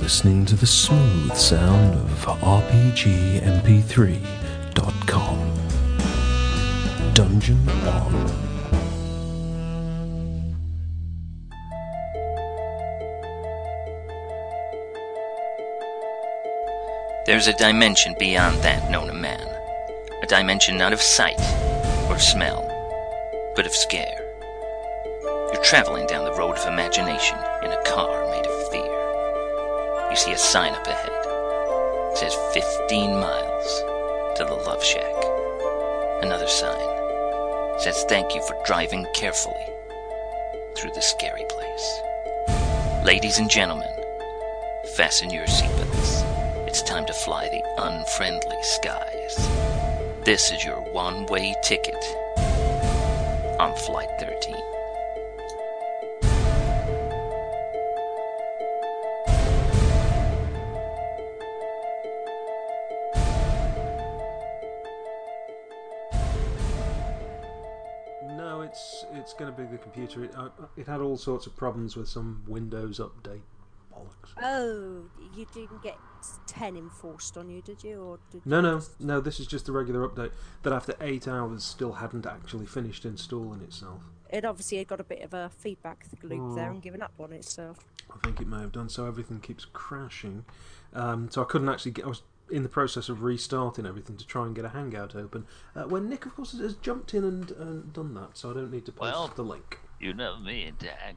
listening to the smooth sound of RPGMP3.com. Dungeon 1. There's a dimension beyond that known to man. A dimension not of sight or smell, but of scare. You're traveling down the road of imagination in a car made of fear. You see a sign up ahead. It says 15 miles to the Love Shack. Another sign says thank you for driving carefully through the scary place. Ladies and gentlemen, Fasten your seatbelts. It's time to fly the unfriendly skies. This is your one way ticket on Flight 13. No, it's it's going to be the computer. It, uh, it had all sorts of problems with some Windows update bollocks. Oh, you didn't get ten enforced on you, did you? Or did No, you no, just- no. This is just a regular update that after eight hours still hadn't actually finished installing itself. It obviously had got a bit of a feedback loop Mm. there and given up on itself. I think it may have done so. Everything keeps crashing, um, so I couldn't actually get. I was in the process of restarting everything to try and get a Hangout open. Uh, when Nick, of course, has- has jumped in and uh, done that, so I don't need to post Well- the link. You know me, Dag.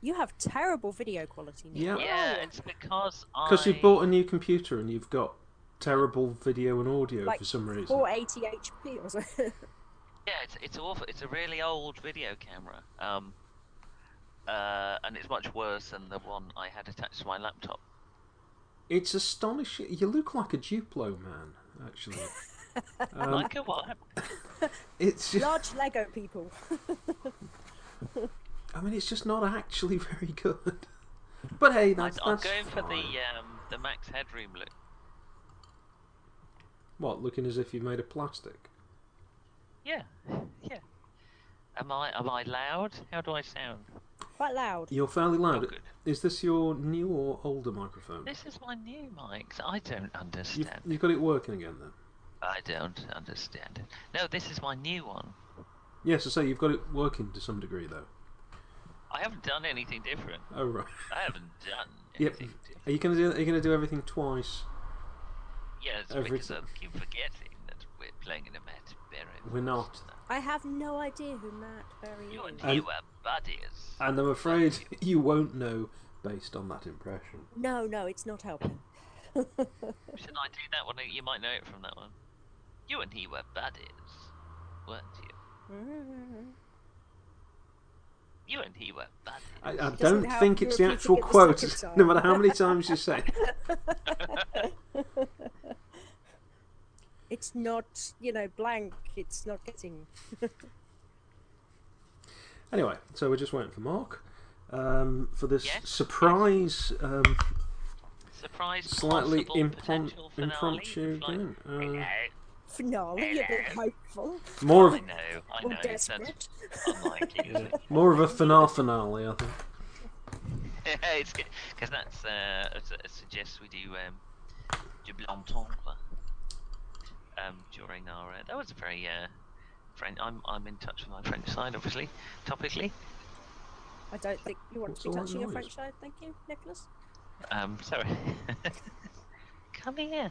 You have terrible video quality now. Yeah, Yeah, it's because I. Oh. because you've bought a new computer and you've got terrible video and audio Like for some reason. 480 HP or something. Yeah, it's, it's awful. It's a really old video camera. Um, uh, and it's much worse than the one I had attached to my laptop. It's astonishing. You look like a Duplo man, actually. um, like a what? it's just, Large Lego people. I mean, it's just not actually very good. But hey, I, that's, I'm that's going for the fine. um, the max headroom look. What, looking as if you've made a plastic? Yeah, yeah. Am I am I loud? How do I sound? Quite loud. You're fairly loud. good. Is this your new or older microphone? This is my new mic. so I don't You've, understand. you've got it working again then. I don't understand it. No, this is my new one. Yes, I say you've got it working to some degree though. I haven't done anything different. Oh right. I haven't done Yep. anything different. Are you gonna do? Are you gonna do everything twice? Yeah, it's Every because I t- keep forgetting that we're playing in a Matt Berry. We're not. I have no idea who Matt Berry You and is. And- you are buddies. And I'm afraid you won't know based on that impression. No, no, it's not helping. Should I do that one? You might know it from that one. You and he were buddies, weren't you? You and he were buddies. I, I Just don't how think it's the repeating actual it the quote, second no time. matter how many times you say. it. It's not, you know, blank. It's not getting. Anyway, so we're just waiting for Mark um, for this Yes, surprise, um, Surprise! slightly possible improm- potential finale impromptu of like- game. Uh, Hello. Finale, you're a bit hopeful. more of I know. I Or know. That's desperate. unlikely. isn't it? more of a finale finale, I think. it's because that's uh, it su- it suggests we do um, double entendre um, during our. Uh, that was a very uh, French. I'm I'm in touch with my French side, obviously, topically. I don't think you want What's to be all that touching your noise? French side. Thank you, Nicholas. Um, sorry. Come here.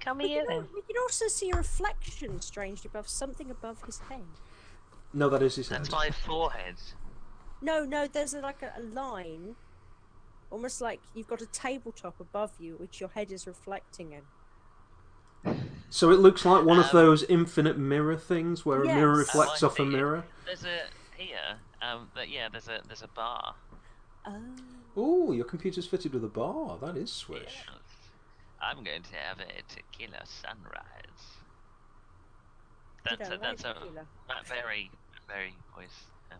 Come But here you, know, then. you can also see a reflection, strangely, above something above his head. No, that is his head. That's my forehead. No, no, there's a, like a, a line, almost like you've got a tabletop above you, which your head is reflecting in. So it looks like one of Um, those infinite mirror things where a mirror Yes. reflects Oh, I off a see. mirror. There's a here. Um, but yeah, there's a there's a bar. Oh, Ooh, your computer's fitted with a bar. That is Yes. swish. I'm going to have a tequila sunrise. You That's a, don't like that's a tequila. Matt Berry Matt Berry voice. Um,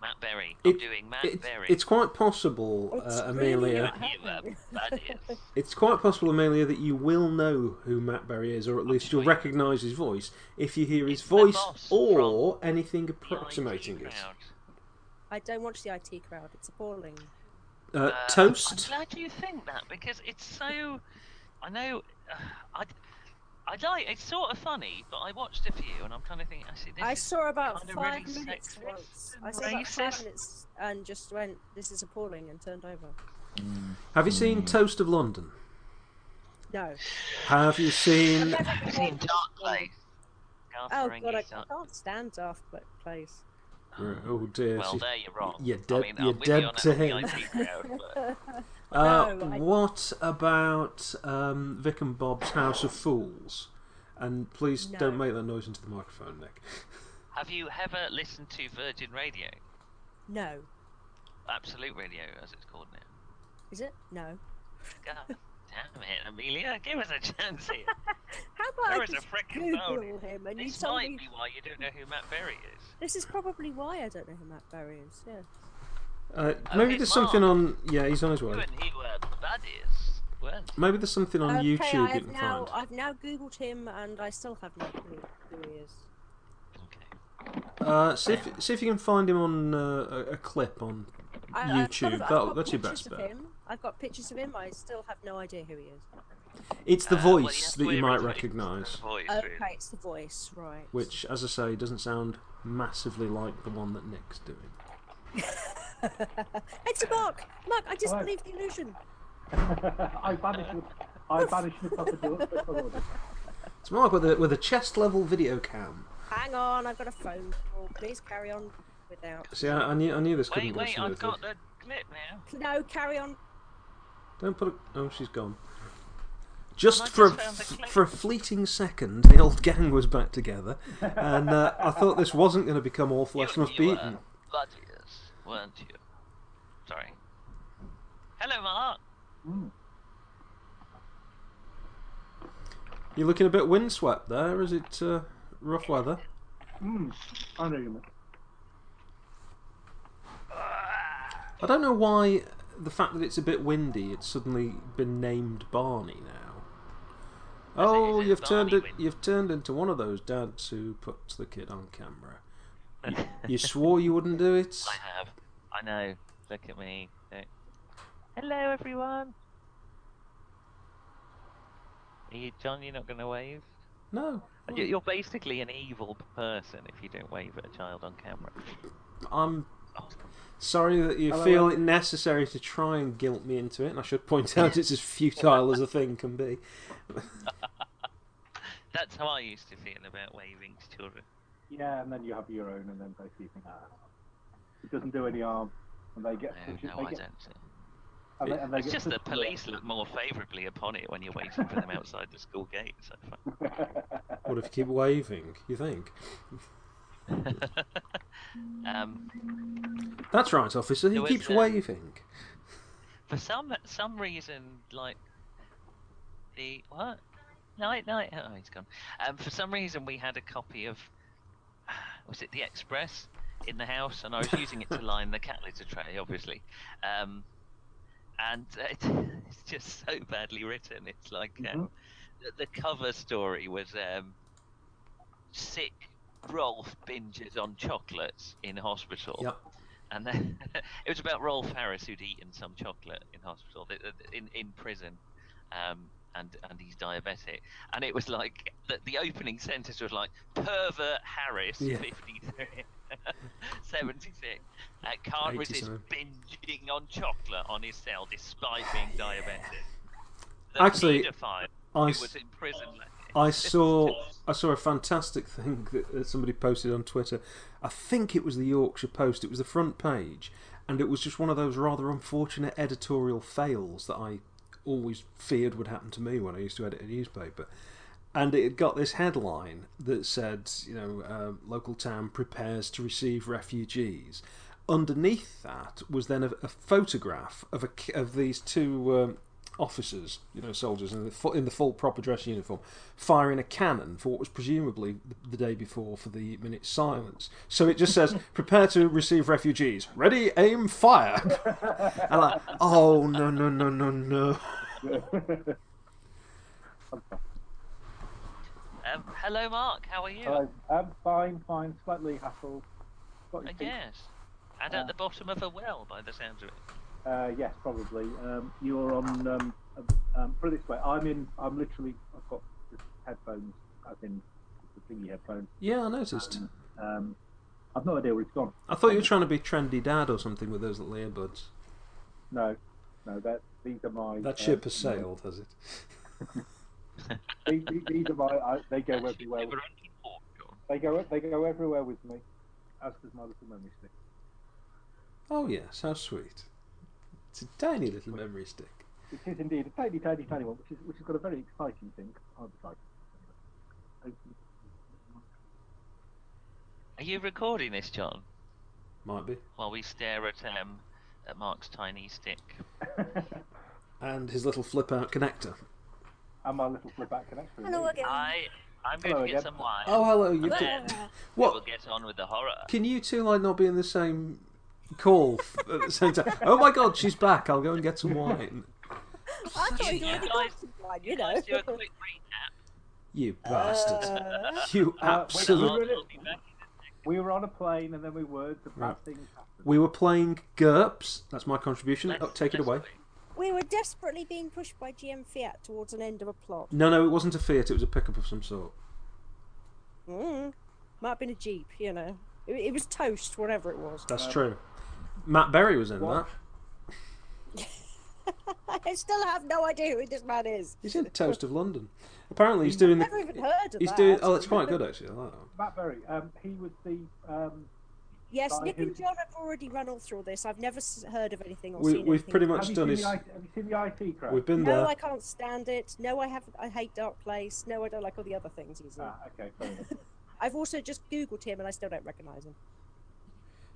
Matt Berry. I'm It- doing Matt It- Berry. it's quite possible, It's uh, really Amelia. not You were buddies. It's quite possible, Amelia, that you will know who Matt Berry is, or at least you'll recognise his voice if you hear his It's the voice boss or anything The IT approximating it. crowd. I don't watch the IT crowd. It's appalling. Uh, Uh, toast. I'm glad you think that because it's so. I know. I. I like. It's sort of funny, but I watched a few, and I'm kind of thinking. Actually, this I is saw about kinda five really minutes sexist once. and I saw about racist. five minutes and just went, "This is appalling," and turned over. Have you seen Toast of London? No. Have you seen? I've seen Dark Place. Oh Garth god, I, Marenghi's I Dark- can't stand Daft Pla- Place. Oh dear. Well, she's- there you're wrong. you're I dead- mean, you're I'm dead with to you him. on LGBT crowd, but Uh, No, I- What about um, Vic and Bob's House of Fools? And please No. don't make that noise into the microphone, Nick. have you ever listened to Virgin Radio? No. Absolute Radio, as it's called now. Is it? No. God damn it, Amelia, give us a chance here. How about There I is a just frickin' phone Google him and you this tell might me? be why you don't know who Matt Berry is. This is probably why I don't know who Matt Berry is. Yeah. Uh, Oh, maybe it's there's something Mark. on. Yeah, he's on his You way. and he were buddies, weren't you? Maybe there's something on okay, YouTube I you have can now. find. I've now googled him and I still have no clue who he is. Okay. Uh, see if see if you can find him on uh, a, a clip on. I, YouTube, I've got, I've that'll- got that's your pictures best of bet. him. I've got pictures of him. I still have no idea who he is. It's the Uh, well, voice yeah, that you we're might right. recognise, The voice, Okay, really. Oh, it's the voice, right? which, as I say, doesn't sound massively like the one that Nick's doing. it's a Mark. Mark, I just believe the illusion. I banished the, I banished the proper door. but come on. It's Mark with a with a chest level video cam. Hang on, I've got a phone call. Please carry on without. See, I, I knew I knew this Wait, couldn't go wait, smoothly. I've got the clip now. No, carry on. Don't put. A... Oh, she's gone. Just I just for a, found the f- clip. for a fleeting second, the old gang was back together, and uh, I thought this wasn't going to become all flesh you, must you uh, were be eaten. buddies, weren't you? Sorry. Hello, Mark. You're looking a bit windswept there. Is it uh, rough weather? Mm, I know you mean. I don't know why the fact that it's a bit windy, it's suddenly been named Barney now. Oh, is it you've Barney turned it, wind? you've turned into one of those dads who puts the kid on camera. You, you swore you wouldn't do it. I have. I know. Look at me. Look. Hello, everyone. Are you, John, you're not going to wave? No, You- You're basically an evil person if you don't wave at a child on camera. I'm sorry that you Hello, feel Ed. it necessary to try and guilt me into it. And I should point out it's as futile as a thing can be. That's how I used to feel about waving to children. Yeah, and then you have your own, and then both you think, ah, it doesn't do any harm, and they get pushed. No, no, they I get, don't. see. And they, and they It's get just the pushed police look more favourably upon it when you're waiting for them outside the school gate. So fine. What if you keep waving? You think? um, That's right, officer. He There was, keeps uh, waving. for some some reason, like the what night night. Oh, he's gone. Um, for some reason, we had a copy of was it the Express in the house, and I was using it to line the cat litter tray, obviously. Um, and uh, it, it's just so badly written. It's like um, the, the cover story was um, sick Rolf binges on chocolates in hospital. Yep. And then it was about Rolf Harris who'd eaten some chocolate in hospital, th- th- in in prison, um, and and he's diabetic. And it was like the, the opening sentence was like pervert Harris, Yeah. 53, 76, uh, can't resist 87. binging on chocolate on his cell despite being diabetic. The Actually, paedophile who I, s- was in prison. I saw I saw a fantastic thing that that somebody posted on Twitter. I think it was the Yorkshire Post. It was the front page, and it was just one of those rather unfortunate editorial fails that I always feared would happen to me when I used to edit a newspaper. And it had got this headline that said, you know, uh, local town prepares to receive refugees. Underneath that was then a, a photograph of a, ki- of these two um, officers, you know, soldiers in the, fu- in the full proper dress uniform, firing a cannon for what was presumably the, the day before for the minute silence. So it just says, "Prepare to receive refugees. Ready, aim, fire." and like, oh no, no, no, no, no. Um, hello, Mark. How are you? Hello. Um, fine, fine, slightly hassled. Got Uh, your feet. yes. And at the bottom of a well, by the sounds of it. Uh, yes, probably. Um, you're on. Um, uh, um, put it this way: I'm in. I'm literally. I've got the headphones. I've in the thingy headphones. Yeah, I noticed. Um, I've no idea where it's gone. I thought you were trying to be trendy dad or something with those little earbuds. No, no. That these are my. That uh, ship has sailed, has it? These, these- these are my. I, they go Actually, everywhere. they With, were under port, John. they go. They go everywhere with me. As does my little memory stick. Oh yes, how sweet! It's a tiny little memory stick. It is indeed a tiny, tiny, tiny one, which is which has got a very exciting thing. I'm excited. Open- Are you recording this, John? Might be. While we stare at um, at Mark's tiny stick. And his little flip out connector. and my little flip back connection. Hello indeed. again. I I'm going Hello to get again. some wine. Oh hello, you. Then We'll What? get on with the horror. Can you two like not be in the same call f- at the same time? Oh my god, she's back! I'll go and get some wine. I thought you'd already got guys- some wine, you know. Let's do a quick recap. You bastard! Uh, You Uh, wait, absolute. we John were, will be back in a second. we were on a plane and then we weren't. The bad things happened. We were playing GURPS. That's my contribution. Oh, Let's- take it let's away. do it. we were desperately being pushed by GM Fiat towards an end of a plot. No, no, it wasn't a Fiat. It was a pickup of some sort. Mm. Might have been a Jeep, you know. It, it was toast, whatever it was. That's true. Matt Berry was in what? that. I still have no idea who this man is. He's in Toast of London. Apparently, he's doing Never even the. heard of He's that. doing. Oh, that's quite good actually. I like that. one. Matt Berry. Um, he was the. Um, Yes, Guy Nick who- and John have already run all through this. I've never s- heard of anything or We, seen we've anything. pretty have, much you done seen his. the IT, have you seen the IT crowd? We've been No, there. I can't stand it. No, I haven't. I hate Dark Place. No, I don't like all the other things he's in. Ah, okay, fair enough. I've also just Googled him and I still don't recognise him.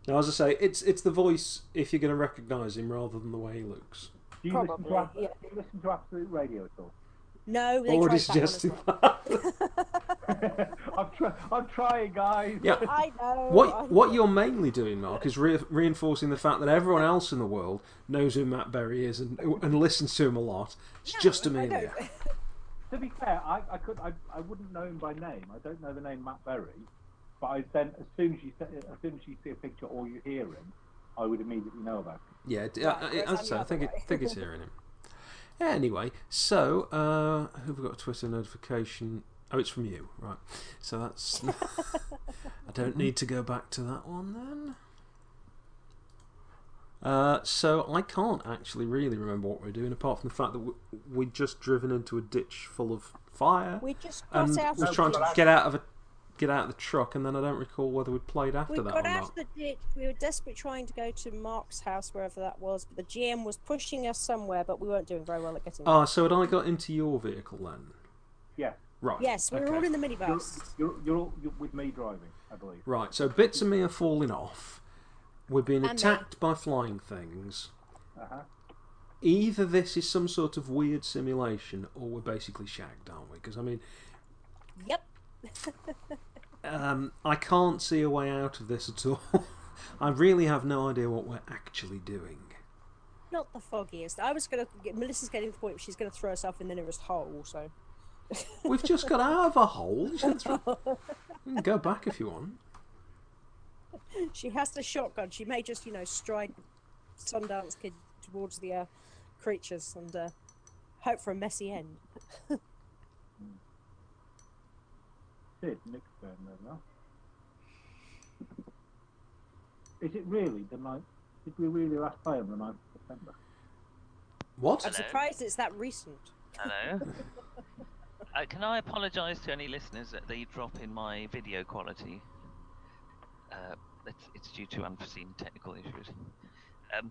Now, as I say, it's it's the voice if you're going to recognise him rather than the way he looks. Do you, listen to, Probably, Ab- yeah. do you listen to Absolute Radio at all? No, they Already tried that one as suggested well. that. I'm, try- I'm trying, guys. yeah. I know. Oh, I What what know. you're mainly doing, Mark, is re- reinforcing the fact that everyone else in the world knows who Matt Berry is and and listens to him a lot. It's just I don't- Amelia. To be fair, I, I could I, I wouldn't know him by name. I don't know the name Matt Berry, but I then as soon as you se- as soon as you see a picture or you hear him, I would immediately know about him. Yeah, d- Right, uh, whereas as I say, I I'm the think it, other way. think it's hearing him. Anyway, so uh, have we got a Twitter notification? Oh, it's from you, right? So that's. I don't need to go back to that one then. Uh, so I can't actually really remember what we're doing, apart from the fact that we, we'd just driven into a ditch full of fire We just got and out. um, was of- trying to get out of a get out of the truck, and then I don't recall whether we played after We that got or out not. of the ditch. We were desperate trying to go to Mark's house, wherever that was, but the GM was pushing us somewhere, but we weren't doing very well at getting. there. Ah, so had I got into your vehicle then? Yeah, Right. yes, we Oh, okay. were all in the you're minibus. you're, you're, all, you're with me driving, I believe. Right, so bits of me are falling off. We're being And me. attacked by flying things. Uh huh. Either this is some sort of weird simulation, or we're basically shagged, aren't we? Because I mean, Yep. um, I can't see a way out of this at all. I really have no idea what we're actually doing. Not the foggiest. I was gonna. Get, Melissa's getting to the point where she's gonna throw herself in the nearest hole. So We've just got out of a hole. You can throw- you can go back if you want. she has the shotgun. She may just, you know, stride Sundance Kid towards the uh, creatures and uh, hope for a messy end. Sid, Nick's turn then now. Is it really the ninth? Did we really last play on the 9th of September? What? I'm Hello. surprised it's that recent. Hello. uh, can I apologise to any listeners that the drop in my video quality? Uh, it's, it's due to unforeseen technical issues. Um,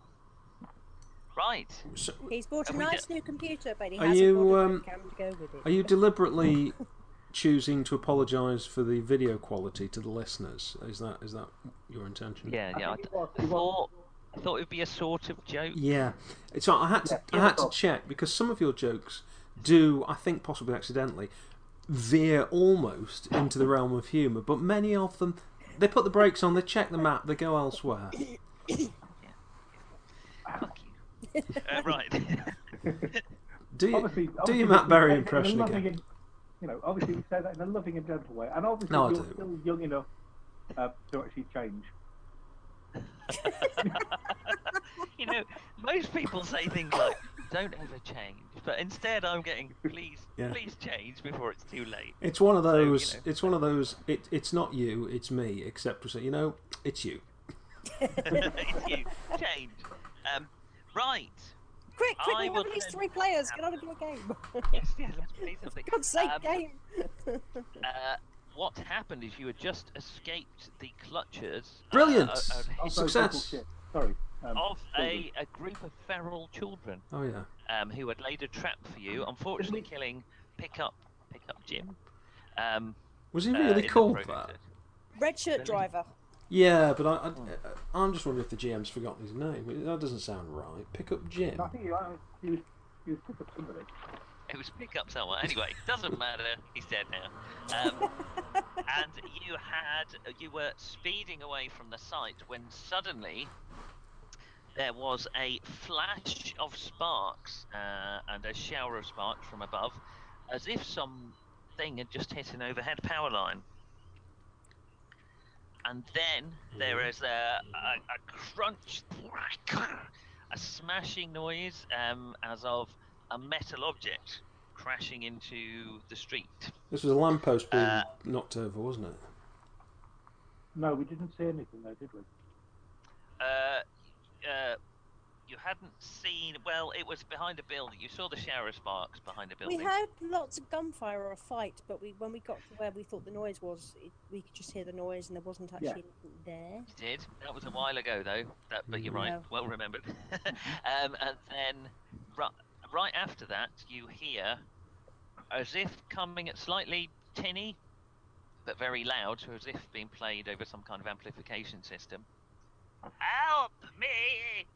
right. So- He's bought a Have we nice new computer, but he Are hasn't you, bought a um, webcam to go with it. Are you deliberately choosing to apologise for the video quality to the listeners? Is that is that your intention? Yeah, yeah. I, think th- it was- I it was- thought I thought it'd be a sort of joke. Yeah, so I had to Yeah, I had to beautiful. check because some of your jokes do I think possibly accidentally veer almost into the realm of humour, but many of them they put the brakes on, they check the map, they go elsewhere. Fuck you. uh, right. Do you obviously, do obviously your we Matt say Berry that in a impression loving again? and- you know, obviously we say that in a loving and gentle way, and obviously No, I you're do. still young enough uh, to actually change. you know, most people say things like, don't ever change. But instead, I'm getting, please, Yeah. please change before it's too late. It's one of you those. know. It's one of those. It, it's not you. It's me. Except for say, you know, it's you. It's you. Change. Um, right. Quick, quick, I we have will at least send- three players. Get on and do a game. Yes, yes, let's play something. God's sake, Um, game. Uh, what happened is you had just escaped the clutches. uh, Brilliant. of- Also, Success. bullshit. Sorry. Um, of children. a, a group of feral children Oh yeah. um, who had laid a trap for you. Mm. Unfortunately, killing pickup pickup Jim. Um, Was he uh, in really the called process. that? Red shirt driver. Yeah, but I, I, Hmm. I'm just wondering if the GM's forgotten his name. That doesn't sound right. Pick up Jim. I think he, uh, he was he was sick of somebody. It was pickup someone. Anyway, doesn't matter. He's dead now. Um, and you had you were speeding away from the site when suddenly there was a flash of sparks uh, and a shower of sparks from above, as if some thing had just hit an overhead power line. And then there is a, a, a crunch, a smashing noise um, as of a metal object crashing into the street. This was a lamppost being Uh, knocked over, wasn't it? No, we didn't see anything though, did we? Uh, uh, you hadn't seen. Well, it was behind a building. You saw the shower of sparks behind a building. We had lots of gunfire or a fight, but we when we got to where we thought the noise was, it, we could just hear the noise and there wasn't actually anything there. You did. That was a while ago, though. That, but you're right. Yeah. Well remembered. um, and then, right, right after that, you hear, as if coming at slightly tinny, but very loud, so as if being played over some kind of amplification system. Help me!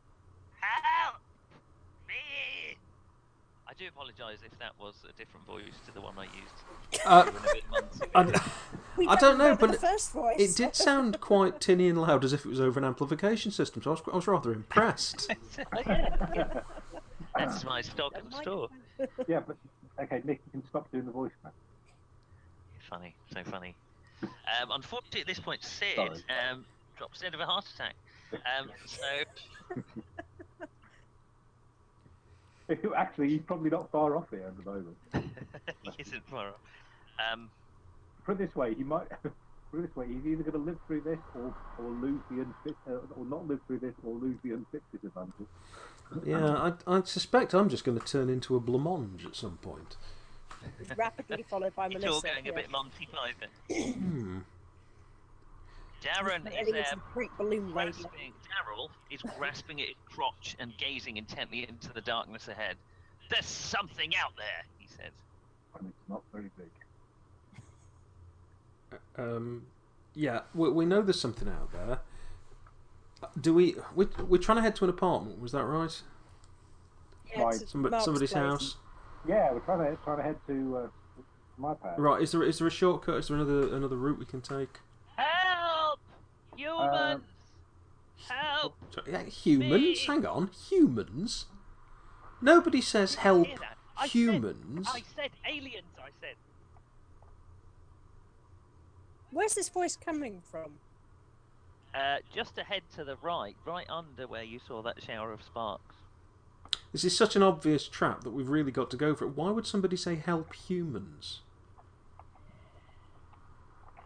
Help me! I do apologise if that was a different voice to the one I used Uh, a bit months ago. I, We I don't know, remember but the first voice. it did sound quite tinny and loud, as if it was over an amplification system. So I was, I was rather impressed. That's my stock and store. Yeah, but okay, Nick, you can stop doing the voice now. Funny, so funny. Um, unfortunately, at this point, Sid Sorry. um, drops dead of a heart attack. Um, so, Actually, he's probably not far off here at the moment. he isn't far off. Um, Put it this way, he might. Put it this way, he's either going to live through this or, or lose the unfit, uh, or not live through this or lose the unfit disadvantage. Yeah, I, I suspect I'm just going to turn into a blancmange at some point. Rapidly followed by it's all Melissa. going a bit Monty Python. Darren is Heading into there the Greek balloon raid. grasping. Daryl is grasping at his crotch and gazing intently into the darkness ahead. There's something out there, he says. And it's not very big. Um, yeah, we, we know there's something out there. Do we? We're, we're trying to head to an apartment. Was that right? Yeah, it's Right. Somebody, Mark's somebody's place. house. Yeah, we're trying to trying to head to uh, my pad. Right. Is there is there a shortcut? Is there another another route we can take? Help! Humans! Uh, Help! Sorry, yeah, humans. Me. Hang on, humans. Nobody says help. Hear that? I said- humans. I said aliens, I said. Where's this voice coming from? Uh, just ahead to the right, right under where you saw that shower of sparks. This is such an obvious trap that we've really got to go for it. Why would somebody say help humans?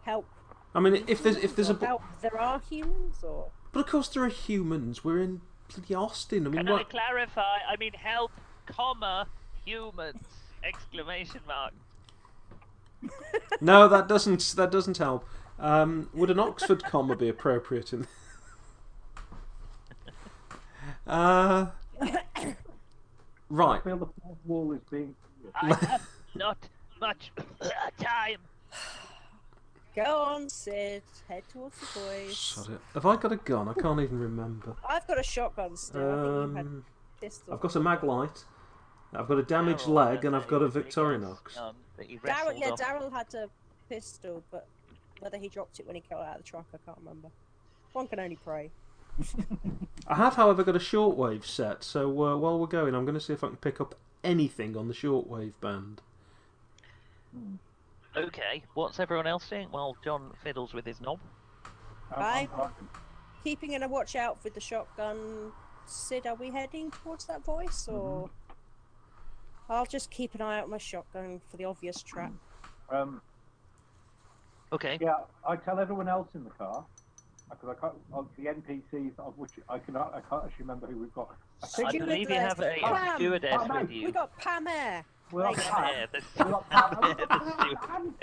Help. I mean, if there's if there's a or help. There are humans, or but of course there are humans. We're in bloody Austin. I mean, Can I what? clarify? I mean, help, comma, humans! Exclamation mark. No, that doesn't that doesn't help. Um, would an Oxford comma be appropriate in? uh, right. I feel the fourth wall is being. I have not much time. go on, Sid. Head towards the voice. Shut it. Have I got a gun? I can't even remember. I've got a shotgun still. I think you had Um, pistol. I've got a mag light. I've got a damaged Oh, Daryl leg, had and I've got a big ass Victorinox. gun um, that he Daryl, wrestled yeah, off. Daryl had a pistol, but whether he dropped it when he got out of the truck, I can't remember. One can only pray. I have, however, got a shortwave set, so uh, while we're going, I'm going to see if I can pick up anything on the shortwave band. Okay, what's everyone else doing? Well, John fiddles with his knob. I'm, Bye. I'm parking. keeping in a watch out with the shotgun. Sid, are we heading towards that voice or? I'll just keep an eye out with my shotgun for the obvious trap. Um, Okay. yeah, I tell everyone else in the car because I can't. Of the NPCs of which I cannot. I can't actually remember who we've got. I I think Stupid believe you have a, lady. a Pam! stewardess Pam, with you. We got Pam Air. we're not Like, Pam. Yeah, the- We're not Pam. the stewardess. Pam-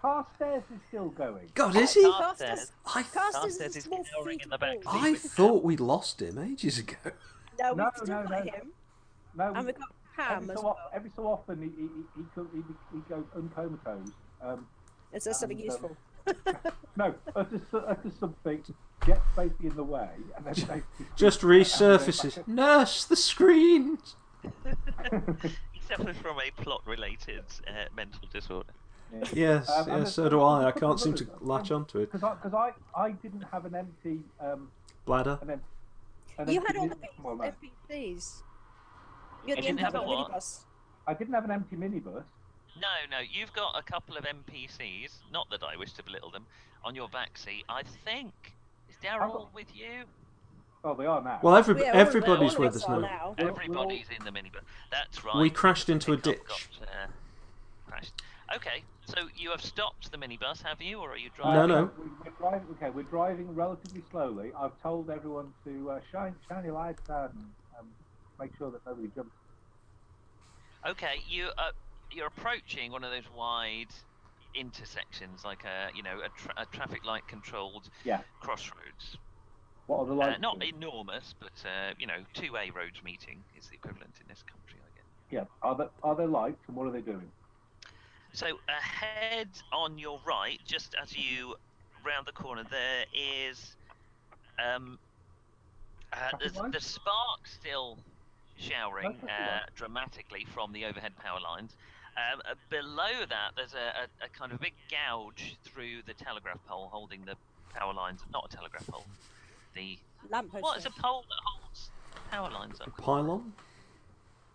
Car stairs is still going. God, Oh, is he? Carstairs. I- Carstairs Carstairs is a is small cowering feet in the back ball. seat. I thought we lost him ages ago. No, No, we've still no, got no. him, No, and we've got Pam every, as so well. often, every so often he he he, he, co- he, he goes uncomatose. Um, Is there something and, um, useful? no, utters, utters something, gets basically in the way, and then basically Just resurfaces. Nurse, the screen. He suffers from a plot-related uh, mental disorder. Yes, Um, yes, and there's- so do I. I there's a couple can't of seem to others. latch onto it. Because I, cause I, I didn't have an empty um Bladder. an, em- an You empty had all the mini- well, no, NPCs. You had I the didn't have entire a what? minibus. I didn't have an empty minibus. No, no, you've got a couple of NPCs. Not that I wish to belittle them. On your back seat, I think is Daryl got- with you. Oh, they are now. Well, every, Yeah, all- everybody's all of with us are now. now. We're- we're all- Everybody's in the minibus. That's right. We crashed the into a pickup ditch. got, uh, crashed. Okay, so you have stopped the minibus, have you, or are you Uh, driving? no. we- We're driving, okay, we're driving relatively slowly. I've told everyone to uh, shine shiny lights down and um, make sure that nobody jumps. Okay, you uh, you're approaching one of those wide intersections, like a you know a, tra- a traffic light controlled Yeah. crossroads. What are the Uh, lights? not doing? enormous, but uh, you know two A roads meeting is the equivalent in this country, I guess. Yeah. Are there are there lights and what are they doing? So ahead on your right, just as you round the corner, there is um, uh, Traffic there's lights? the spark still showering traffic uh, lights. dramatically from the overhead power lines. Um, uh, below that, there's a, a, a kind of big gouge through the telegraph pole holding the power lines. Not a telegraph pole. The Lamppost. what is a there. pole that holds power lines up? Pylon?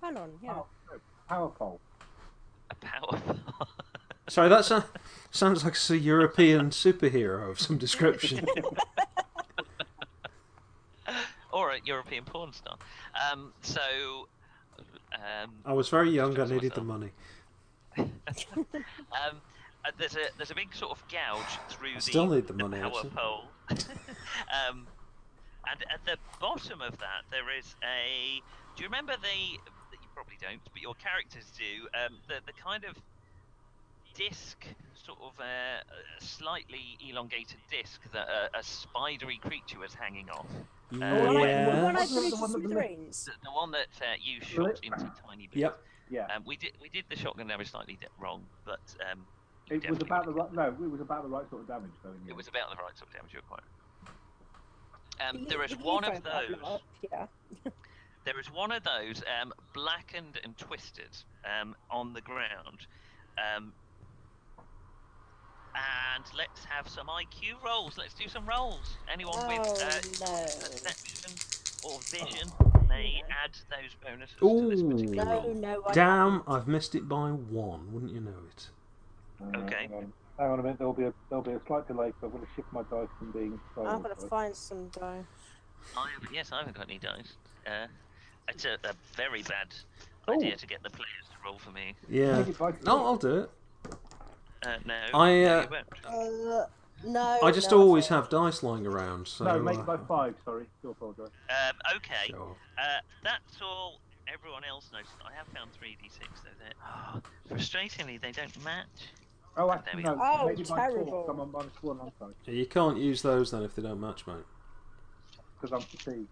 Hang on, yeah. Oh, no, power pole. A power pole. Sorry, that sound, sounds like a European superhero of some description. or a European porn star. Um, so, um, I was very young, I Just needed the myself. money. um, uh, there's a there's a big sort of gouge through I the, still need the money, power actually. pole. um, and at the bottom of that, there is a. Do you remember the? You probably don't, but your characters do. Um, the the kind of disc, sort of uh, a slightly elongated disc that a, a spidery creature was hanging off. The one Oh, I- The one I Yes. threw The to one that- smithereens. The, the one that uh, you shot it- into tiny bits. Yep. Yeah. Um, we did we did the shotgun damage slightly di- wrong, but um, you It was definitely about the would- right. No, it was about the right sort of damage, though. in the It end. was about the right sort of damage you required. Um, The- there is the one of uniform got those. blown up, Yeah. There is one of those um, blackened and twisted um, on the ground. Um, and let's have some IQ rolls. Let's do some rolls. Anyone with uh, Oh perception or vision may add those bonuses to this Ooh. particular no, no, roll. no. I Damn, I've missed it by one, wouldn't you know it? Uh, Okay. Hang on. hang on a minute. There'll be a there'll be a slight delay. So I'm going to shift my dice from being. I'm silent gonna to- find some die. I have, yes, I haven't got any dice. Uh, it's a, a very bad idea Oh. to get the players to roll for me. Yeah. Take it by No, I'll do it. Uh, no, I, no, uh, you won't. Oh. Uh, no. I just no, always failed. have dice lying around, so. No, make it by uh, five. Sorry, do apologise. Um, okay, show off. uh, that's all everyone else knows. I have found 3d6 though. They're, Ah. frustratingly, they don't match. Oh, There we actually, no. go. Oh, make it by four, terrible. I'm on minus one. I'm sorry, Yeah, you can't use those then if they don't match, mate. because I'm fatigued.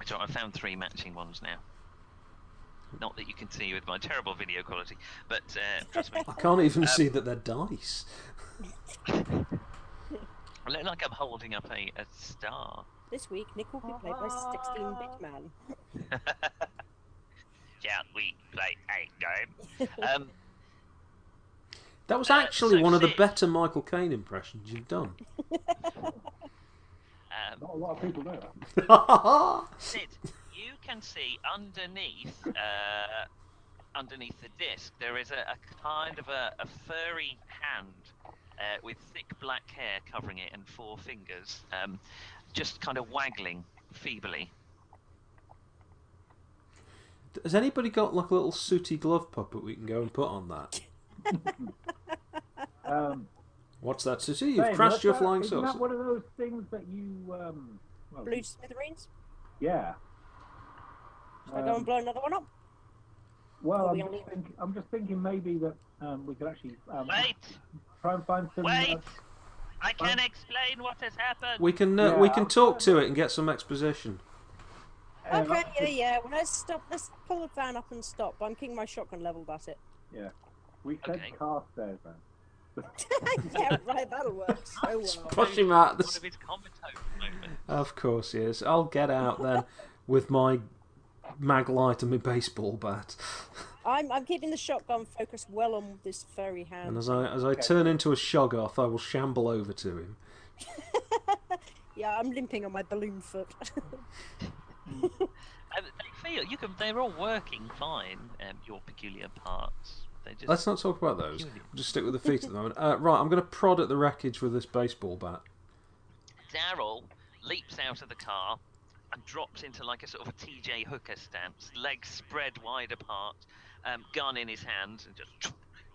It's all right, I found three matching ones now. Not that you can see with my terrible video quality, but uh, trust me, I can't even Um, see that they're dice. I look like I'm holding up a, a star. This week, Nick will be played by 16 Ah. bit man. Shall we play a game? um, That was Uh, actually so one of the six. better Michael Caine impressions you've done. um, Not a lot of people know that. Sid, you can see underneath uh, underneath the disc there is a, a kind of a, a furry hand uh, with thick black hair covering it and four fingers, um, just kind of waggling feebly. Has anybody got like a little sooty glove puppet we can go and put on that? Uh, Um, What's that, sooty? You've Dave, crashed what's your that- flying isn't saucer. that one of those things that you? Um, well, Blue smithereens. Yeah. Should I go Um, and blow another one up? Well, Or I'm we just, only- think, I'm just thinking maybe that um, we could actually um, Wait, try and find some. wait! Uh, I can explain what has happened. We can uh, Yeah, we can I'm- talk to it and get some exposition. uh, okay, yeah, yeah. Well, let's stop. Let's pull the van up and stop. I'm keeping my shotgun leveled at it. We said Okay. cast there, man. yeah, right. That'll work so well. Push him out. One of his comatose moments. Of course, yes. I'll get out then with my mag light and my baseball bat. I'm I'm keeping the shotgun focused well on this furry hand. And as I as I turn into a shoggoth, I will shamble over to him. Yeah, I'm limping on my balloon foot. Um, they feel you can. They're all working fine. Um, your peculiar parts. They just. Let's not talk about those. Peculiar. We'll just stick with the feet at the moment. Uh, right, I'm going to prod at the wreckage with this baseball bat. Daryl leaps out of the car and drops into like a sort of a TJ Hooker stance, legs spread wide apart, um, gun in his hand, and just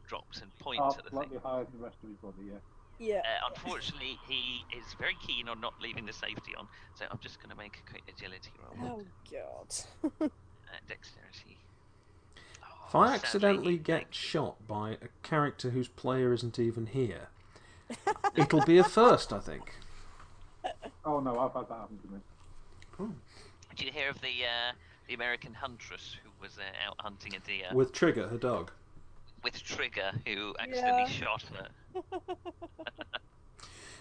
drops and points Half at the thing. slightly higher than the rest of his body, yeah. yeah. Uh, unfortunately, he is very keen on not leaving the safety on, so I'm just going to make a quick agility roll. Oh god. Uh, dexterity. Oh, If I sadly, accidentally he get takes- shot by a character whose player isn't even here, it'll be a first, I think. Oh no, I've had that happen to me. Do you hear of the uh, the American huntress who was uh, out hunting a deer with, With Trigger, her dog. Trigger, who accidentally Yeah. shot her?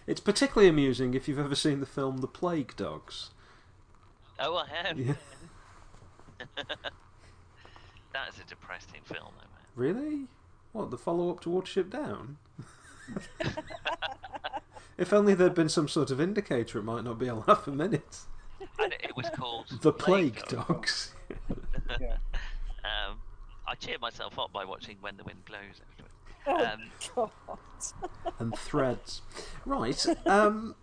It's particularly amusing if you've ever seen the film The Plague Dogs. Oh, I have. Yeah. That is a depressing film, though, man. Really? What, the follow up to Watership Down? if only there'd been some sort of indicator, it might not be a laugh a minute. And it was called The Plague Dog. Dogs. Um, I cheered myself up by watching When the Wind Blows. afterwards. Oh Um, god. and Threads. Right, um,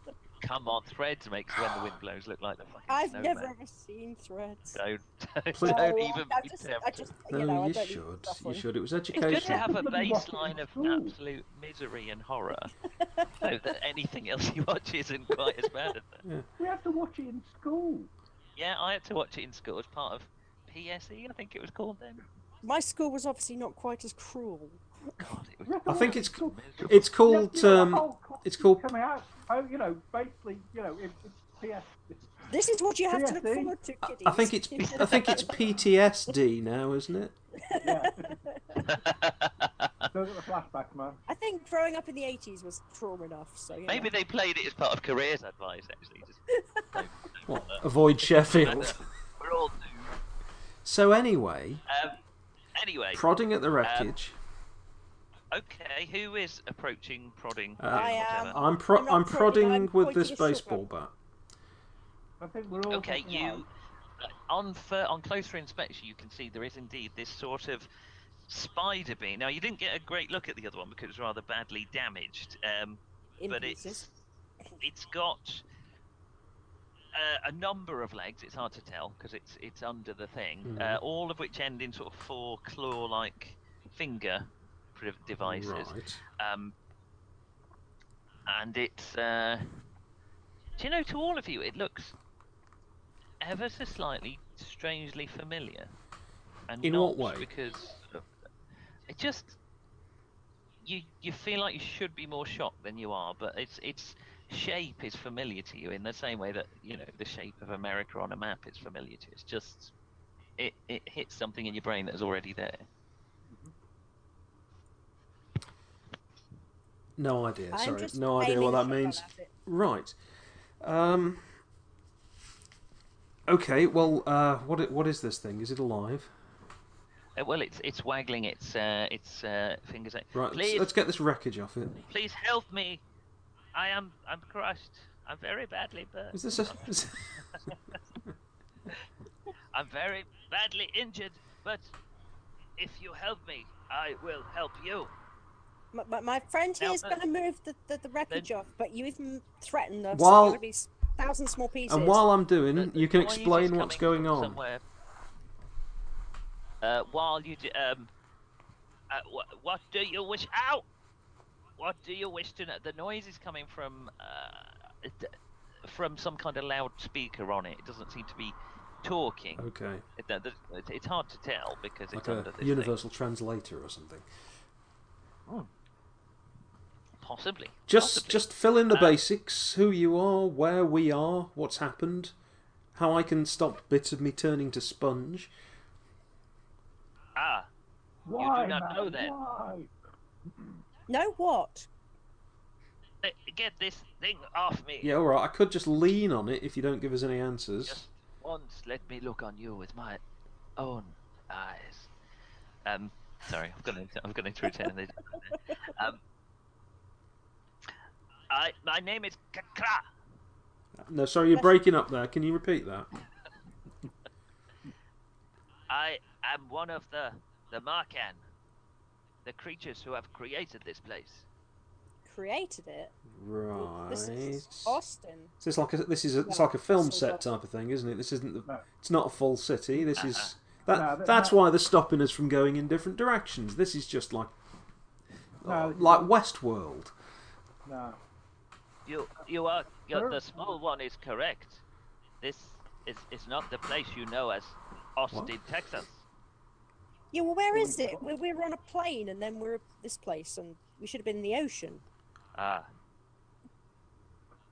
Come on, Threads makes When the Wind Blows look like the fucking I've snowman. never ever seen threads. Don't, don't, Please- No, don't even I, I be just, I tempted. just, no, you know, I you don't need should. stuff You on. should. It was It's good to educational. have a Bloody rocket baseline of school. absolute misery and horror. so that anything else you watch isn't quite as bad as that. We had to watch it in school. Yeah, I had to watch it in school as part of PSE, I think it was called then. My school was obviously not quite as cruel. God, it was I think it's miserable. it's You called have to- the um, whole course it's is called Coming out. Oh, you know, basically, you know, it, it's PS. It's, This is what you have to look PSE? forward to, kiddies. I think it's I think it's PTSD now, isn't it? yeah. Those are the flashbacks, man. I think growing up in the 80s was cruel enough, so yeah. Maybe they played it as part of careers advice, actually. Just, don't- don't What? bother. Avoid Sheffield. We're all doomed. So anyway, Um, anyway, prodding at the wreckage. okay, who is approaching prodding? Uh, doing I am. whatever? I'm pro- I'm I'm, not prodding, prodding I'm with pointing this a shotgun. baseball bat. I think we're all. Okay, fucking you uh, right. on fir- on closer inspection, you can see there is indeed this sort of spider bee. Now you didn't get a great look at the other one because it was rather badly damaged, um, In but pieces. it's it's got uh, a number of legs. It's hard to tell because it's it's under the thing. Uh, all of which end in sort of four claw-like finger pr- devices. Right. Um, and it's, uh, do you know, to all of you, it looks ever so slightly strangely familiar. And In not what way? Because it just you you feel like you should be more shocked than you are, but it's it's shape is familiar to you in the same way that you know the shape of America on a map is familiar to you. It's just it it hits something in your brain that's already there. No idea. I'm Sorry, just no idea aiming what a that shotgun means. at it. Right. Um. Okay. Well, uh, what i- what is this thing? Is it alive? Uh, well, it's it's waggling its uh, its uh, fingers. out. Right. Let's, Please, let's get this wreckage off it. please help me. I am I'm crushed. I'm very badly Is burned. this a? Is, I'm very badly injured. But if you help me, I will help you. My, my, my friend Now, here is uh, going to move the, the, the wreckage off, but you even threatened us. While- While... be s- thousand small pieces. And while I'm The- doing, the you can noise is explain what's coming going from on. somewhere. Uh, while you do, um, uh, wh- what do you wish? Ow! What do you wish to know? The noise is coming from uh, d- from some kind of loudspeaker on it. It doesn't seem to be talking. Okay, It- th- th- it's- it's hard to tell because Oh. it's like a under this thing. universal translator or something. Possibly. Just possibly. just fill in the Um, basics: who you are, where we are, what's happened, how I can stop bits of me turning to sponge. ah. Why, not man? know that. Why? No, what? eh, Get this thing off me. Yeah, all right. I could just lean on it if you don't give us any answers. Just once, let me look on you with my own eyes. Um, sorry, I've got to, I've got to return this. Um, I, my name is Kakra. No, sorry, you're breaking up there. Can you repeat that? I am one of the the Markan, the creatures who have created this place. Created it. Right. This is Austin. So it's like a, this is a, it's like a film set type of thing, isn't it? This isn't the, No. it's not a full city. This is No, that but that's that- why they're stopping us from going in different directions. This is just like No, like Westworld. no. You you are you're, Sure. the small one is correct. This is is not the place you know as Austin, Texas. Yeah, well, where is it? We, we were on a plane, and then we're at this place, and we should have been in the ocean. Ah.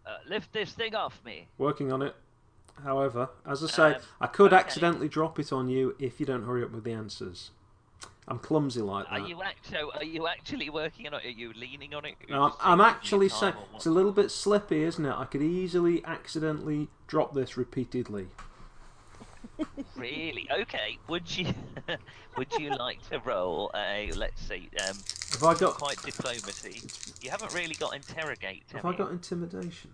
Uh, lift this thing off me. Working on it. However, as I say, Um, I could okay. accidentally drop it on you if you don't hurry up with the answers. I'm clumsy like Are that. you act- so Are you actually working on it? Are you leaning on it? Are you No, I'm, just I'm taking your actually time saying or what? it's a little bit slippy, isn't it? I could easily accidentally drop this repeatedly. really okay. Would you Would you like to roll a let's see? Um, Have I got quite diplomacy. You haven't really got interrogate. have have I you? got intimidation?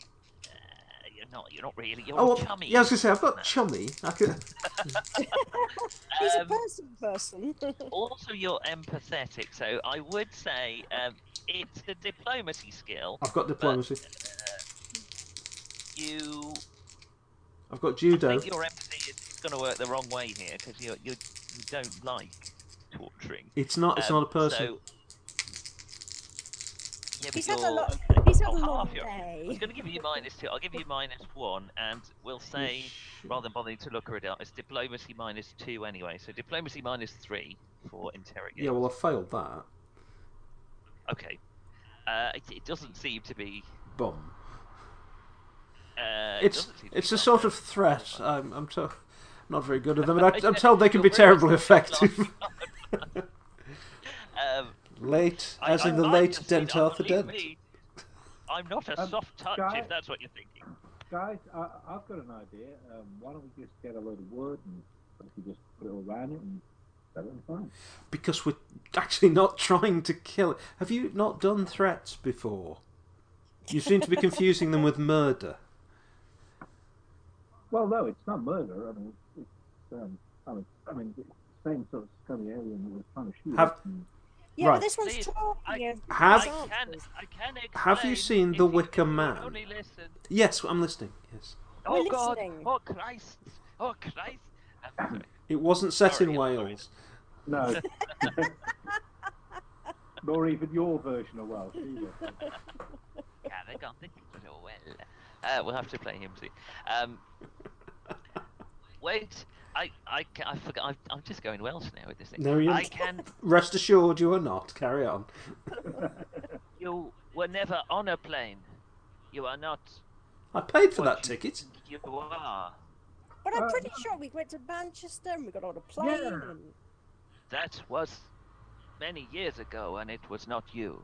Uh, You're not. You're not really. You're Oh, oh, well, chummy. yeah, I was gonna say I've got chummy. I could. He's a Um, person, person. also, you're empathetic, so I would say um, it's a diplomacy skill. I've got diplomacy. You I've got I judo. think your empathy is going to work the wrong way here because you you you don't like torturing. It's not. It's Um, not a person. so- Yeah, but He's had a you're- lot. okay. He's had a Oh, half long your- I'm day. going to give you minus two. I'll give you minus one, and we'll say rather than bothering to look it up, it's diplomacy minus two anyway. So diplomacy minus three for interrogate. Yeah, well, I failed that. Okay. Uh, it, it doesn't seem to be. Bomb. Uh, it It's doesn't seem to it's be a that sort bad. of threat. I'm I'm to- not very good at them, and I, I'm Yeah, told they can be you're very terribly successful. effective. Um, late, I- as I in the might late just need- dent I Arthur believe Dent. me, I'm not a Um, soft touch, guy- if that's what you're thinking. Guys, I, I've got an idea. Um, why don't we just get a load of wood and we just put it all around it and set it on fire? Because we're actually not trying to kill it. Have you not done threats before? You seem to be confusing them with murder. Well, no, it's not murder. I mean, it's, it's um, I mean, I mean, it's the same sort of scummy alien that was trying to shoot. Have- us and- Yeah, Right. but this one's Please, talking. I- yeah. Have- I can, I can Have you explain seen if The you Wicker would Man? Only listen. Yes, I'm listening. Yes, Oh We're God! listening. Oh Christ! Oh Christ! Um, sorry. it wasn't set Sorry, in I'm sorry. Wales. No. Nor even your version of Welsh. Either. Yeah, they can't think of it all well. Uh, we'll have to play him soon. Um, wait, I, I, ca- I forgot. I'm, I'm just going Welsh now with this thing. No, you're I not. can. Rest assured, you are not. Carry on. You were never on a plane. You are not. I paid for what that you ticket. think You are. But I'm Uh, pretty sure we went to Manchester and we got on a plane. Yeah. And That was many years ago, and it was not you.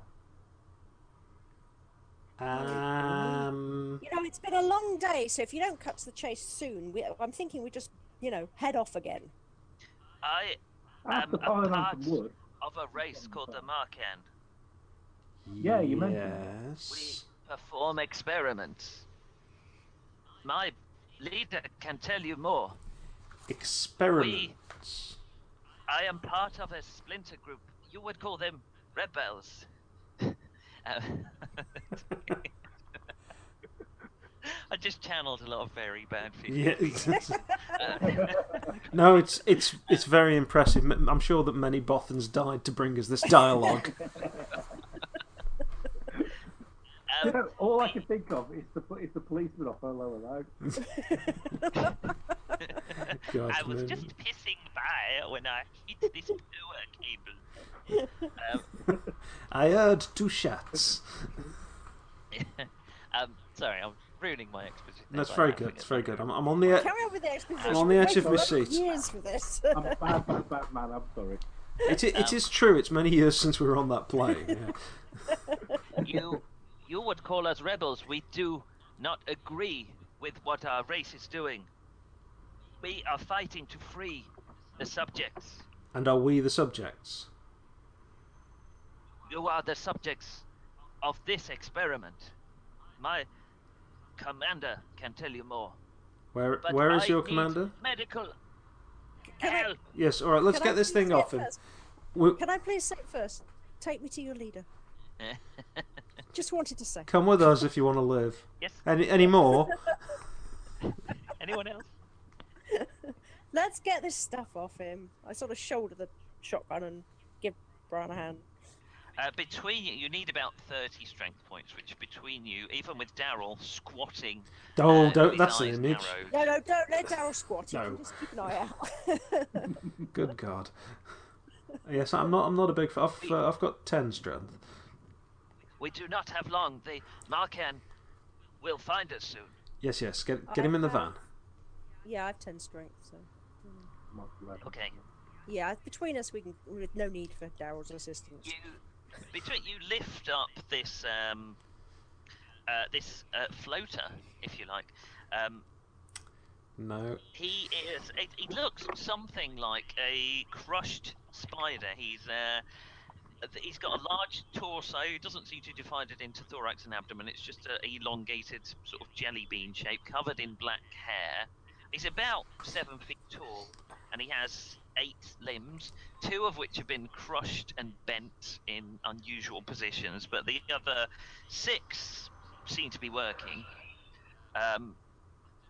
Um, Um, you know, it's been a long day, so if you don't cut to the chase soon, we, I'm thinking we just, you know, head off again. I After Um, piling apart- on some wood, of a race called the Markan. Yeah, you mentioned We Yes. perform experiments. My leader can tell you more. Experiments. I am part of a splinter group. You would call them rebels. Um, I just channeled a lot of very bad people. Yeah, it's- Uh, no, it's it's it's very impressive. M- I'm sure that many Bothans died to bring us this dialogue. You um, know, all I can think of is the is the policeman off Hello Hello. God, I was no. just pissing by when I hit this power cable. Um, I heard two shots. um, sorry, I'm ruining my exposition. there That's by very laughing good. at It's very that. good. I'm, I'm on the. Carry on with the exposition. I'm on the we edge of waited my a lot seat. Years for this. I'm a bad, bad, bad man. I'm sorry. It, it, it is true. It's many years since we were on that plane. yeah. You, you would call us rebels. We do not agree with what our race is doing. We are fighting to free the subjects. And are we the subjects? You are the subjects of this experiment. My commander can tell you more. Where But Where is I your need commander? Medical Can I- help. Yes. All right. Let's Can I get this please thing sit off him. first? We, Can I please say first? Take me to your leader. Just wanted to say. come with us if you want to live. yes. Any Any more? Anyone else? Let's get this stuff off him. I sort of shoulder the shotgun and give Brian a hand. Uh, between you, you need about 30 strength points, which between you, even with Daryl squatting. Oh, uh, don't- with his that's an eyes image. narrowed, No, no, don't let Daryl squat. You No. can just keep an eye out. Good God. Yes, I'm not. I'm not a big. Fan. I've uh, I've got ten strength. We do not have long. The Markan will find us soon. Yes, yes. Get get him in the van. yeah, I've ten strength, so Okay. yeah, between us we can. With no need for Daryl's assistance. You between you lift up this um, uh, this uh, floater, if you like. Um, No. he is. It, he looks something like a crushed spider. He's uh, th- he's got a large torso. He doesn't seem to divide it into thorax and abdomen. It's just a elongated sort of jelly bean shape, covered in black hair. He's about seven feet tall, and he has eight limbs, two of which have been crushed and bent in unusual positions, but the other six seem to be working. Um,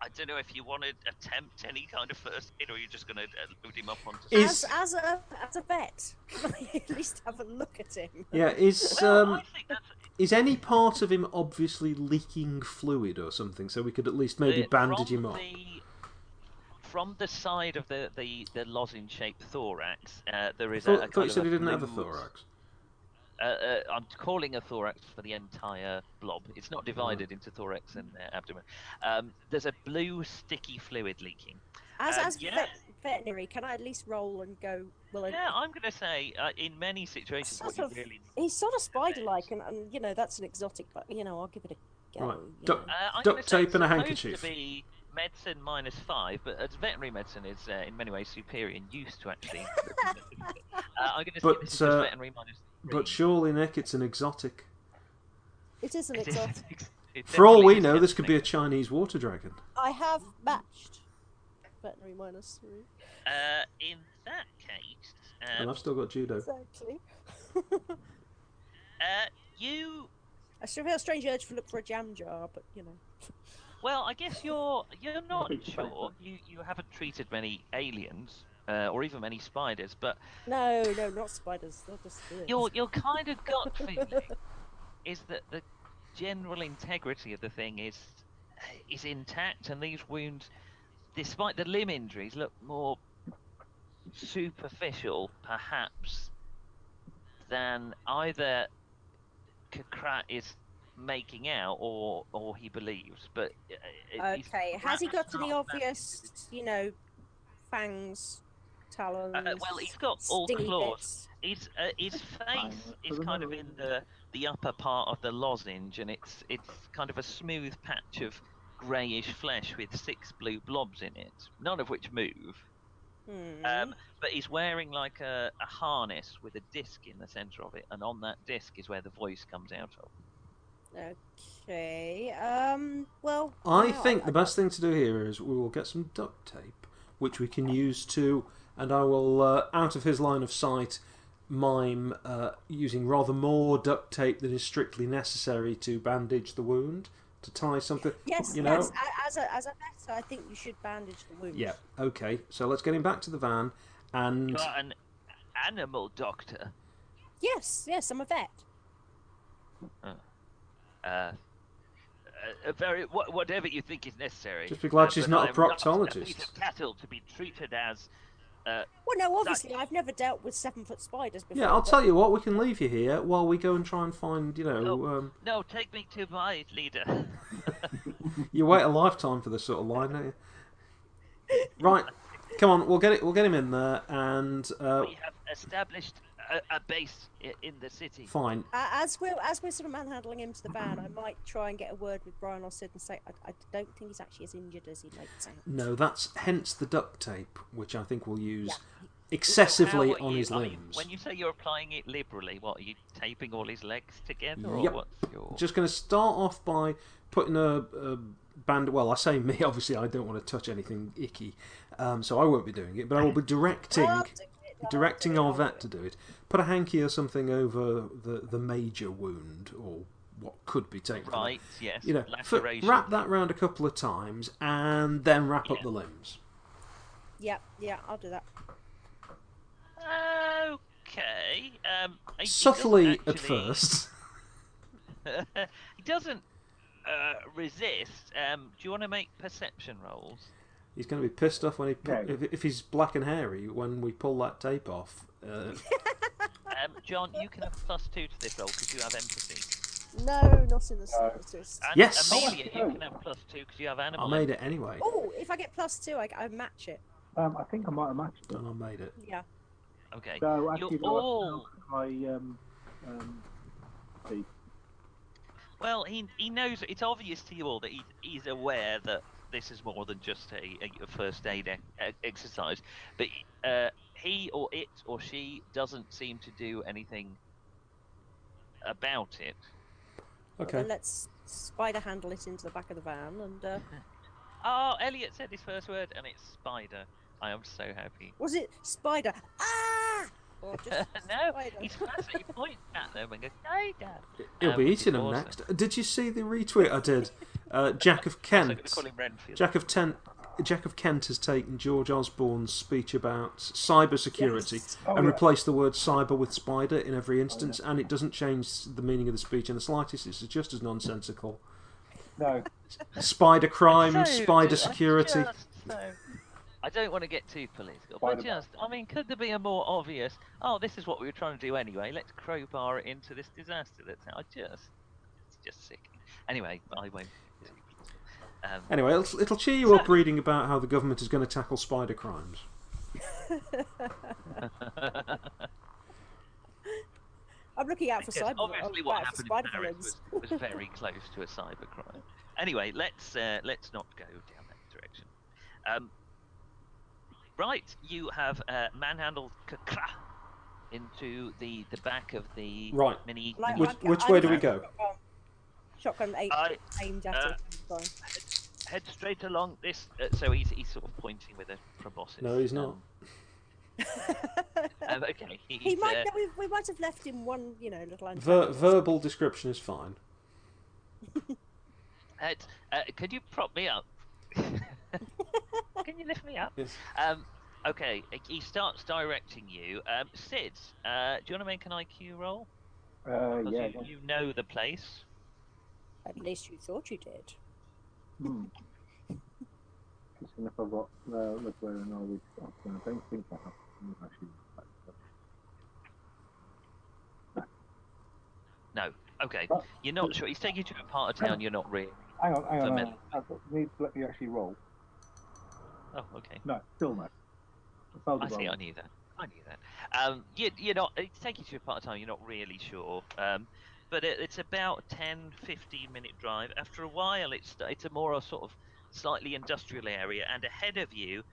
I don't know if you want to attempt any kind of first aid, or you're just going to uh, load him up onto. Is- As, as a as a vet, can I at least have a look at him. Yeah. Is Well, I um think that's is any part of him obviously leaking fluid or something? So we could at least maybe the- bandage from him up. the- from the side of the the, the lozenge-shaped thorax, uh, there is a, a Thought, thought kind you of said a he didn't have a blue- thorax. Uh, uh, I'm calling a thorax for the entire blob. It's not divided into thorax and uh, abdomen. Um, there's a blue sticky fluid leaking. As Um, as yeah. vet, veterinary, can I at least roll and go? Well, I- Yeah, I'm going to say uh, in many situations sort what you of, really. he's sort of spider-like, and, and you know that's an exotic, but you know I'll give it a go. Right. you Doc- know. Uh, I'm Duct gonna say it's tape and a supposed handkerchief. To be medicine minus five, but as veterinary medicine is uh, in many ways superior in use to actually. uh, I'm going to say But, this is uh, just veterinary minus. three. But surely, Nick, it's an exotic. It is an It is- exotic. it For all definitely we is know, this could be a definitely. Chinese water dragon. Uh, I have matched veterinary minus three. Uh, in that case, And um, I've still got judo. Exactly. uh, you. I still feel a strange urge to look for a jam jar, but you know. Well, I guess you're you're not Big spider. sure. You you haven't treated many aliens. Uh, or even many spiders, but No, no, not spiders. They're just weird. your your kind of gut feeling is that the general integrity of the thing is uh, is intact, and these wounds, despite the limb injuries, look more superficial, perhaps, than either Kakrat is making out or or he believes. But uh, it- he's Okay. Has he got perhaps any not obvious, you know, fangs, talons? Uh, well, he's got all stingy claws. bits? His uh, his fine, face for is the kind of in moment. the the upper part of the lozenge, and it's it's kind of a smooth patch of greyish flesh with six blue blobs in it, none of which move. Hmm. Um, but he's wearing like a, a harness with a disc in the centre of it, and on that disc is where the voice comes out of. Okay. Um. Well. I wow, think the best thing to do here is we will get some duct tape, which we can use to, and I will, uh, out of his line of sight, mime uh, using rather more duct tape than is strictly necessary to bandage the wound, to tie something. Yes, you know. yes. a- As a, as a better, I think you should bandage the wound. Yeah. Okay. So let's get him back to the van, and Got an animal doctor. Yes, yes, I'm a vet. Uh, uh, a very wha- whatever you think is necessary. Just be glad uh, she's but not a I'm not piece proctologist. of cattle to be treated as. Uh, Well, no, obviously, I've never dealt with seven foot spiders before. yeah, I'll but- tell you what. We can leave you here while we go and try and find. You know, Oh. um, no, take me to my leader. you wait a lifetime for this sort of line, don't you? Right. Come on. We'll get it. We'll get him in there, and uh, we have established a, a base i- in the city. fine. Uh, as we're as we're sort of manhandling him to the van, I might try and get a word with Brian or Sid and say I, I don't think he's actually as injured as he makes out. No, that's hence the duct tape, which I think we'll use Yeah. So how excessively are on you- his are you- limbs. when you say you're applying it liberally, what are you taping all his legs together, or Yep. what's your? Just going to start off by putting a, a band. Well, I say me. Obviously, I don't want to touch anything icky, um, so I won't be doing it. But I will be directing, I'll do it, I'll directing do it, our I'll do vet to do it. Put a hanky or something over the the major wound or what could be taken. from it. Right, yes. You know, fi- laceration. wrap that round a couple of times and then wrap up Yeah. the limbs. Yeah, yeah, I'll do that. Okay. Um, he- he doesn't Subtly at actually- first. he doesn't uh, resist. Um, do you want to make perception rolls? He's going to be pissed off when he pu- Yeah. if, if he's black and hairy when we pull that tape off. Uh, Um, John, you can have plus two to this roll because you have empathy. No, not in the slightest. And Oh, Yes. Amelia, you can have plus two because you have I animal. made it anyway, Oh, if I get plus two, I, I match it. Um, I think I might have matched it. and I made it. Yeah. Okay. So actually, You're all... I um, um, see. Well, he he knows. It's obvious to you all that he, he's aware that this is more than just a, a first aid e- e- exercise. But uh, he or it or she doesn't seem to do anything about it. Okay. Then Uh, let's spider handle it into the back of the van and uh, Oh, Elliot said his first word, and it's spider. I am so happy. was it spider? Ah! Or just no, spider. he's he points at them and goes, "Spider." He'll Um, be which is eating them awesome. next. Did you see the retweet I did? Uh, Jack of I'm also going Kent. to call him Renfield. Jack of Kent. Jack of Kent has taken George Osborne's speech about cyber security Yes. Oh, and yeah. replaced the word cyber with spider in every instance, and it doesn't change the meaning of the speech in the slightest. It's just as nonsensical. No, uh, Spider crime, So, spider I security. just- so- I don't want to get too political, Spider-Man. but just, I mean, could there be a more obvious? Oh, this is what we were trying to do anyway. Let's crowbar it into this disaster. That's I just, it's just sick. Anyway, I won't. get too political. Um, Anyway, it'll, it'll cheer you up reading about how the government is going to tackle spider crimes. Um, I'm looking out for Yes, cyber. obviously I'm what out for happened spider in Paris villains. was, was very close to a cybercrime. Anyway, let's uh, let's not go down that direction. Um, right, you have uh, manhandled Kakra into the, the back of the Right. mini. Like, mini- Which- I've got- which I've way do we got go? Shotgun, shotgun aimed, I- aimed at uh, him. Sorry. head, head straight along this. Uh, so he's, he's sort of pointing with a proboscis. No, he's not. Um, okay, He he's, might. uh, no, we, we might have left him one, you know, little Ver- antagonist. verbal description is fine. Ed, uh, could you prop me up? Can you lift me up? Yes. Um, okay, he starts directing you. Um, Sid, uh, do you want to make an IQ roll? uh, 'Cause yeah, you, you know the place. At least you thought you did. Hmm. Just seeing if I've got uh, look where and all these stuff, and I don't think I have. Hmm, Actually, No. Okay. Oh. You're not sure. He's taking you to a part of town you're not really. hang on, hang So on. many. Hang on. I've got, need to let me actually roll. Oh, okay. No, still no. I failed I the see. roll. I knew that. I knew that. Um, you, you're not. It's taking you to a part of town. You're not really sure. Um, but it, it's about 10, 15 minute drive. After a while, it's it's a more uh, sort of slightly industrial area, and ahead of you,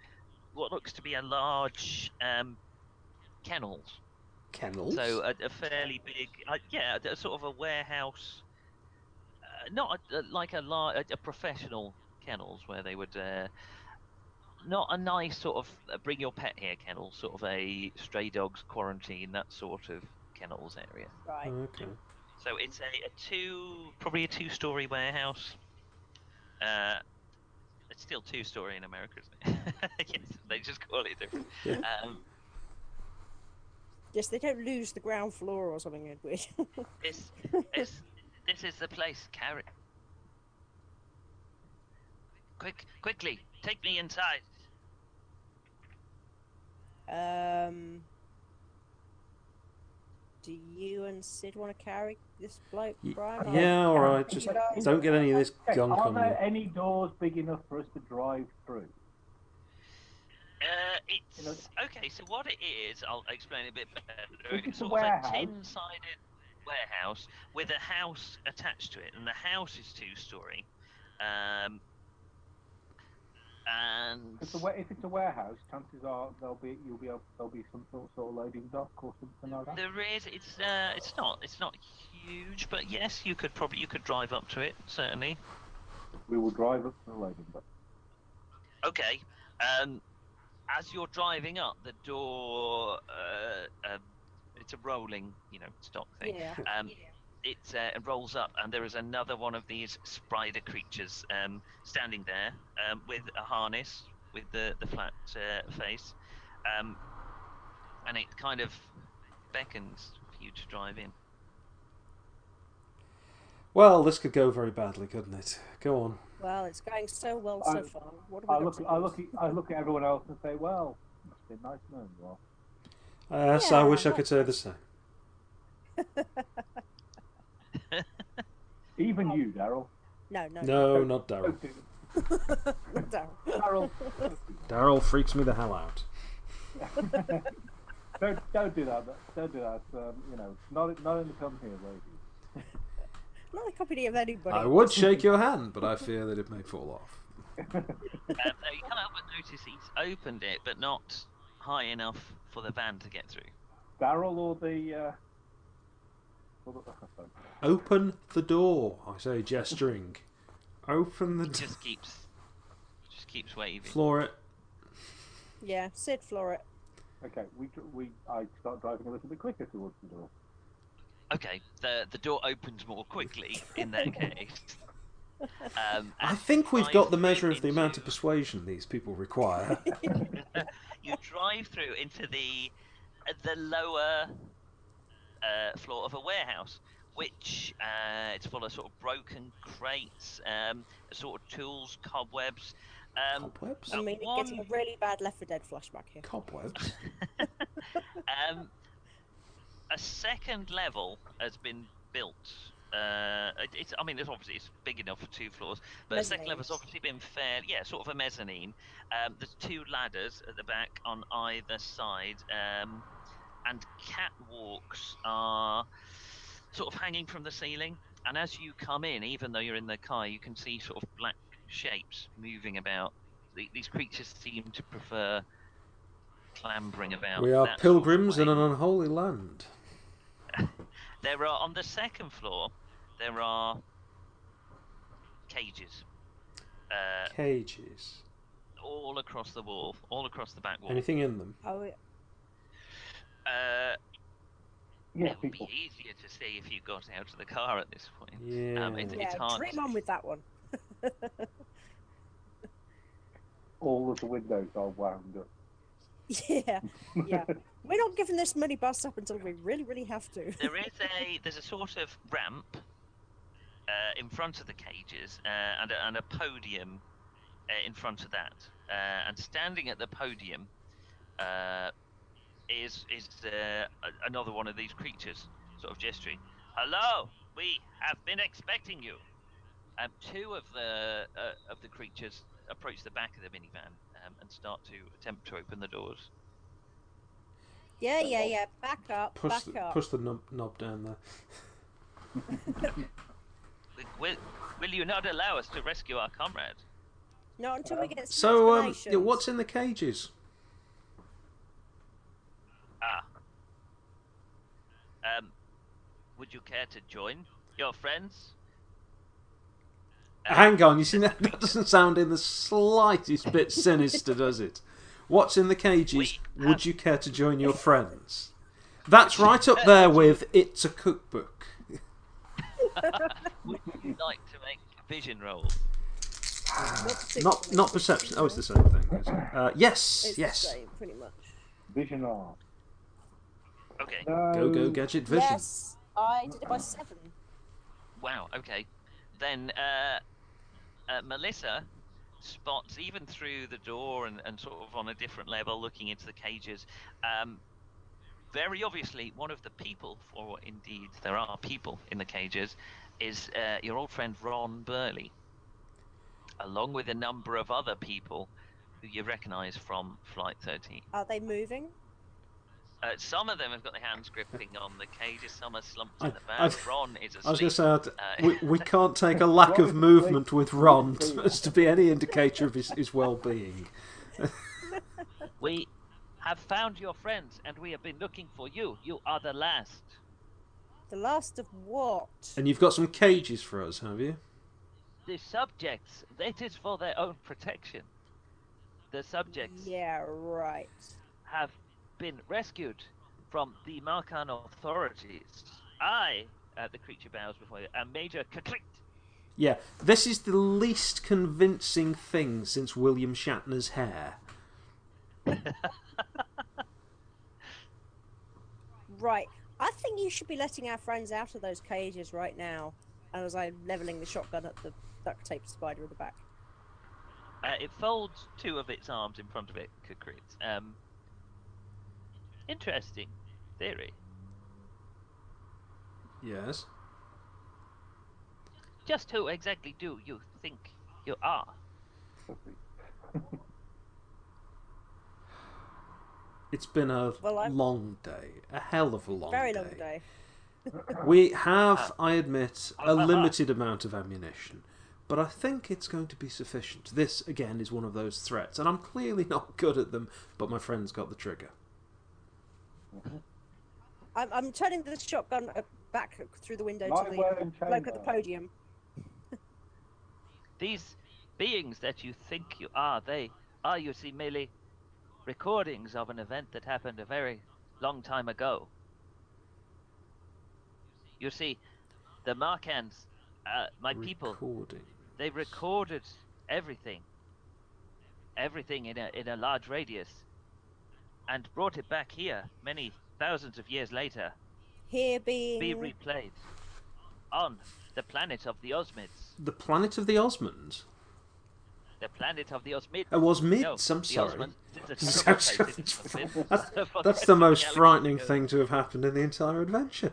what looks to be a large um, kennels. Kennels. So uh, a, a fairly big, uh, yeah, a, sort of a warehouse, uh, not a, a- like a, lar- a a professional kennels where they would uh, not a nice sort of uh, bring your pet here kennel, sort of a stray dogs quarantine, that sort of kennels area. Right. Okay. So it's a, a two, probably a two-story warehouse. Uh, it's still two-story in America, isn't it? yes, they just call it different. Um, Yes, they don't lose the ground floor or something, Edward. this, this, this is the place. Carry. Quick, quickly, take me inside. um, do you and Sid want to carry this bloke, Brian? I'll- Yeah, all I'll right. pick Just it up. don't get any of this Check, gunk uh, are on there you. any doors big enough for us to drive through? Uh, You know- it's okay. So what it is, I'll explain a bit better. It's It's a sort of a warehouse. tin-sided warehouse with a house attached to it, and the house is two-story. Um, and Because if it's a warehouse, chances are there'll be you'll be able, there'll be some sort, sort of loading dock or something like that. there is, it's uh, it's not, it's not huge, but yes, you could probably you could drive up to it certainly. We will drive up to the loading dock. Okay. Um, as you're driving up, the door, uh, um, it's a rolling, you know, stock thing. Yeah. Um, It uh, it rolls up, and there is another one of these spider creatures um, standing there um, with a harness with the the flat uh, face, um, and it kind of beckons for you to drive in. Well, this could go very badly, couldn't it? Go on. Well, it's going so well so I- far. What I are we look, up to I next? look, at, I look at everyone else and say, "Well, must be nice knowing you all." Yes, Uh, I Yeah, wish I well- could say the same. Even you, Daryl. No, no, No, not Daryl. no. Daryl, Daryl freaks me the hell out. don't, don't do that. Don't do that. Um, you know, not not only come here, ladies. Not a company of anybody. I would shake your hand, but I fear that it may fall off. Um, no, you can't help but notice he's opened it, but not high enough for the van to get through. Daryl or the. Uh, or the oh, sorry. Open the door, I say, gesturing. Open the door. Just keeps, just keeps waving. Floor it. Yeah, Sid floor it. Okay, we dr- we I start driving a little bit quicker towards the door. Okay, the the door opens more quickly in that case. Um, I and think we've drive got the through measure of the amount of into- persuasion these people require. you drive through into the uh, the lower uh, floor of a warehouse, which uh, it's full of sort of broken crates, um, sort of tools, cobwebs. Um, Cobwebs? I Uh, mean, we're getting a one- really bad Left 4 Dead flashback here. Cobwebs? um, a second level has been built. Uh, it- it's, I mean, it's obviously it's big enough for two floors, but a second level's Mezzanines. obviously been fair, yeah, sort of a mezzanine. Um, there's two ladders at the back on either side, um, and catwalks are sort of hanging from the ceiling. And as you come in, even though you're in the car, you can see sort of black shapes moving about. The- These creatures seem to prefer clambering about. We are that sort of pilgrims way. in an unholy land. There are on the second floor. There are cages, uh, Cages. all across the wall, all across the back wall. Anything in them? Oh, it- Uh, Yeah, it would people. be easier to see if you got out of the car at this point. Yeah. Um, it- yeah, it's hard. dream on with that one. All of the windows are wound up. yeah, yeah. We're not giving this money bus up until we really, really have to. there is a there's a sort of ramp uh, in front of the cages uh, and, a, and a podium uh, in front of that uh, and standing at the podium uh, is is uh, a- another one of these creatures sort of gesturing hello we have been expecting you um, two of the uh, of the creatures approach the back of the minivan um, and start to attempt to open the doors Yeah, yeah, yeah. Back up, Push back the, up. push the knob, knob down there. will, will you not allow us to rescue our comrade Not until we get some So, um, yeah, explanations. what's in the cages? Ah. Um, would you care to join your friends? Hang on, you see that, that doesn't sound in the slightest bit sinister, does it? What's in the cages? We Would have- you care to join your friends? That's right up there with it's a cookbook. Would you like to make vision roll? Not not perception. Oh, it's the same thing. Is it? Uh, yes, It's yes. the same, pretty much. Vision or Okay. no. Go go gadget vision. Yes, I did it by seven. Wow. Okay. Then uh, uh, Melissa spots even through the door and, and sort of on a different level, looking into the cages. Um, very obviously, one of the people, or indeed there are people in the cages, is uh, your old friend Ron Burley, along with a number of other people who you recognise from Flight 13. Are they moving? Uh, some of them have got their hands gripping on the cages, some are slumped I- in the I- back. Ron is asleep. I was going to say, I'd- Uh, we, we can't take a lack of movement with Ron as to be any indicator of his, his well being. We have found your friends and we have been looking for you. You are the last. The last of what? And you've got some cages for us, have you? The subjects, that is for their own protection. The subjects Yeah, right. have been rescued from the Markan authorities. I, uh, the creature bows before you, a major Kakrit. Yeah, this is the least convincing thing since William Shatner's hair. Right. I think you should be letting our friends out of those cages right now. And as I'm leveling the shotgun at the duct tape spider in the back. Uh, it folds two of its arms in front of it, Kakrit. Um, interesting theory. Yes. Just who exactly do you think you are? It's been a Well, I've- long day. A hell of a long Very day. long day. We have, I admit, a Uh-huh. limited amount of ammunition, but I think it's going to be sufficient. This, again, is one of those threats, and I'm clearly not good at them, but my friend's got the trigger. I'm, I'm turning the shotgun uh, back through the window Light to the wear and bloke at the chamber. podium. These beings that you think you are, they are, you see, merely recordings of an event that happened a very long time ago. You see, the Markans, uh, my people, Recording. they recorded everything, everything in a in a large radius, and brought it back here many thousands of years later, Here be being replayed on the planet of the Osmids. The planet of the Osmonds. The planet of the Osmids. It was mids, No, I'm the sorry. Osmids. It's a So terrible place, sorry. it's Osmids. That's, The fucking that's the most galaxy frightening goes. thing to have happened in the entire adventure.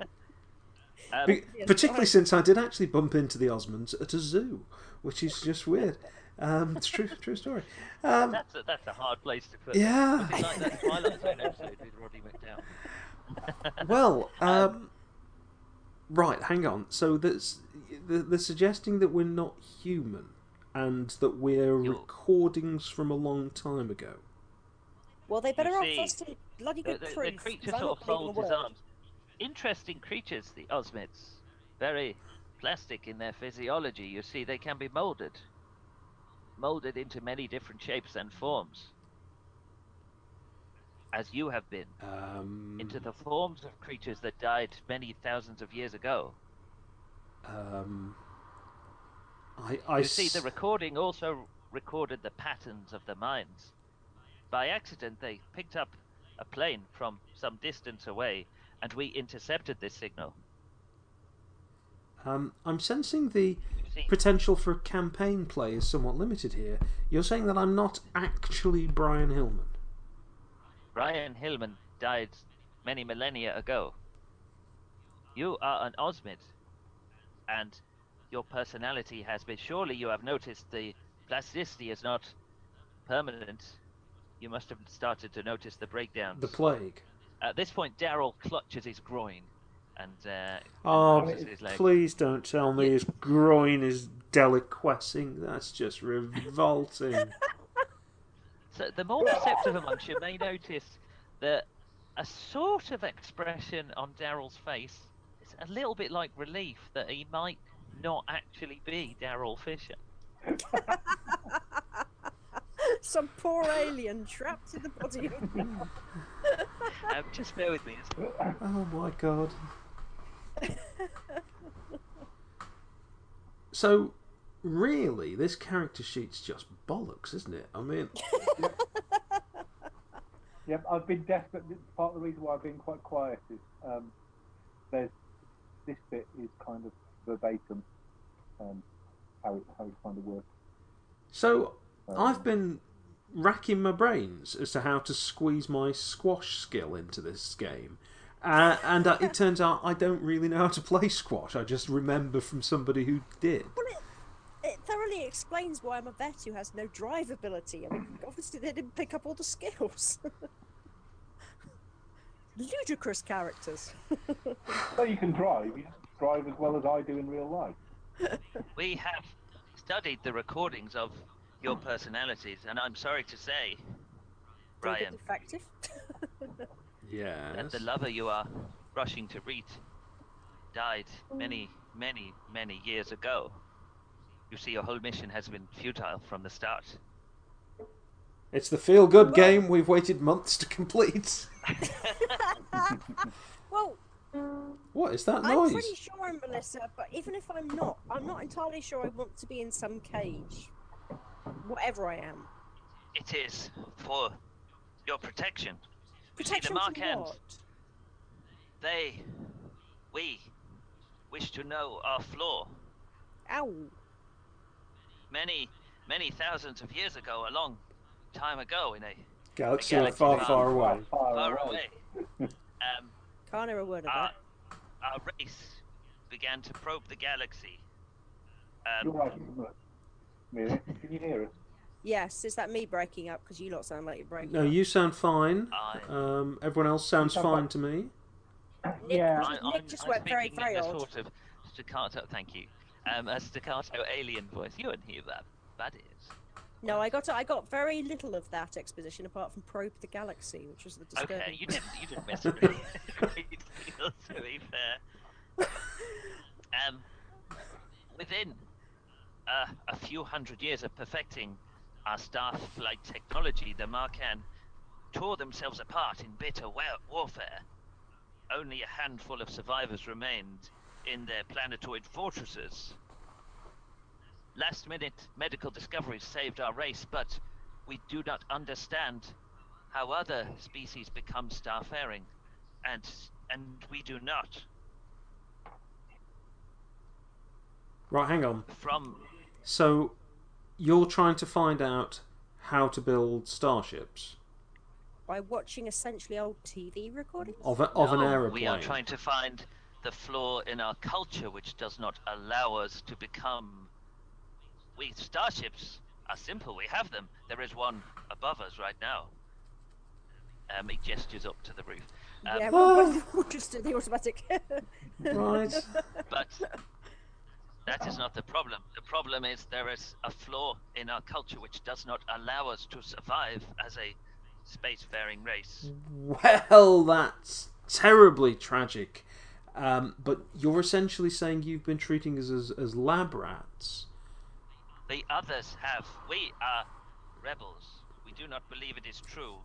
Um, Be- particularly since I did actually bump into the Osmonds at a zoo, which is just weird. Um, it's true, true story. Um, that's, a, that's a hard place to put. it. yeah. It's like that Twilight Zone episode with Roddy McDowell. Well, um, right, hang on. So that's they're they're suggesting that we're not human and that we're You're- recordings from a long time ago. well, they better offer see, us some bloody The, good the, the proof. 'cause creature I'm sort not of believing a folds his word. arms. Interesting creatures, the Osmids. Very plastic in their physiology. You see, they can be molded, molded into many different shapes and forms, as you have been. Um, into the forms of creatures that died many thousands of years ago. um, I, I You see, the s- recording also recorded the patterns of the mines. By accident, they picked up a plane from some distance away, and we intercepted this signal. um, I'm sensing the You see, potential for campaign play is somewhat limited here. You're saying that I'm not actually Brian Hillman. Brian Hillman died many millennia ago. You are an Osmid, and your personality has been. Surely you have noticed the plasticity is not permanent. You must have started to notice the breakdowns. The plague. At this point, Daryl clutches his groin and uh, Oh, crosses his leg. please don't tell me his groin is deliquescing. That's just revolting. So the more receptive amongst you may notice that a sort of expression on Daryl's face is a little bit like relief that he might not actually be Daryl Fisher. Some poor alien trapped in the body of Um, just bear with me. it's- Oh my god. so, really, this character sheet's just bollocks, isn't it? I mean, Yeah, I've been desperate. This is Part of the reason why I've been quite quiet is um, there's this bit is kind of verbatim um, how it how it kind of works. so Um, I've been racking my brains as to how to squeeze my squash skill into this game. Uh, and uh, it turns out I don't really know how to play squash. I just remember from somebody who did. It thoroughly explains why I'm a vet who has no drive ability. I mean, obviously they didn't pick up all the skills. Ludicrous characters. So you can drive. You just drive as well as I do in real life. We have studied the recordings of your personalities, and I'm sorry to say, They're a bit Brian, Defective. Yeah. that the lover you are rushing to read died many, many, many years ago. You see, your whole mission has been futile from the start. It's the feel good game we've waited months to complete. well, What is that I'm noise? pretty sure I'm Melissa, but even if I'm not, I'm not entirely sure I want to be in some cage. Whatever I am. It is for your protection. You see, Protection the Mark from Ends, what? they, we, wish to know our flaw. Ow. Many, many thousands of years ago, a long time ago, in a Galaxy Galaxy far, far, far away. Far, far away, um, Can't hear a word of our, that. our race began to probe the galaxy. You're Um, right. isn't it? Mira, can you hear us? Yes, is that me breaking up? Because you lot sound like you're breaking No, up. you sound fine. I- Um, everyone else sounds sound fine fine. to me. Nick, Yeah. Nick just went very, speaking very in a old. sort of staccato. Thank you. Um, a staccato alien voice. You wouldn't hear that. That is No, I got I got very little of that exposition apart from probe the galaxy, which was the disturbing. okay. You didn't. You didn't miss a really great deal, to be fair. Um, within uh, a few hundred years of perfecting our star flight technology, the Marcan tore themselves apart in bitter wa- warfare. Only a handful of survivors remained in their planetoid fortresses. Last minute medical discoveries saved our race, but we do not understand how other species become starfaring, and and we do not. Right, hang on. From So, you're trying to find out how to build starships By watching essentially old TV recordings. of, a, of an No, aeroplane. We are trying to find the flaw in our culture which does not allow us to become. We starships are simple. We have them. There is one above us right now. Um, he gestures up to the roof. Um, yeah, we'll, we'll just do the automatic. Right. But that is not the problem. The problem is there is a flaw in our culture which does not allow us to survive as a spacefaring race. Well, that's terribly tragic. Um, but you're essentially saying you've been treating us as, as lab rats. The others have. We are rebels. We do not believe it is true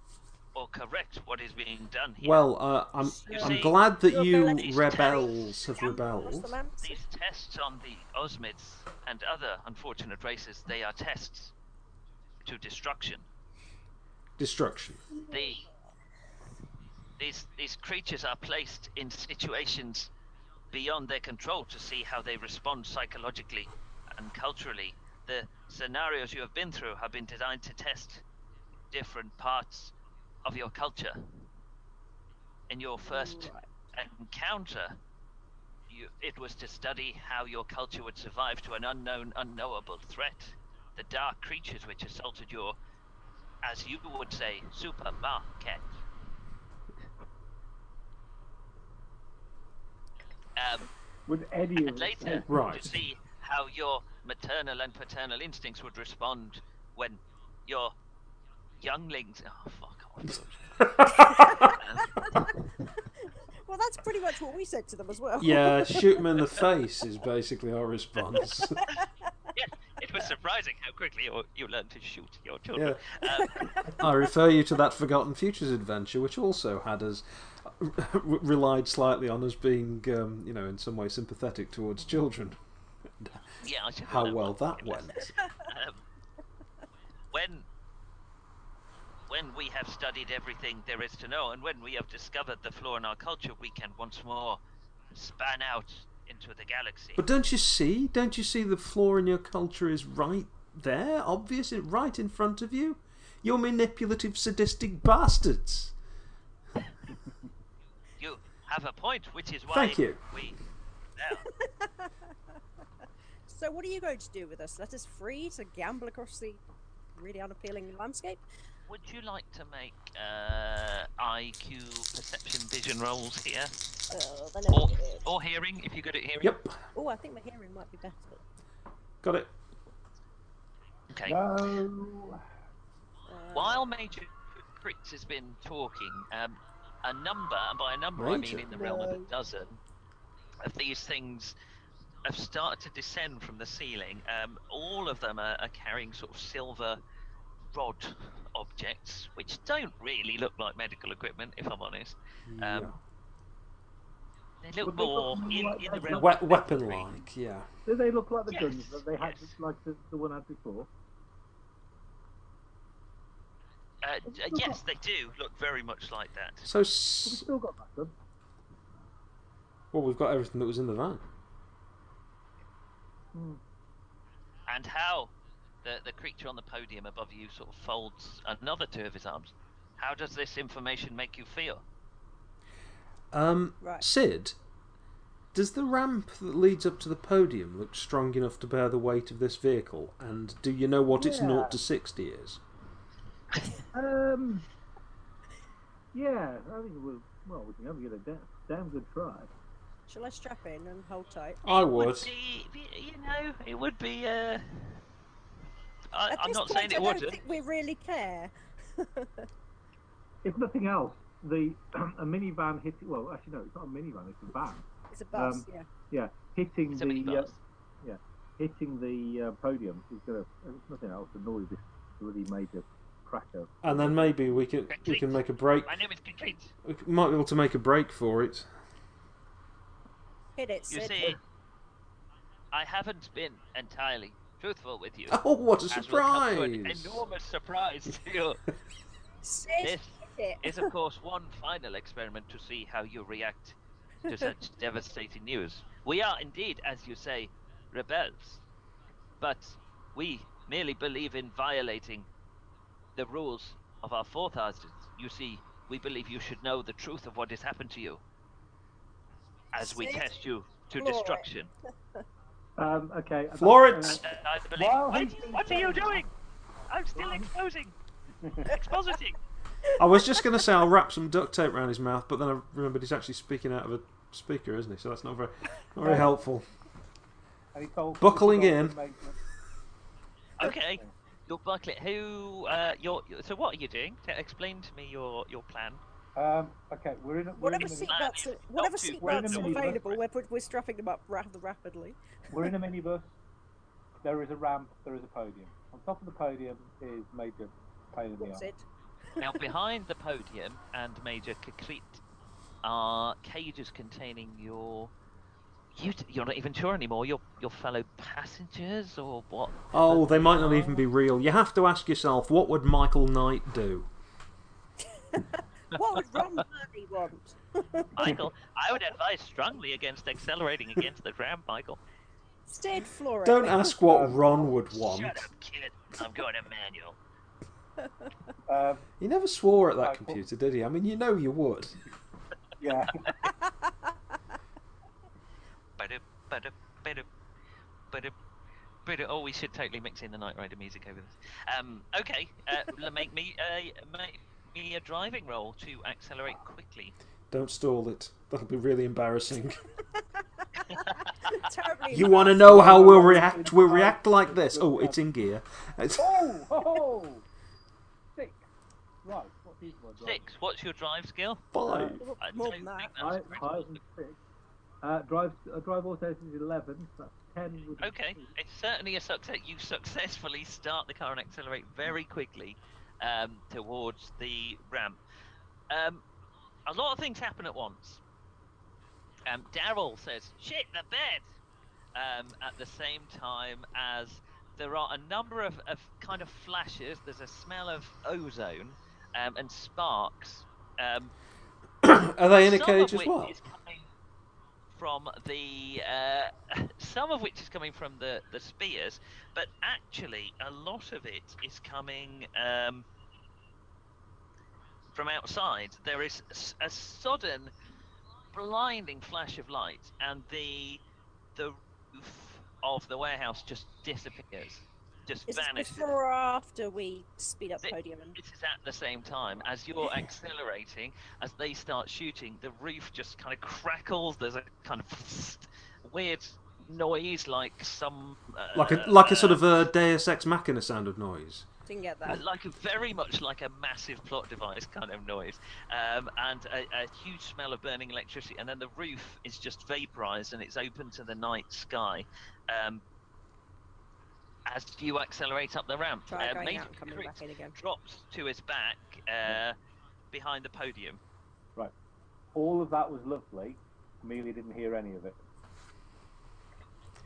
or correct what is being done here. Well, uh, I'm, You I'm see- glad that Your you abilities rebels have What's the rebelled. lamp? These tests on the Osmids and other unfortunate races, they are tests to destruction. Destruction. the these these creatures are placed in situations beyond their control to see how they respond psychologically and culturally. The scenarios you have been through have been designed to test different parts of your culture. In your first encounter, you, it was to study how your culture would survive to an unknown, unknowable threat. The dark creatures which assaulted your as you would say, supermarket. Um, Would any of and us- later, Right. to see how your maternal and paternal instincts would respond when your younglings. Oh, fuck off. Well, Well, that's pretty much what we said to them as well. Yeah, shoot him in the face is basically our response. Yes, it was surprising how quickly you, you learned to shoot your yeah. children. Um, I refer you to that Forgotten Futures adventure, which also had us uh, relied slightly on us being, um, you know, in some way sympathetic towards children. yeah, I should have How known well one. that went. Um, when when we have studied everything there is to know, and when we have discovered the flaw in our culture, we can once more span out into the galaxy. But don't you see? Don't you see the flaw in your culture is right there, obvious, it- right in front of you? You're manipulative, sadistic bastards. You have a point, which is why Thank you. we. Well, So, what are you going to do with us? Let us free to gamble across the really unappealing landscape? would you like to make uh, IQ perception vision rolls here, Oh, they're or never good. or hearing if you good at hearing? Yep, Oh, I think my hearing might be better. got it. Okay. No. While Major Fritz has been talking, um, a number, and by a number I Major? mean in the realm of a No. dozen, of these things have started to descend from the ceiling. Um, all of them are, are carrying sort of silver rod objects, which don't really look like medical equipment, if I'm honest. Um, They look Would they look more more in, like in the that? realm We- of weapon weaponry. like, yeah. Do they look like the Yes, guns that they had, yes. like the, the one I had before? Uh, d- uh, yes, they do look very much like that. So, Have we s- still got that gun? well, we've got everything that was in the van. and how the, the creature on the podium above you sort of folds another two of his arms. How does this information make you feel? Um, Right. Sid, does the ramp that leads up to the podium look strong enough to bear the weight of this vehicle? And do you know what its Yeah. 0 to 60 is? Um. Yeah, I think we'll. Well, we can have a da- damn good try. Shall I strap in and hold tight? I Would be, be- you know, it would be. Uh, I, At Uh, I'm this not point, saying it I wouldn't. don't think we really care. If nothing else, the a minivan hit. Well, actually, no, it's not a minivan. It's a van. It's a bus, Um, yeah. Yeah, hitting It's a the uh, minibus. hitting the uh, podium is gonna. If nothing else, annoy this bloody major cracker. And then maybe we can we can make a break. My name is Complete. We might be able to make a break for it. Hit it, You Sid. see, I haven't been entirely truthful with you. Oh, what a as will come surprise! to an enormous surprise to you. Sid, This hit it. is, of course, one final experiment to see how you react to such devastating news. We are indeed, as you say, rebels, but we merely believe in violating the rules of our forefathers. You see, we believe you should know the truth of what has happened to you as we Sid, test you to floor it. destruction. Um. Okay. Florence! And I believe, Well, Wait, he's been what are you saying- doing? I'm still exposing, expositing. I was just going to say I'll wrap some duct tape around his mouth, but then I remembered he's actually speaking out of a speaker, isn't he? So that's not very, not very helpful. And it's all- Buckling it's all in. amazing. Okay. You're buckling. Who? Uh, you're, you're- so what are you doing? T- Explain to me your your plan. Um. Okay, we're in. A, we're in Whatever a, mini- minute. seatbelts are, whatever Not too- seatbelts wait a are minute. available, we're, put, we're strapping them up rather rapidly. We're in a minibus. There is a ramp. There is a podium. On top of the podium is Major Pain in the What's Arse. it? Now behind the podium and Major Kaklit are cages containing your. You, d- you're not even sure anymore. Your your fellow passengers or what? Oh, they might not even be real. You have to ask yourself, what would Michael Knight do? What would Ron Burgundy want? Michael, I would advise strongly against accelerating against the ramp, Michael. Sid, Flora. Don't ask what Ron would want. Shut up, kid. I'm going to manual. Um, He never swore at that Michael. computer, did he? I mean, you know you would. yeah. Ba-da, ba-da, ba-da, ba-da, ba-da. Oh, we should totally mix in the Night Rider music over this. Um, okay, uh, l- make me uh, make me a driving roll to accelerate quickly. Don't stall it. That'll be really embarrassing. Terribly You want to know how we'll react? We'll react like this. Oh, it's in gear. It's- Oh, ho, ho. Six. right. What these ones? right. Six. What's your drive skill? Five. Well, I More don't than that. think High, that's higher critical. than six. Uh, drive, uh, drive autos is eleven. So that's ten. With Okay, it's certainly a success. You successfully start the car and accelerate very quickly um, towards the ramp. Um, a lot of things happen at once. Um, Daryl says, "Shit, the bed!" Um, at the same time as there are a number of, of kind of flashes. There's a smell of ozone um, and sparks. Um, Are they in a some cage of as which well? is coming From the uh, some of which is coming from the the spears, but actually a lot of it is coming um, from outside. There is s- a sudden blinding flash of light, and the the roof of the warehouse just disappears, just Is this vanishes. before or after we speed up Thi- podium? And... This is at the same time as you're accelerating, as they start shooting, the roof just kind of crackles. There's a kind of weird noise, like some uh, Like a like a sort of a Deus Ex Machina sound of noise. Didn't get uh, that. like a, very much like a massive plot device kind of noise, um, and a, a huge smell of burning electricity. And then the roof is just vaporized, and it's open to the night sky. Um, as you accelerate up the ramp, Try Uh, going make out a and coming crit back in again. drops to his back uh, behind the podium. Right. All of that was lovely. Amelia didn't hear any of it.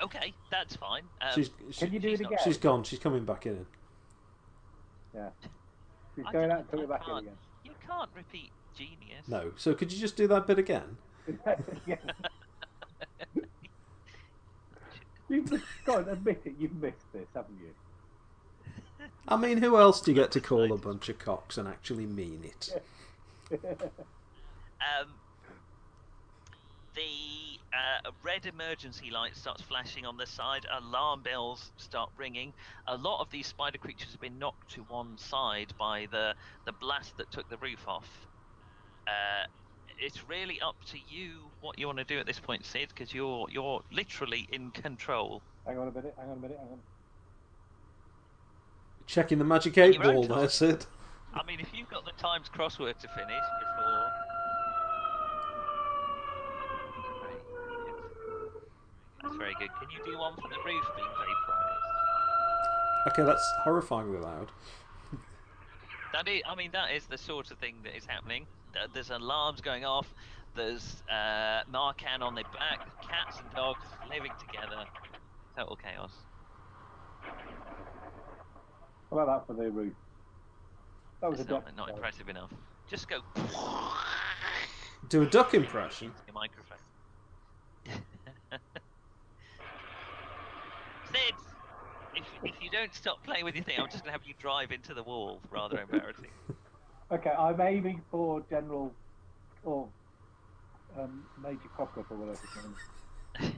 Okay, that's fine. Um, She's Can she, you do she's it not- again? she's gone. She's coming back in. Yeah. She's I going don't- out and coming I back in can't- again. You can't repeat genius. No. So could you just do that bit again? yeah. You've got to admit it. You've missed this, haven't you? I mean, who else do you get to call a bunch of cocks and actually mean it? Um, the uh, red emergency light starts flashing on the side. Alarm bells start ringing. A lot of these spider creatures have been knocked to one side by the the blast that took the roof off. Uh, it's really up to you what you want to do at this point, Sid, because you're you're literally in control. Hang on a minute. Hang on a minute. Hang on. Checking the magic eight Your own ball. time. That's it. I mean, if you've got the Times crossword to finish before. That's very good. Can you do one for the roof being vaporized? Okay, that's horrifyingly loud. That is, I mean, that is the sort of thing that is happening. Th- There's alarms going off. There's uh, Narcan on their back. Cats and dogs living together. Total chaos. How about that for the roof? That was It's a duck. not, not though. impressive enough. Just go Do a duck impression. your microphone. Sid, if, if you don't stop playing with your thing, I'm just going to have you drive into the wall. Rather embarrassing. Okay, I'm aiming for General or um, Major Cockrup or whatever. his name is.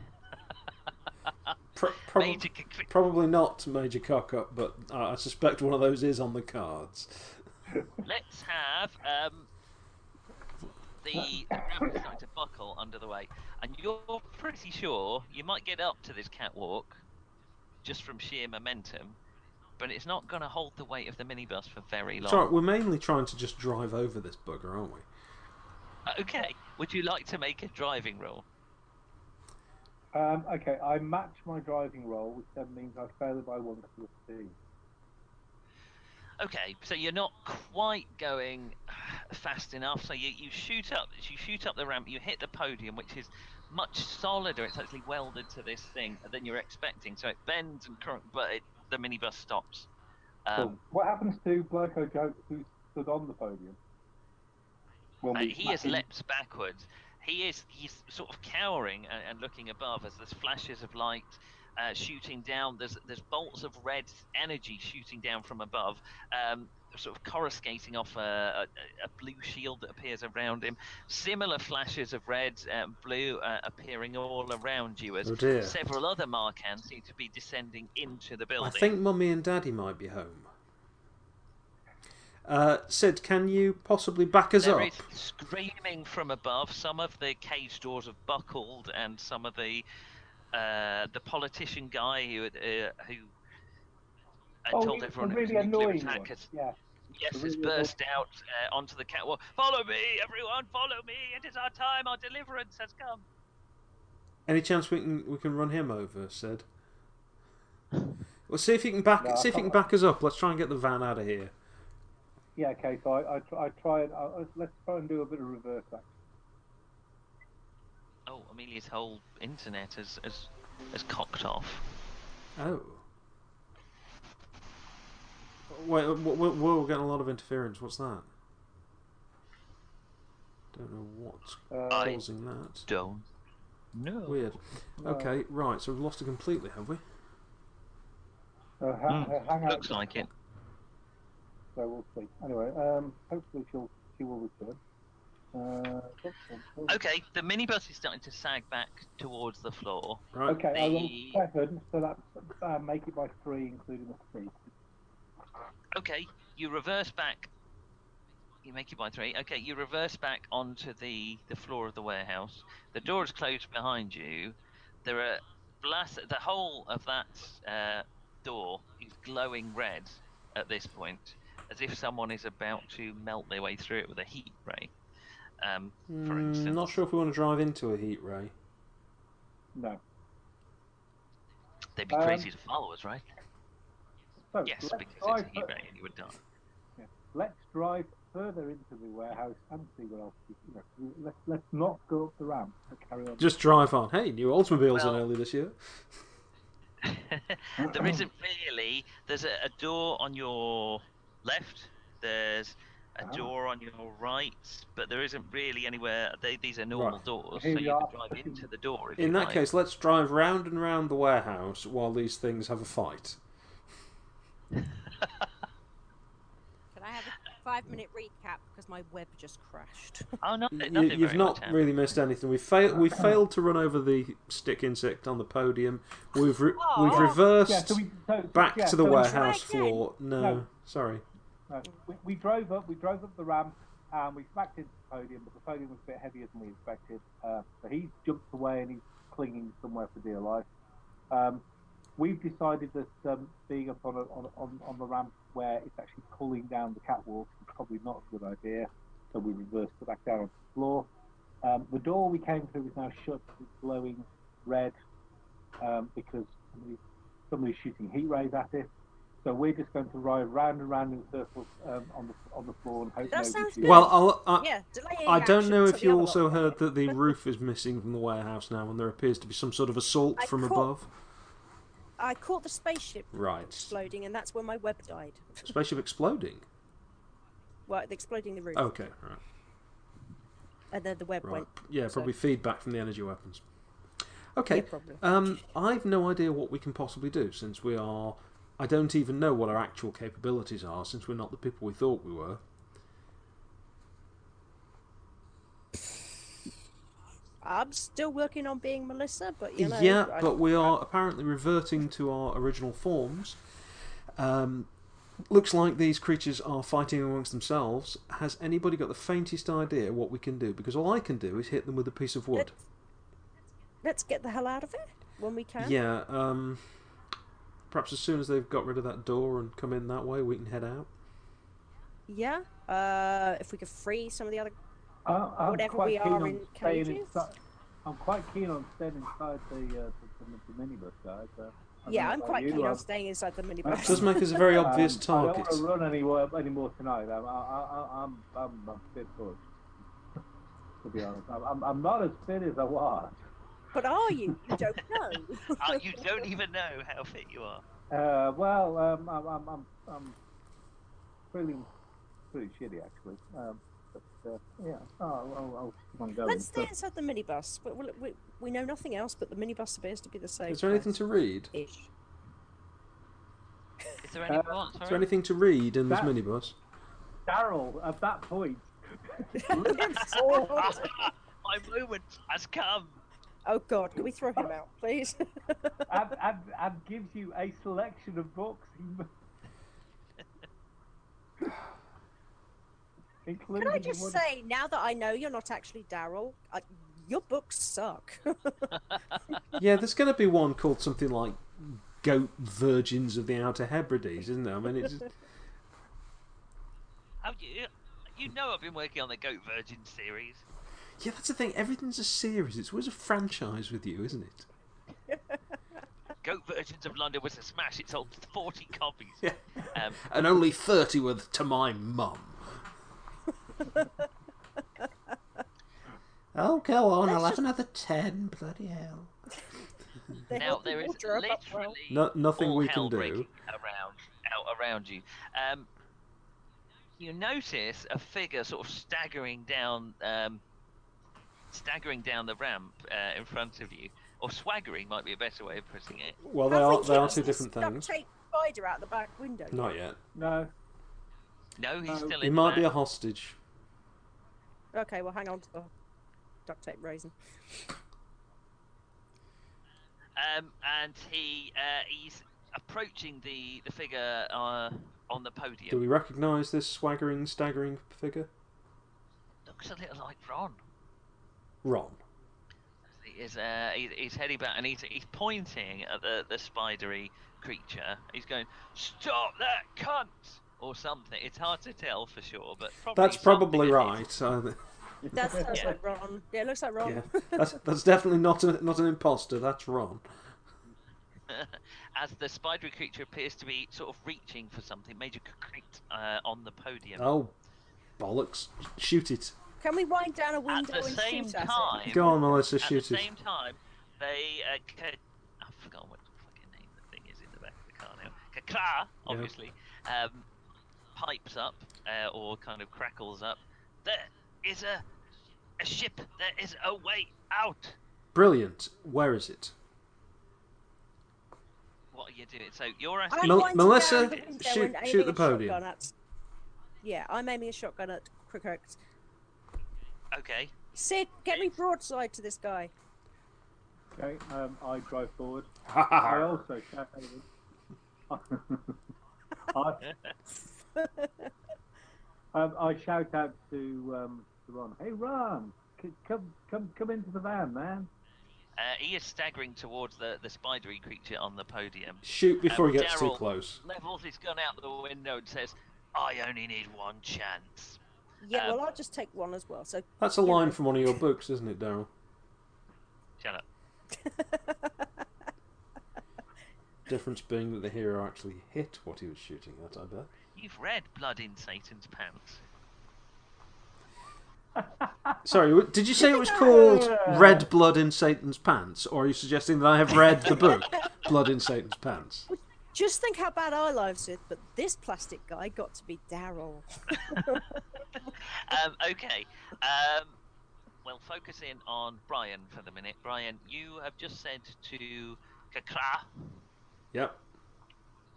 Pro- prob- Major c- probably not Major Cockup, but uh, I suspect one of those is on the cards. Let's have um, the the ramp starting to buckle under the way, and you're pretty sure you might get up to this catwalk just from sheer momentum, but it's not going to hold the weight of the minibus for very long. Sorry, we're mainly trying to just drive over this bugger, aren't we? Uh, Okay, would you like to make a driving roll? Um, okay, I match my driving roll, which then means I fail it by one because of speed. Okay, so you're not quite going fast enough. So you, you shoot up, you shoot up the ramp, you hit the podium, which is much solider. It's actually welded to this thing than you're expecting. So it bends and current, but it, the minibus stops. Um, what happens to Blurko Jones who stood on the podium? When uh, we he smack has him? leaps backwards. He is he's sort of cowering and, and looking above as there's flashes of light uh, shooting down. There's there's bolts of red energy shooting down from above, um, sort of coruscating off a, a, a blue shield that appears around him. Similar flashes of red and blue uh, appearing all around you as Oh dear. several other Marcans seem to be descending into the I building. think Mummy and Daddy might be home. Uh, Sid, can you possibly back us There up? is screaming from above. Some of the cage doors have buckled, and some of the uh, the politician guy who uh, who uh, Oh, told he- everyone the it was Oh, really nuclear annoying attack one. has- Yeah, Yeses burst out uh, onto the catwalk. Follow me, everyone! Follow me! It is our time. Our deliverance has come. Any chance we can we can run him over? Said. Well, see if you can back No, I see if you can can't. back us up. Let's try and get the van out of here. Yeah, okay, so I, I, tr- I try it. I, I- let's try and do a bit of reverse action. Oh, Amelia's whole internet has has, has cocked off. Oh. Wait, uh, we're, we're we're getting a lot of interference. What's that? Don't know what's Uh, I- causing that. Don't. No. Weird. Okay, right. So we've lost it completely, have we? her, uh, ha- Hmm, her hangout. Looks like it. So we'll see. Anyway, um, hopefully she'll she will return. Uh, Okay, the minibus is starting to sag back towards the floor. Right. okay, I rolled The- seven, so that's uh, make it by three, including the speed. Okay, you reverse back. You make it by three. Okay, you reverse back onto the, the floor of the warehouse. The door is closed behind you. There are blast. The whole of that uh, door is glowing red at this point, as if someone is about to melt their way through it with a heat ray. Um, for Mm, instance. not sure if we want to drive into a heat ray. No. They'd be Um, crazy to follow us, right? So Yes, Oh, let's because it's drive, a heat fur- ray and you would die. let's drive further into the warehouse and see what else. we- You know, let's let's not go up the ramp. But carry on. Just drive on. Hey, new automobiles on Well- early this year. there isn't Mm-hmm. really. There's a, a door on your left. There's a Ah. door on your right, but there isn't really anywhere. They, these are normal Right. doors, Here so we you are. can drive into the door if In you that like. case, let's drive round and round the warehouse while these things have a fight. Can I have a five minute recap because my web just crashed? oh no, Y- nothing you've very not much happened. really missed anything. We failed. We Uh-huh. failed to run over the stick insect on the podium. We've re- we've Aw. reversed Yeah, so we, so, back yeah, to the so we- warehouse Try again. floor. No, No. sorry. No, we, we drove up. We drove up the ramp, and we smacked into the podium. But the podium was a bit heavier than we expected. Uh, so he's jumped away and he's clinging somewhere for dear life. Um, we've decided that um, being up on, a, on, on on the ramp where it's actually pulling down the catwalk is probably not a good idea. So we reversed it back down onto the floor. Um, the door we came through is now shut. It's glowing red um, because somebody, somebody's shooting heat rays at it. So we're just going to ride round and round in circles um, on the on the floor and hope That nobody sounds shoots. Yeah. Well, I'll, I, yeah, delaying I don't action know till if the you other also lot- heard that the roof is missing from the warehouse now, and there appears to be some sort of assault I from caught- above. I caught the spaceship Right, exploding, and that's when my web died. spaceship exploding. Well, exploding the roof, Okay, right, and then the web Oh. right. went. Yeah, so- probably feedback from the energy weapons. Okay. Yeah, probably. Um, I've no idea what we can possibly do since we are. I don't even know what our actual capabilities are since we're not the people we thought we were. I'm still working on being Melissa, but you know. yeah, I- but we are apparently reverting to our original forms. Um, looks like these creatures are fighting amongst themselves. Has anybody got the faintest idea what we can do? Because all I can do is hit them with a piece of wood. let's get the hell out of it when we can. Yeah. Um, perhaps as soon as they've got rid of that door and come in that way, we can head out. Yeah. Uh, if we could free some of the other. I- I'm Whatever quite we keen are on in staying cages. inside- I'm quite keen on staying inside the, uh, the, the, the minibus, guys. Uh, I don't Yeah, know I'm about quite you, keen on um, staying inside the It minibus. does make us a very obvious um, target. I don't want to run anywhere anymore tonight. I'm, I, I, I- I'm, I'm, I'm fit for To be honest, I'm, I'm, I'm not as fit as I was. But are you? You don't know. Ah, you don't even know how fit you are. Uh, well, um, I'm, I'm, I'm, I'm feeling pretty shitty actually. Um, but uh, yeah, oh, I'll, I'll keep on going. Let's stay But- inside the minibus. We, we, we, we know nothing else, but the minibus appears to be the same. Is there anything to read? Ish. Is there any? Uh, what, Is sorry? there anything to read in this That- minibus? Daryl, at that point, looks forward. My moment has come. Oh God! Can we throw him out, please? and, and, and gives you a selection of books, including. Can I just one- say, now that I know you're not actually Daryl, I- your books suck. Yeah, there's going to be one called something like Goat Virgins of the Outer Hebrides, isn't there? I mean, it's Oh, you, you know I've been working on the Goat Virgin series. Yeah, that's the thing. Everything's a series. It's always a franchise with you, isn't it? Goat Virgins of London was a smash. It sold 40 copies. Yeah. Um, and only 30 were to my mum. oh, go on. Let's I'll have just- another 10. Bloody hell. They now held the there is wardrobe up well. literally No- nothing all we hell can do. breaking around out around you. Um, you notice a figure sort of staggering down, um, staggering down the ramp uh, in front of you, or swaggering might be a better way of putting it. Well, they Have are, we they are kicked two this different duct things. tape spider out the back window. Not yet. No, No, he's No, still He in. might be there. a hostage. Okay, well, hang on to the duct tape raisin. Um, and he uh, he's approaching the the figure uh, on the podium. Do we recognise this swaggering, staggering figure? Looks a little like Ron. Ron. He is uh, he's, he's heading back and he's, he's pointing at the, the spidery creature. He's going, "Stop that cunt!" or something. It's hard to tell for sure, but probably That's probably something it is. right. I th- That sounds Yeah. like Ron. Yeah, it looks like Ron. yeah. that's, that's definitely not, a, not an imposter. That's Ron. As the spidery creature appears to be sort of reaching for something, Major Concrete uh, on the podium. Oh, bollocks. Shoot it. Can we wind down a at window the and same shoot at time, Go on, Melissa, at the shoot it. same time, they uh, ca- I've forgotten what the fucking name the thing is in the back of the car now. Kakra, obviously, um, pipes up uh, or kind of crackles up. There is a a ship. There is a way out. Brilliant. Where is it? What are you doing? So you're it? I'm asking. Mel- winding Melissa, down the window shoot- and aiming shoot the a podium. shotgun At, yeah, I'm aiming a shotgun at Quick Oaks. Okay. Sid, get me broadside to this guy. okay. Um, I drive forward. I also shout out. I, Uh, um, I shout out to, um, to Ron. Hey, Ron, c- come, come, come into the van, man. Uh, he is staggering towards the, the spidery creature on the podium. Shoot before he Um, gets too Daryl close. Levels his gun out the window and says, I only need one chance. Yeah, Um, well, I'll just take one as well. So That's a you line know. from one of your books, isn't it, Daryl? Shut up. Difference being that the hero actually hit what he was shooting at, I bet. You've read Blood in Satan's Pants. Sorry, w- did you say it was called Red Blood in Satan's Pants, or are you suggesting that I have read the book Blood in Satan's Pants? Just think how bad our lives is, but this plastic guy got to be Daryl. um, okay. Um, well, focus in on Brian for the minute. Brian, you have just said to Kakra. Yep.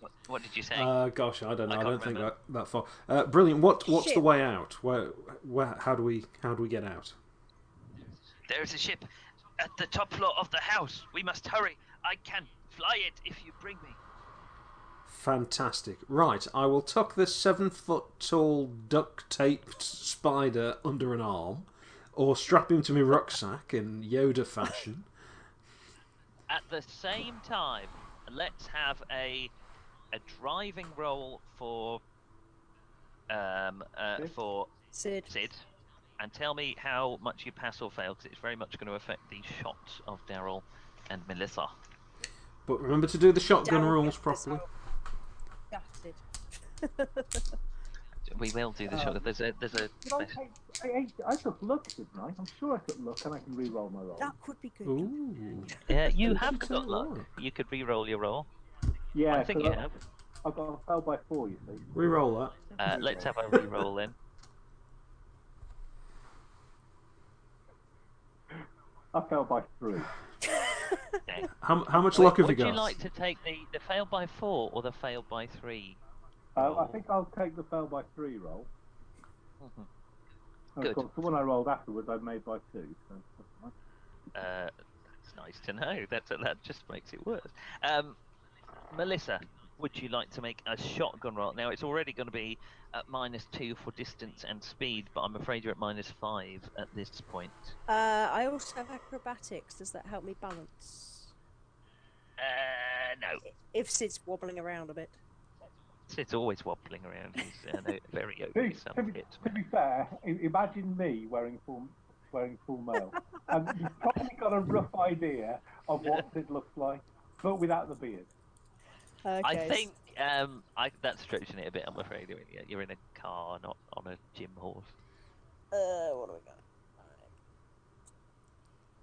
What, what did you say? Uh, gosh, I don't know. I I, can't don't think remember. that, that far. Uh, brilliant. What What's the Shit. way out? Where, where? How do we How do we get out? there is a ship at the top floor of the house. We must hurry. I can fly it if you bring me. Fantastic. Right, I will tuck this seven foot tall duct taped spider under an arm, or strap him to my rucksack in Yoda fashion. At the same time, let's have a a driving roll for um uh, Sid? for Sid. Sid, and tell me how much you pass or fail, because it's very much going to affect the shots of Daryl and Melissa. But remember to do the shotgun Daryl rules gets this properly. whole- Yeah, Sid. We will do the shotgun. There's a there's a Did Um, I, take, I, I, I took look, didn't I? I'm sure I took look, and I can re-roll my roll. That could be good. Ooh. yeah. You Did have you got do luck. that? You could re-roll your roll. Yeah, I think so you that- have. I got I fell by four, you see. Reroll that. Uh, let's have a re-roll then. I fell by three. Yeah. How, how much Would- luck have you Would got? you like to take the the fail by four or the fail by three? Uh, Oh. I think I'll take the fell by three roll. Mhm. And Good. Of course, the one I rolled afterwards, I made by two. So that's fine. Uh, that's nice to know. That that just makes it worse. Um, Melissa, would you like to make a shotgun roll? Now it's already going to be at minus two for distance and speed, but I'm afraid you're at minus five at this point. Uh, I also have acrobatics. Does that help me balance? Uh, no. If Sid's wobbling around a bit. Sid's always wobbling around his uh, no- very To, open to some be, kit. to be fair, i- imagine me wearing full wearing full mail, and you've probably got a rough idea of what it looks like, but without the beard. Okay. I s- think um, I, that's stretching it a bit. I'm afraid You're in- you're in a car, not on a gym horse. Uh, what do we got?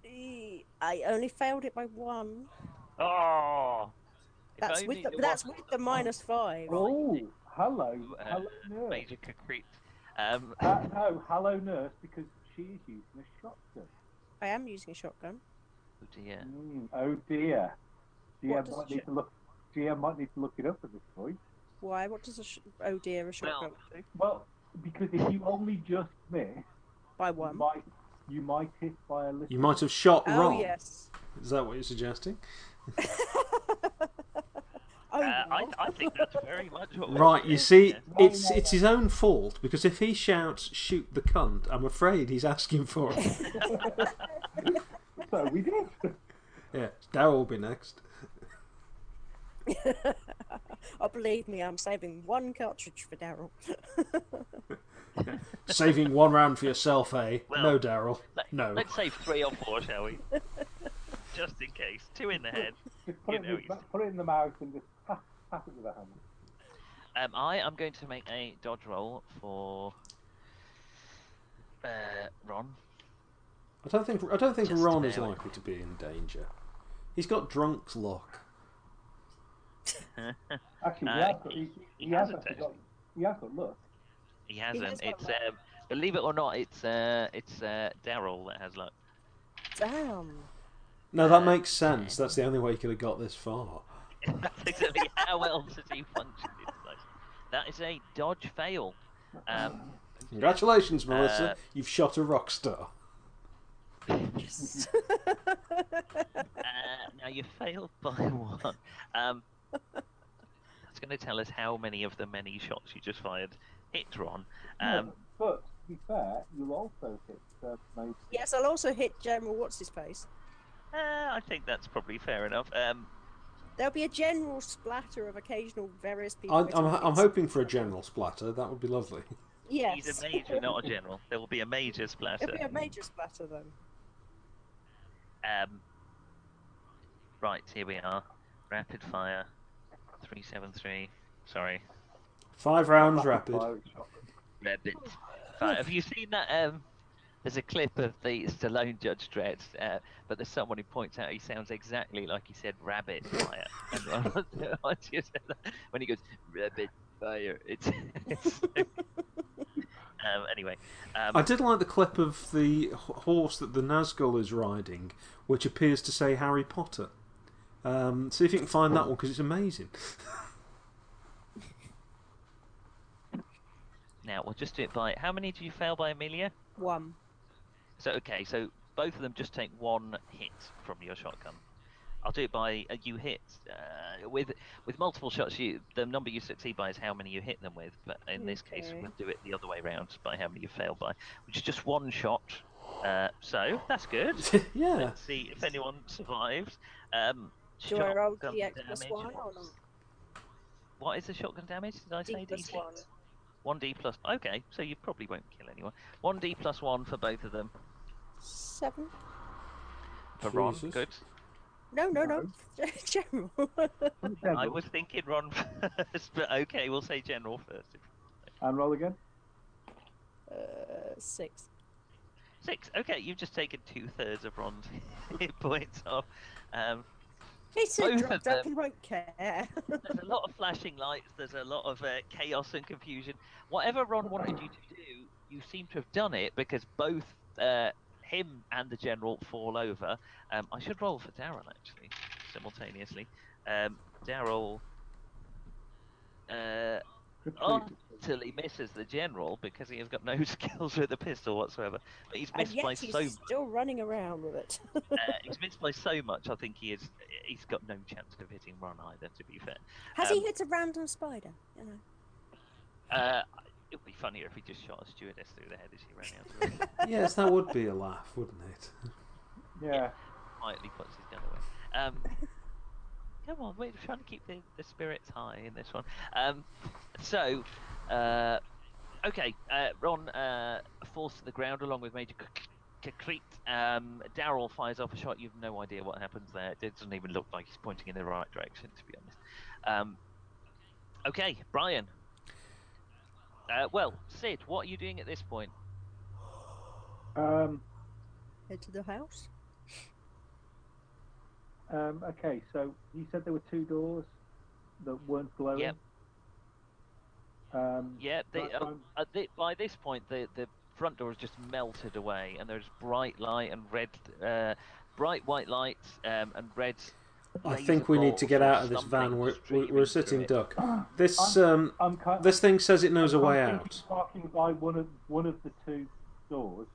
E- I only failed it by one. Oh, If That's with only the, there that's wasn't with the minus five. Oh, hello, Uh, hello a nurse. major concrete. Um, Uh, no, hello nurse, because she is using a shotgun. I am using a shotgun. oh dear. Mm, oh dear. What GM does might she- need to look. GM might need to look it up at this point. Why? What does a sh- oh dear a shotgun Well, do? Well, because if you only just miss, By you one. Oh might you might hit by a little. You might have shot wrong. yes. Is that what you're suggesting? Oh Uh, I, well. I think that's very much what we're Right, you doing see, here. it's it's his own fault because if he shouts "shoot the cunt," I'm afraid he's asking for it. So we did. yeah, Daryl will be next. oh, believe me, I'm saving one cartridge for Daryl. Saving one round for yourself, eh? Well, no, Daryl. Let, No. Let's say three or four, shall we? Just in case. Two in the head. Just put, You it know in, he's- his- put it in the mouth and just tap, tap it with a hammer. Um, I am going to make a dodge roll for uh, Ron. I don't think I don't think Just Ron is barely. likely to be in danger. He's got drunk's luck. Actually, he Uh, has got. He, he he has hasn't, actually got. He has got luck. He hasn't. has got it's um, believe it or not, it's uh, it's uh, Daryl that has luck. Damn. No, Uh, that makes sense. That's the only way he could have got this far. That's exactly how else does he function? in life? That is a dodge fail. Um, Congratulations, Melissa. Uh, You've shot a rock star. Yes. Mm-hmm. Uh, now you failed by one. Um, that's going to tell us how many of the many shots you just fired hit Ron. Hmm. No, Um, but to be fair, you'll also hit uh, most. yes, I'll also hit General What's His Face. uh, I think that's probably fair enough. Um, There'll be a general splatter of occasional various people. I'm, I'm, hitting I'm bits. hoping for a general splatter. That would be lovely. He's Yes. a major, not a general. There will be a major splatter. It'll be a major splatter then. Um, right, here we are. Rapid fire. 373. Sorry. Five rounds rapid rapid. fire shotgun. Rabbit. Fire. Have you seen that? Um, there's a clip of the Stallone Judge Dredd, uh, but there's someone who points out he sounds exactly like he said rabbit fire. And Ron- Ron just said that. when he goes rabbit fire, it's. it's so- um, anyway, um, I did like the clip of the h- horse that the Nazgul is riding, which appears to say Harry Potter. Um, see if you can find that one because it's amazing. now we'll just do it by. How many do you fail by, Amelia? One. So okay, so both of them just take one hit from your shotgun. I'll do it by uh, you hit uh, with with multiple shots. You the number you succeed by is how many you hit them with. But in this case, Okay. we'll do it the other way round by how many you fail by, which is just one shot. Uh, so that's good. yeah. Let's see if anyone survives. Um, Do I roll shotgun DX plus damage. one or not? What is the shotgun damage? Did I D say plus D6? one. One D plus. Okay, so you probably won't kill anyone. One D plus one for both of them. Seven. For Ron, Jesus. good. No, no, no. General. Uh, Put it I down, was thinking Ron first, but okay, we'll say general first. And roll again. uh, six. Six. Okay, you've just taken two thirds of Ron's hit points off. Um, He's so Both of drugged up, them. he won't care. there's a lot of flashing lights. There's a lot of uh, chaos and confusion. Whatever Ron wanted you to do, you seem to have done it because both uh, him and the general fall over. Um, I should roll for Daryl actually simultaneously. Um, Daryl. Uh, Good food. utterly misses the general because he has got no skills with the pistol whatsoever. But he's and missed by yet he's so much. still running around with it. Uh, he's missed by so much. I think he is. He's got no chance of hitting Ron either. To be fair, Has Um, he hit a random spider? You know. uh, it would be funnier if he just shot a stewardess through the head as she ran out. of the room. Yes, that would be a laugh, wouldn't it? Yeah. Quietly puts his gun away. Um, Come on, we're trying to keep the, the spirits high in this one. Um, so, uh, okay, uh, Ron uh, falls to the ground along with Major Kakrit. Um, Daryl fires off a shot. You've no idea what happens there. It doesn't even look like he's pointing in the right direction, to be honest. Um, okay, Brian. Uh, well, Sid, what are you doing at this point? Um, Head to the house. um, okay, so you said there were two doors that weren't glowing. Yep. Um, Yeah, they, right, uh, I'm- at thi- by this point, the, the front door has just melted away, and there's bright light and red, uh, bright white light um, and red. I laser think we need to balls get from out of this something van. We're, we're, streaming we're through a sitting it. duck. This um, I'm kind this thing says it knows a I'm way thinking out. Parking by one of one of the two doors,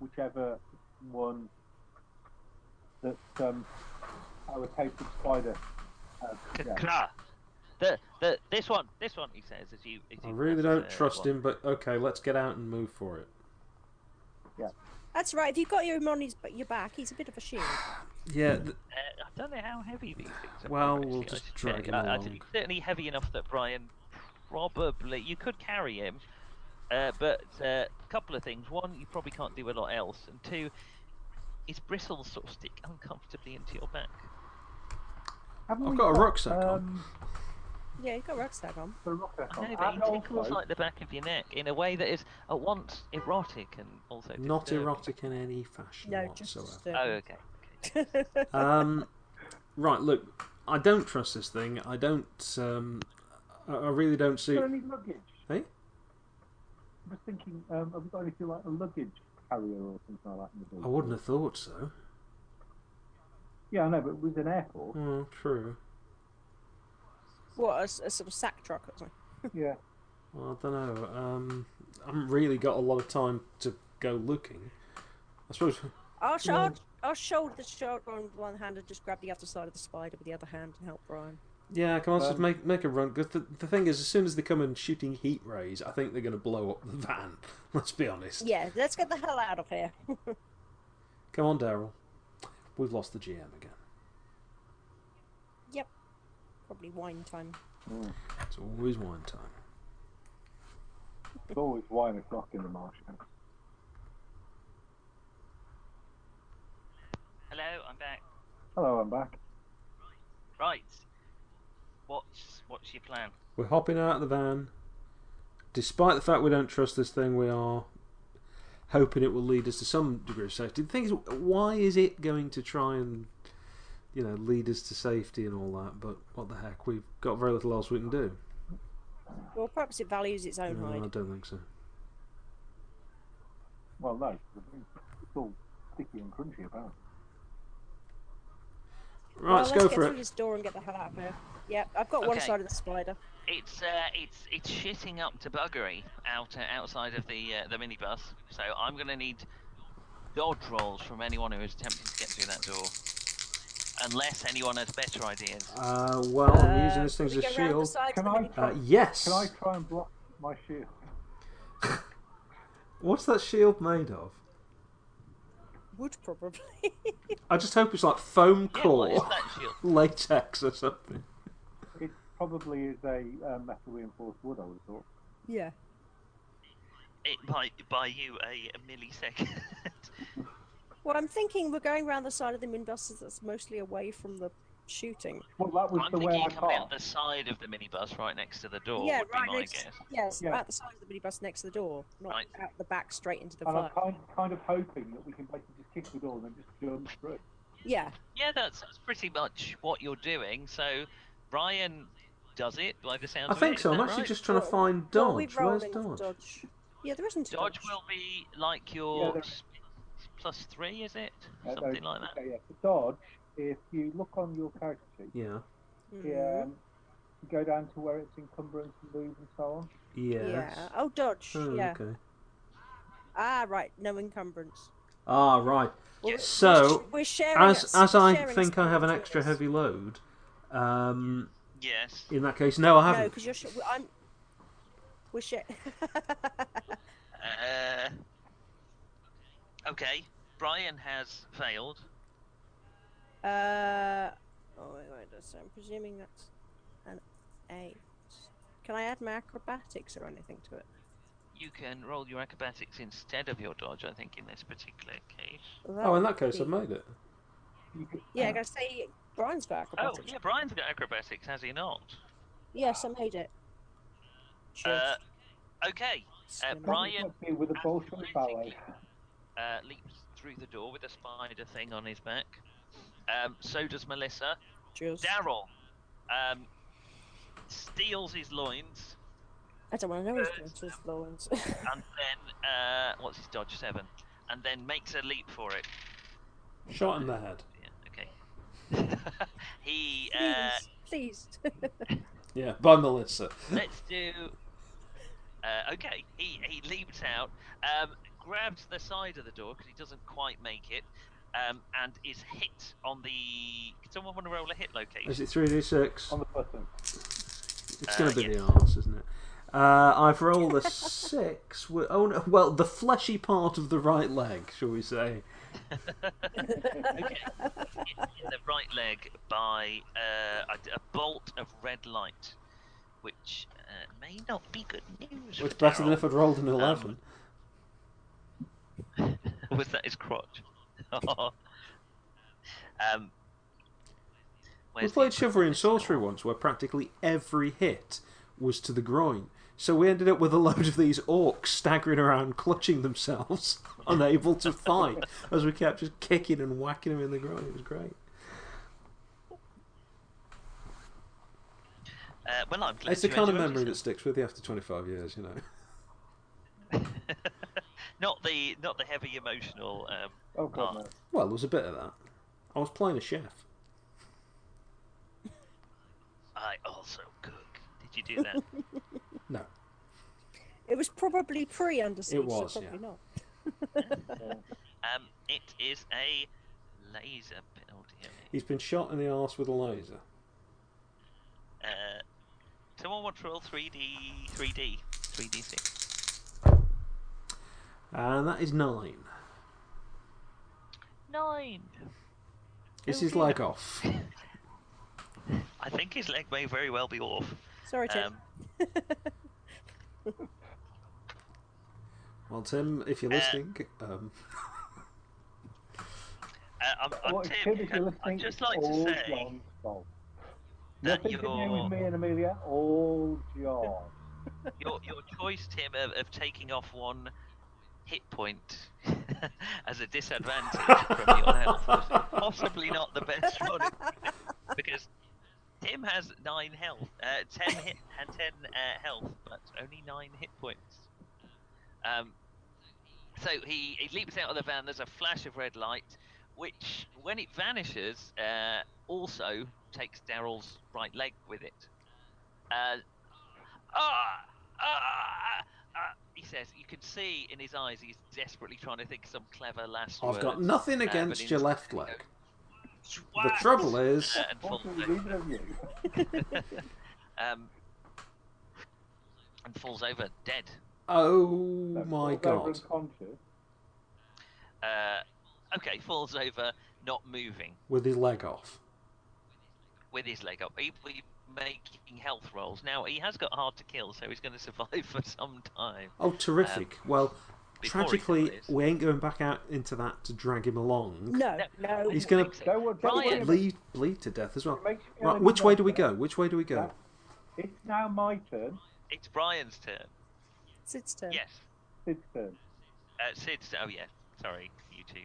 whichever one that um, our tapered spider. Uh, yeah. Kakra. The, the, this one, this one, he says. As you, as I you really press, don't uh, trust one. him, but okay, let's get out and move for it. That's right. If you've got him on his, your back, he's a bit of a shield. Yeah, th- Uh, I don't know how heavy these things are. Well, actually, we'll I just should drag check. him I- I- along. it's certainly heavy enough that Brian probably you could carry him, uh, but uh, a couple of things: one, you probably can't do a lot else, and two, his bristles sort of stick uncomfortably into your back. Haven't I've we got a rucksack on. um, Yeah, you've got a rucksack on. The rucksack Oh, I on. know, but And he tickles also- like the back of your neck in a way that is at once erotic and also not disturbing. erotic in any fashion No, just uh, whatsoever. Oh, okay. um, right, look, I don't trust this thing. I don't. Um, I I really don't see. Is there any luggage? Hey? I'm just thinking, um, have we got anything like a luggage carrier or something like that in the I building? wouldn't have thought so. Yeah, I know, but it was an airport. Oh, true. what, a, s- a sort of sack truck or something? yeah. Well, I don't know. Um, I haven't really got a lot of time to go looking. I suppose. I'll, sh- Yeah. I'll, I'll shoulder the shoulder on one hand and just grab the other side of the spider with the other hand and help Brian. Yeah, come on, just Um, make make a run. Because the, the thing is, as soon as they come in shooting heat rays, I think they're going to blow up the van. Let's be honest. Yeah, let's get the hell out of here. Come on, Daryl. We've lost the GM again. yep. Probably wine time. It's always wine time. It's always wine o'clock in the Martian. Hello, I'm back. Hello, I'm back. Right. What's what's your plan? We're hopping out of the van. Despite the fact we don't trust this thing, we are hoping it will lead us to some degree of safety. The thing is, why is it going to try and, you know, lead us to safety and all that? But what the heck, we've got very little else we can do. Well, perhaps it values its own No, I hide. don't think so. Well, no, it's all sticky and crunchy about. Right, Well, let's go get for through it. this door and get the hell out of here. Yep, I've got one Okay. side of the spider. It's uh, it's it's shitting up to buggery out outside of the uh, the minibus. So I'm gonna need dodge rolls from anyone who is attempting to get through that door, unless anyone has better ideas. Uh, well, I'm using Uh, this thing as we a go round the shield. sides Can of the I- mini- Uh, yes. Can I try and block my shield? What's that shield made of? Would probably. I just hope it's like foam Yeah, what is core, that shield? latex or something. It probably is a um, metal reinforced wood, I would have thought. yeah. It might buy you a, millisecond. Well, I'm thinking we're going round the side of the minibus that's mostly away from the shooting. Well, that was I'm the way thinking I you come out parked. the side of the minibus, right next to the door. yeah, would right be my next. guess. Yes, Yeah. at the side of the minibus next to the door, not Right. out the back straight into the And I'm fire. kind, kind of hoping that we can basically just kick the door and then just jump through. Uh, Yeah. Yeah, that's, that's pretty much what you're doing. So Ryan does it by the sound of I it. think is so. I'm that actually right? just trying to Well, find well, we're Dodge. Where's rolling for Dodge? Dodge? Yeah, there isn't a Dodge Dodge. will be like your there- sp- plus three, is it? Yeah, there- Something like that. Okay, yeah. For Dodge, if you look on your character sheet, Yeah. Hmm. yeah, um, you go down to where it's encumbrance and lose and so on. Yes. Yeah. Oh, Dodge. Oh, yeah. Okay. Ah, right. No encumbrance. Ah, right. Well, Yes. So, we're sharing. As us- as we're I sharing think I have an space extra with us. heavy load, um, Yes. in that case, no, I No, haven't. because you're. Sh- I'm. We're share- Uh, okay. Brian has failed. uh, Oh, wait, wait, so I'm presuming that's an eight. Can I add my acrobatics or anything to it? You can roll your acrobatics instead of your dodge, I think, in this particular case. That Oh, in would that case, be- I've made it. You could- Yeah, I gotta say, Brian's got Oh, acrobatics. yeah, Brian's got acrobatics, has he not? Yes, I made it. Uh, Just okay. swim up. Brian- That'd be with a Bolshoi ballet. Uh, leaps through the door with a spider thing on his back. Um, so does Melissa. Just- Daryl um, steals his loins I don't want to know Uh, who's doing to his loins. and then uh, what's his dodge seven, and then makes a leap for it. Shot in the head. Yeah, okay. he uh, Please, please. Yeah, by Melissa. let's do. Uh, okay, he he leaps out, um, grabs the side of the door because he doesn't quite make it, um, and is hit on the. Can someone want to roll a hit location? Is it 3d6? On the button. It's going Uh, to be yes. the arse, isn't it? Uh, I've rolled a six. wi- Oh no! Well, the fleshy part of the right leg, shall we say? okay. Hit in the right leg by uh, a, a bolt of red light, which uh, may not be good news. It's for better than Daryl. if I'd rolled an eleven. Was that his crotch? um, we where's the played equipment Chivalry and list? Come Sorcery on. once, where practically every hit was to the groin. So we ended up with a load of these orcs staggering around, clutching themselves, unable to fight, as we kept just kicking and whacking them in the groin. It was great. Uh, well, I'm glad it's the you kind of enjoyed memory that yourself. sticks with you after 25 years, you know. not the not the heavy emotional. Um, Oh god, no. Well, there was a bit of that. I was playing a chef. I also cook. Did you do that? No. it was probably pre undersea. It was, so yeah. probably not. um, it is a laser. pin- Oh dear me. He's been shot in the arse with a laser. Uh, someone want to roll 3D, 3D, 3D6. And that is nine. Nine. Oh, It's his leg off. I think his leg may very well be off. Sorry, Tim. Um, Well, Tim, if you're Uh, listening, um, uh, I'm, I'm Well, Tim. Tim, if I'd- you're I'd listening, just it's like to all say John's fault. that Nothing to do your, with me and Amelia. All John. your your choice, Tim, of, of taking off one hit point as a disadvantage from your health was possibly not the best one because Tim has nine health, uh, ten hit, and ten uh, health, but only nine hit points. Um, so he, he leaps out of the van. There's a flash of red light, which, when it vanishes, uh, also takes Daryl's right leg with it. Uh, ah, ah, ah, he says, you can see in his eyes he's desperately trying to think of some clever last I've got words, nothing uh, but against your instead left he leg. goes, The "Swat!" trouble eh? is, Uh, and falls Unfortunately, over. neither of you. Oh um, and falls over dead. oh That's my all over god. unconscious. Uh, okay, falls over, not moving, With his leg off. with his leg up. He, he making health rolls. Now he has got hard to kill, so he's going to survive for some time. Oh, terrific. well, Um, before he tragically, dies. we ain't going back out into that to drag him along. no, No, no. He's gonna- Think so. Don't worry- don't worry Brian. about it. Bleed, bleed to death as well. It makes me feel Right, which way do we go? uncomfortable. Which way do we go? It's now my turn. It's Brian's turn. It's its turn. Yes, Sid's turn. uh, Sid's. Oh yeah, sorry, you two.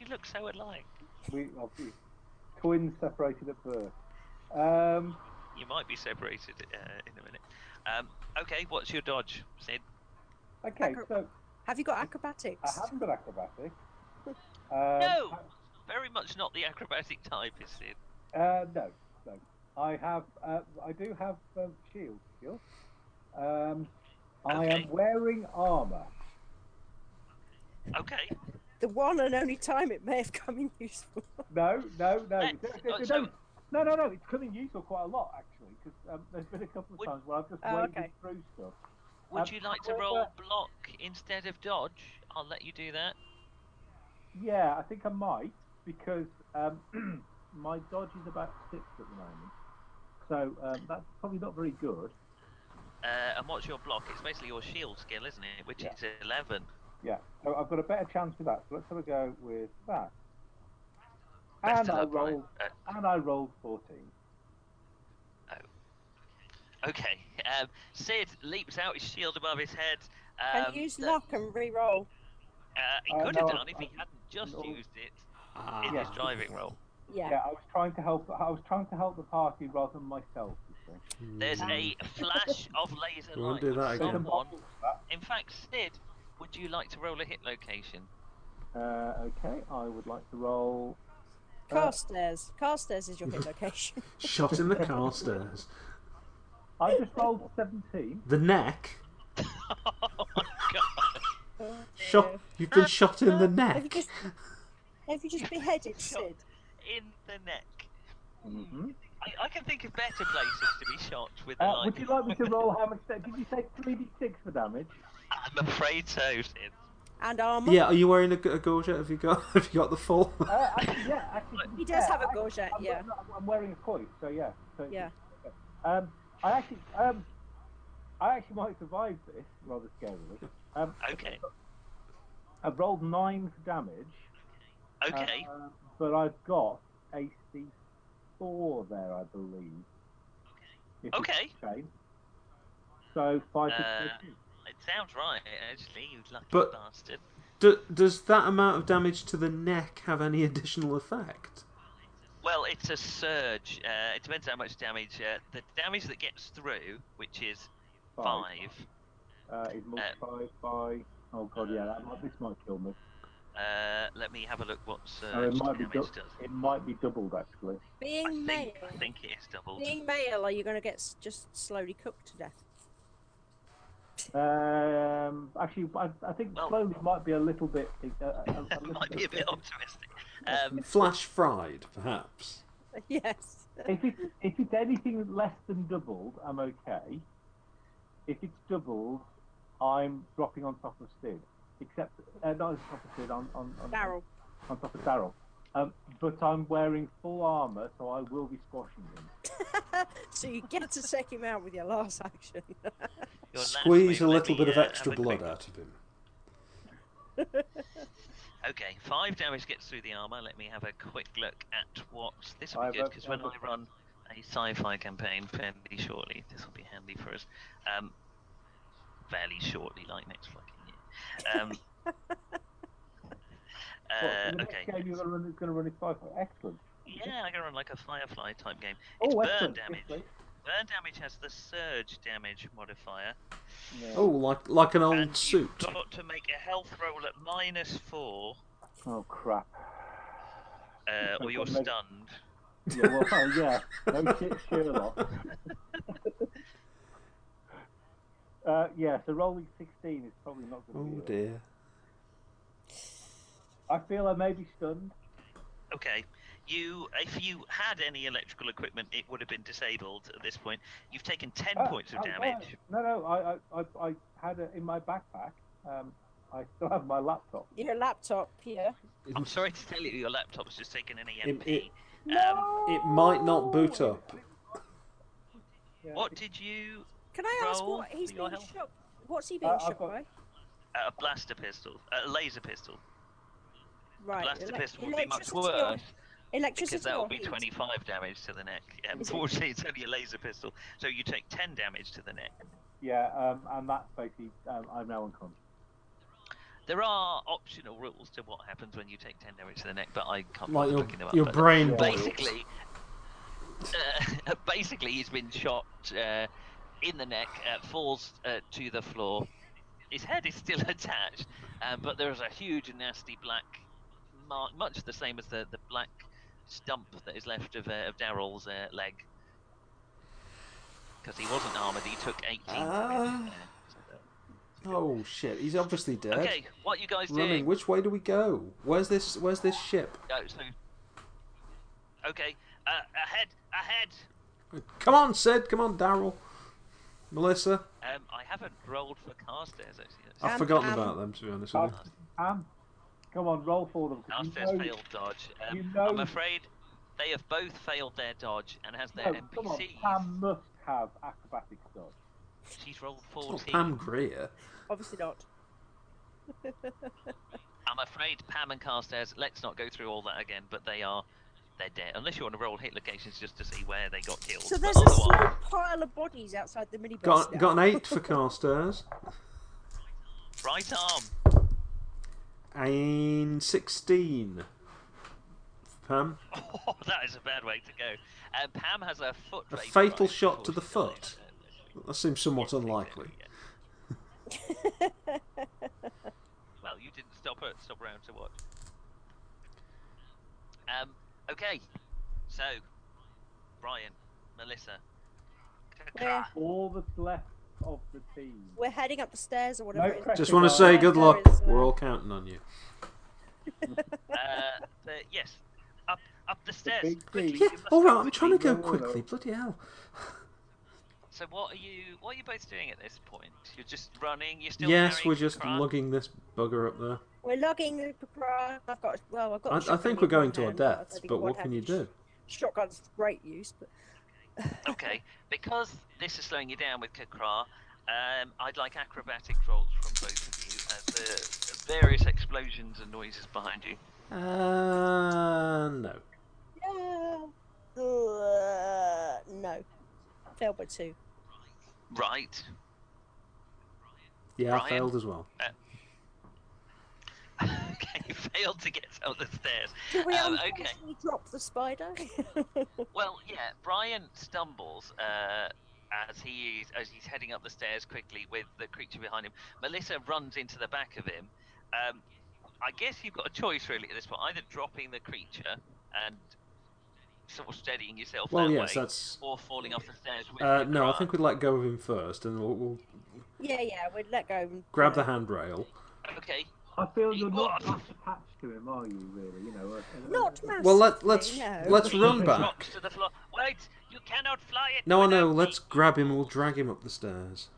You look so alike. We obviously twins separated at birth. Um, You might be separated uh, in a minute. Um, okay, what's your dodge, Sid? okay, Acro- so Have you got I acrobatics? haven't got acrobatics. Um, no, very much not the acrobatic type, is Sid. Uh, no, no. I have. Uh, I do have um, shield skill. Um, I Okay. am wearing armor. Okay. The one and only time it may have come in useful. No, no, no. Let's- Don't- don't- oh, so- don't- no, no, no. It's come in useful quite a lot actually, because um, there's been a couple of Would- times where I've just Oh, waded okay. through stuff. Would Um, you like to roll however- block instead of dodge? I'll let you do that. Yeah, I think I might because um, my dodge is about six at the moment, so um, that's probably not very good. Uh, and what's your block? It's basically your shield skill, isn't it? Which Yeah. is 11. Yeah, so I've got a better chance with that. So let's have a go with that. Best and of I luck, mate. rolled, and I rolled fourteen. Okay. Um, Sid leaps out his shield above his head. Um, and use that- luck and re-roll. Uh, he Uh, could no, have I- done if he I- hadn't just no. used it Ah, in Yeah. his driving roll. Yeah. Yeah. I was trying to help. I was trying to help the party rather than myself. you see. There's a flash of laser We won't light. do that from again. Second Someone. bottle of that. In fact, Sid, would you like to roll a hit location? Uh, okay, I would like to roll. uh, Carstairs. Carstairs is your hit location. shot in the car stairs. I just rolled seventeen. The neck. oh my god. Shot. You've been shot in the have you neck. just have you just beheaded Sid? In the neck. Mhm. I, I can think of better places to be shot with a Uh, light. would you like me to roll how much? Da- did you say three d six for damage? I'm afraid so, Sid. And armor. Yeah, are you wearing a, g- a gorget? Have you got have you got the full? Uh, actually, yeah, actually, to be He does fair, have a I- gorget, I'm, yeah. I'm- I'm wearing a coif, so yeah. So it's- Yeah. Um, I actually, um, I actually might survive this rather scarily. Um, Okay. Uh, I've rolled nine for damage, Okay. uh, but I've got AC four there, I believe. If it's Okay. chain. So five to Uh, two. it sounds right, actually, you lucky But- bastard. Do, does that amount of damage to the neck have any additional effect? Well, it's a surge. Uh, it depends how much damage. Uh, the damage that gets through, which is Five. five, Uh, is multiplied by. Oh god, yeah, that might, this might kill me. Uh, let me have a look what surge Oh, it might be damage dou- does. it might be doubled actually. I Being male. think, I think it is doubled. Being male, are you going to get s- just slowly cooked to death? Um, actually, I, I think Well- slowly might be a little bit. Uh, a, a That little might be a bit optimistic. Um, Flash fried, perhaps. yes. If it's if it's anything less than doubled, I'm okay. If it's doubled, I'm dropping on top of Sid, except uh, not on top of Sid, on on on, Barrel. on top of Daryl. Um, but I'm wearing full armor, so I will be squashing him. So you get to take him out with your last action. your last Squeeze move, a let little me, bit of uh, extra have a quick blood out of him. look. Okay, five damage gets through the armor. Let me have a quick look at what this will I've be good because when opened I up a- run a sci-fi campaign fairly shortly, this will be handy for us. Um, fairly shortly, like next fucking year. Um, What, uh, so the okay. next game you're gonna run is gonna run is five. Excellent. Yeah, I can run like a firefly type game. It's Oh, burn excellent. damage. Yes, Burn damage has the surge damage modifier. please. Yeah. Oh, like like an old and suit. You've got to make a health roll at minus four, oh crap. uh, or you're Make- stunned. Yeah, well, oh, yeah. No shit, Sherlock. uh, yeah, so rolling 16 is probably not going to Oh be. it. dear. I feel I may be stunned. Okay. You, if you had any electrical equipment, it would have been disabled at this point. You've taken ten Ah, Oh, points of oh, damage. No, no, I, I, I, I had it in my backpack. Um, I still have my laptop. Your laptop, yeah. I'm sorry to tell you, your laptop's just taken an EMP. it- um, It might not boot up. Yeah. what did you? Can I ask Roll what he's for your being health. shot? What's he being Uh, I've shot got- by? Uh, a blaster pistol, a laser pistol. Right. blaster elec- pistol would be much electricity or- worse. Electricity Because that or will be heat? 25 damage to the neck. Yeah, Is it- unfortunately, it's only a laser pistol, so you take 10 damage to the neck. Yeah, um, and that's basically, um, I'm now unconscious. There are optional rules to what happens when you take 10 damage to the neck, but I can't Like bother your, looking them up. your but brain Yeah. boils. basically, uh, basically, he's been shot uh, in the neck, uh, falls uh, to the floor. His head is still attached, uh, but there is a huge, nasty black mark, much the same as the, the black stump that is left of, uh, of Daryl's uh, leg. Because he wasn't armoured, he took uh, 18 damage. Ah. Oh shit! He's obviously Uh, dead. okay, what you guys Running. doing? Which way do we go? Where's this? Where's this ship? Oh, so- Okay, uh, ahead, ahead. Come on, Sid. Come on, Daryl. Melissa. Um, I haven't rolled for Carstairs actually. That's- Oh, I've Um, forgotten um, about them to be honest. Um, With you. um, come on, roll for them. 'cause you Carstairs know- failed dodge. Um, you know- I'm afraid They have both failed their dodge and has their No, come on, NPCs. Pam must have acrobatic dodge. She's rolled It's not 14. Pam Greer. Obviously not. I'm afraid Pam and Carstairs, let's not go through all that again, but they are. They're dead. Unless you want to roll hit locations just to see where they got killed. So but there's a otherwise- small pile of bodies outside the minibus. Got, now. got an eight for Carstairs Right arm. and sixteen. For Pam, Oh, that is a bad way to go. Um, Pam has a foot. A rape fatal right, shot to the unfortunately. foot. that seems somewhat unlikely. Well, you didn't stop her. Stop around to watch. Um. Okay. So, Brian, Melissa. Where? All that's left of the team. We're heading up the stairs or whatever. it is. uh, pressure. Just want to say good luck. We're all counting on you. Uh, the, yes. Up, up the stairs. big Quickly. team. Yeah, you must all right. go I'm trying to quickly. go no, no. quickly. Bloody hell! So, what are you? What are you both doing at this point? You're just running. You're still. Yes, carrying we're just Kran? lugging this bugger up there. We're logging the crowd. I've got well, I've got. a I, I shotgun think in we're one going to our hand, but I deaths, think but one what can hand- you do? Shotgun's great use, but Okay, because this is slowing you down with Kakra, um, I'd like acrobatic rolls from both of you as the various explosions and noises behind you. Uh, no. yeah. Uh, no, failed by two. Right. Yeah, I Brian? failed as well. okay, you failed to get down the stairs. Do we Um, unfortunately okay. drop the spider? Well, yeah, Brian stumbles uh, as he is, as he's heading up the stairs quickly with the creature behind him. Melissa runs into the back of him. Um, I guess you've got a choice really at this point: either dropping the creature and sort of steadying yourself Well, that yes, way, that's. or falling off the stairs. With the Uh, no, I crowd. think we'd let go of him first, and we'll, we'll yeah, yeah, we'd let go. And, grab the you know. handrail. Okay, I feel you're What? not attached to him, are you? Really? You know. uh, Not uh, massively. Well, let, let's no. let's run back. rocks to the floor. Wait, you cannot fly it. No, I without know. me. Let's grab him. and We'll drag him up the stairs.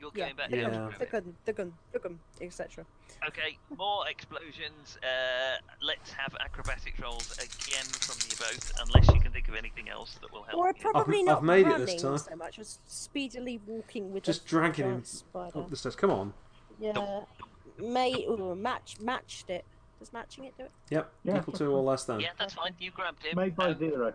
You're Yeah, going back the down. Yeah. gun, to the it. gun, the gun, the gun, etc. Okay, more explosions. Uh, let's have acrobatics rolls again from you both, unless you can think of anything else that will help. Or you. probably I've not made it running this time. so much as speedily walking with a Just dragging him giant spider. up the stairs. Come on. Yeah, may ooh, match matched it. Does matching it do it? Yep. Yeah. Equal to or less than. Yeah, that's fine. You grabbed him. Made by Um, zero.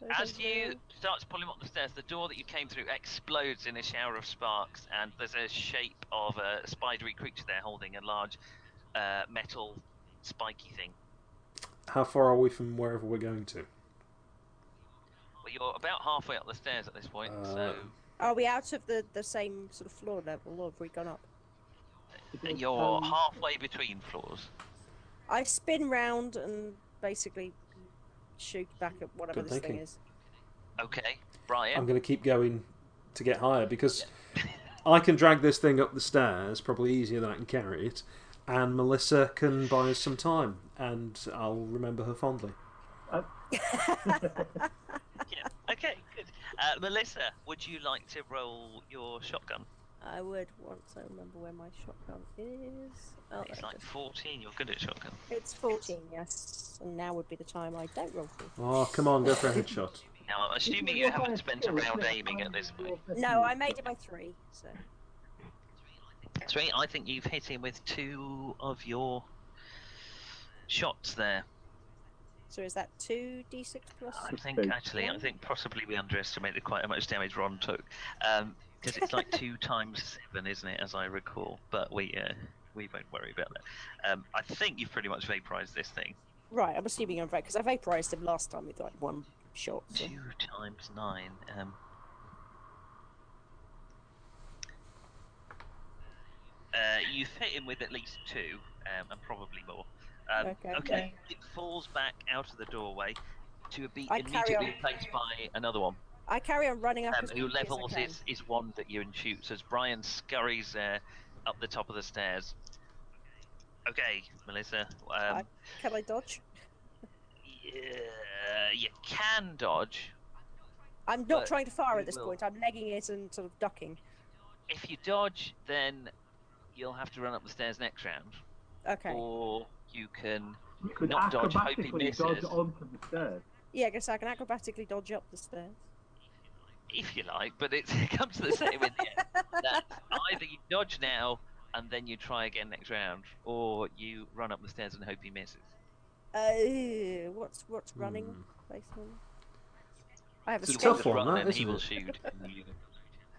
Those as are you zero. start to pull him up the stairs, the door that you came through explodes in a shower of sparks, and there's a shape of a spidery creature there holding a large uh, metal spiky thing. How far are we from wherever we're going to? Well, you're about halfway up the stairs at this point, so Um, Are we out of the, the same sort of floor level, or have we gone up? you're halfway between floors. I spin round and basically shoot back at whatever Good this thinking. thing is. Okay, Brian. I'm going to keep going to get higher because I can drag this thing up the stairs probably easier than I can carry it, and Melissa can buy us some time, and I'll remember her fondly. Yeah. Okay. Good. Uh, Melissa, would you like to roll your shotgun? I would want to remember where my shotgun is. Oh, It's there it like is. 14. You're good at shotgun. it's 14, yes. And now would be the time I don't roll for. Oh, come on, go for a headshot. Now, I'm assuming you haven't spent a round aiming at this point. No, I made it by three, so. Three. I think you've hit him with two of your shots there. So is that 2d6 plus? I think Okay. actually, I think possibly we underestimated quite how much damage Ron took, because it's like two times seven, isn't it? As I recall, but we uh, we won't worry about that. Um, I think you've pretty much vaporized this thing. Right, I'm assuming I'm right, because I vaporized him last time with like one shot. so- Two times nine. Um, uh, you hit him with at least two, um, and probably more. Um, Okay. okay. It falls back out of the doorway to be I carry immediately on. replaced by another one. I carry on running up Um, as who quickly as I levels can. his, his wand at you and shoots as Brian scurries uh, up the top of the stairs. Okay, Melissa. Um, Can I dodge? yeah, you can dodge. I'm not but trying to fire you at this will. point. I'm legging it and sort of ducking. If you dodge, then you'll have to run up the stairs next round, Okay. or you can You could Not dodge, hope he acrobatically dodge misses. onto the stairs. Yeah, I guess I can acrobatically dodge up the stairs. if you like, but it's, it comes to the same in the end. That either you dodge now and then you try again next round, or you run up the stairs and hope he misses. Uh, what's what's running Hmm. based on? I have a It's a skate. tough one, run, that, and he isn't will it? shoot. and you,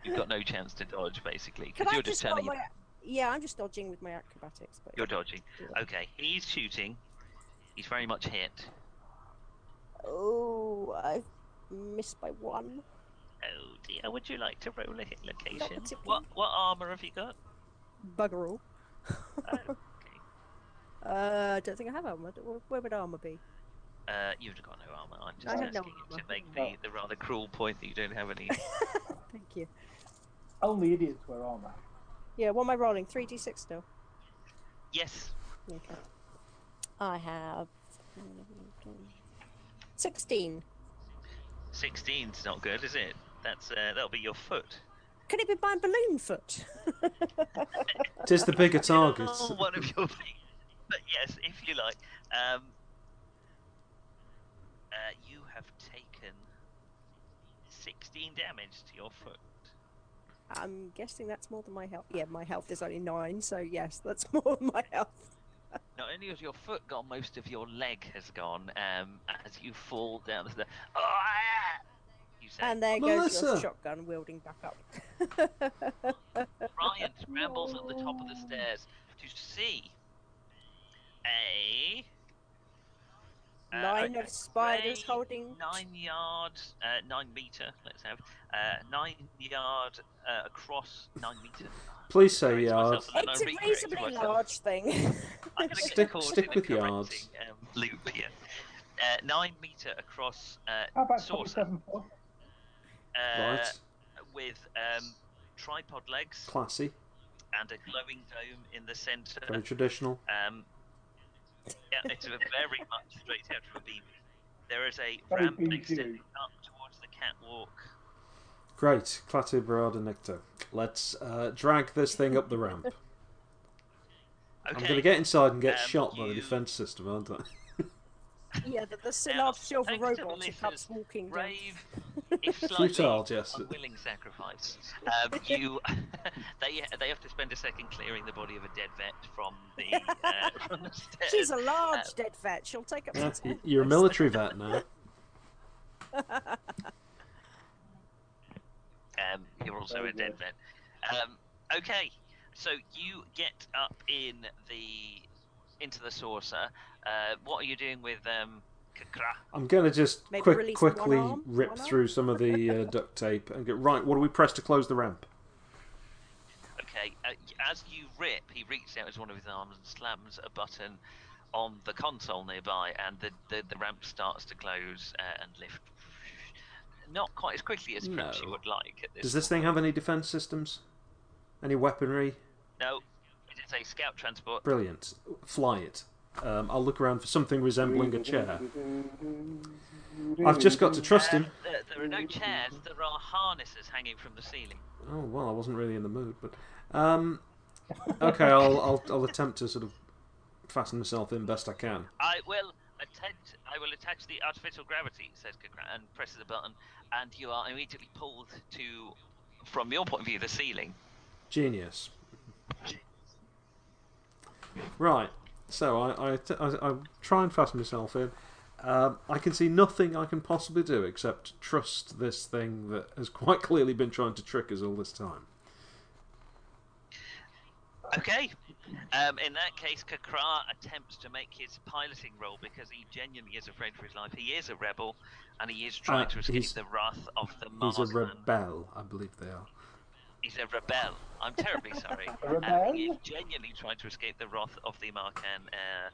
have got no chance to dodge, basically, Can because I you're just just got turning. my... Yeah, I'm just dodging with my acrobatics. But You're dodging. Yeah. Okay, he's shooting. He's very much hit. Oh, I missed by one. Oh dear, would you like to roll a hit location? particularly. What what armor have you got? Bugger all. Oh, okay. Uh, I don't think I have armor. Do- Where would armor be? Uh, you've got no armor. I'm just I have no asking you to armor. make the, the rather cruel point that you don't have any. Thank you. Only idiots wear armor. Yeah, what am I rolling? 3d6 still. yes, Okay. I have. 16. 16's not good, is it? That's uh, that'll be your foot. Could it be my balloon foot? Tis the bigger target. Oh, one of your feet. But yes, if you like, um, uh, you have taken sixteen damage to your foot. I'm guessing that's more than my health. Yeah, my health is only nine, so yes, that's more than my health. Not only has your foot gone, most of your leg has gone. Um, as you fall down the stairs. Oh, ah! You say, And there goes your Melissa! shotgun wielding back up. Uh, Ryan scrambles up the top of the stairs to see a uh, Line okay, of spiders grey holding- nine yards, uh, nine meter. Let's have uh, nine yard uh, across nine meter. Please say Sorry, it's yard. myself, and then I it's a recorrect reasonably myself. large thing. I'm gonna get Stick- caught stick in a with yards. correcting, Um, loop here. Uh, nine meter across How uh, about saucer 47 foot? uh, Right. with um, tripod legs Classy. and a glowing dome in the centre. Very traditional. Um, yeah, it's a very much straight out of a beam. There is a Very ramp beam extending too. up towards the catwalk. Great. Clatter Barada Necto. Let's uh, drag this thing up the ramp. Okay. I'm going to get inside and get Um, shot by the you- defence system, aren't I? yeah, the, the Now, large silver thanks to robot who Melissa's comes walking down. brave, if slightly Futile, yes. unwilling sacrifice. Um, you, they they have to spend a second clearing the body of a dead vet from the. Uh, from the stairs. She's a large Uh, dead vet. She'll take up Yeah, some y- time. You're a military vet now. Um, you're also a dead vet. Um, okay, so you get up in the into the saucer. Uh, what are you doing with um, Kakra? I'm going to just Maybe quick, release quickly one arm, rip one arm? through some of the uh, duct tape and get right. What do we press to close the ramp? Okay, uh, y- as you rip, he reaches out with one of his arms and slams a button on the console nearby, and the the, the ramp starts to close uh, and lift. Not quite as quickly as perhaps you No. would like. At this Does this thing have any defence systems? Any weaponry? No, it is a scout transport. Brilliant. Fly it. Um, I'll look around for something resembling a chair. I've just got to trust him. Um, there, there are no chairs. There are harnesses hanging from the ceiling. Oh well, I wasn't really in the mood, but um, okay, I'll, I'll I'll attempt to sort of fasten myself in best I can. I will attach. I will attach the artificial gravity," says Kakra, and presses a button, and you are immediately pulled to, from your point of view, the ceiling. Genius. Right. So I I t- I- I try and fasten myself in. Um, I can see nothing I can possibly do except trust this thing that has quite clearly been trying to trick us all this time. Okay. Um, in that case, Kakra attempts to make his piloting roll because he genuinely is afraid for his life. He is a rebel, and he is trying Uh, to escape he's- the wrath of the He's a Marsman. rebel, I believe they are. He's a rebel. I'm terribly sorry. rebel? Uh, he is genuinely trying to escape the wrath of the Markan. Uh,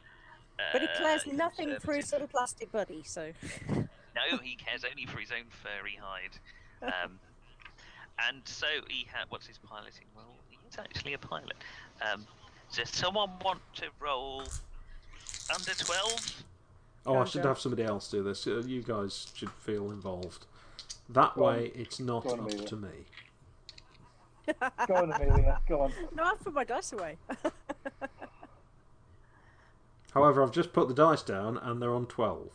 But he uh, cares nothing for his conservative. little plastic buddy, so. No, he cares only for his own furry hide. Um, and so he had. What's his piloting role? He's actually a pilot. Um, does someone want to roll under 12? Oh, I on, should Joe. have somebody else do this. Uh, You guys should feel involved. That Go on. way, it's not Go on, up Amelia. to me. Go on, Amelia. Go on. No, I put my dice away. However, I've just put the dice down and they're on 12.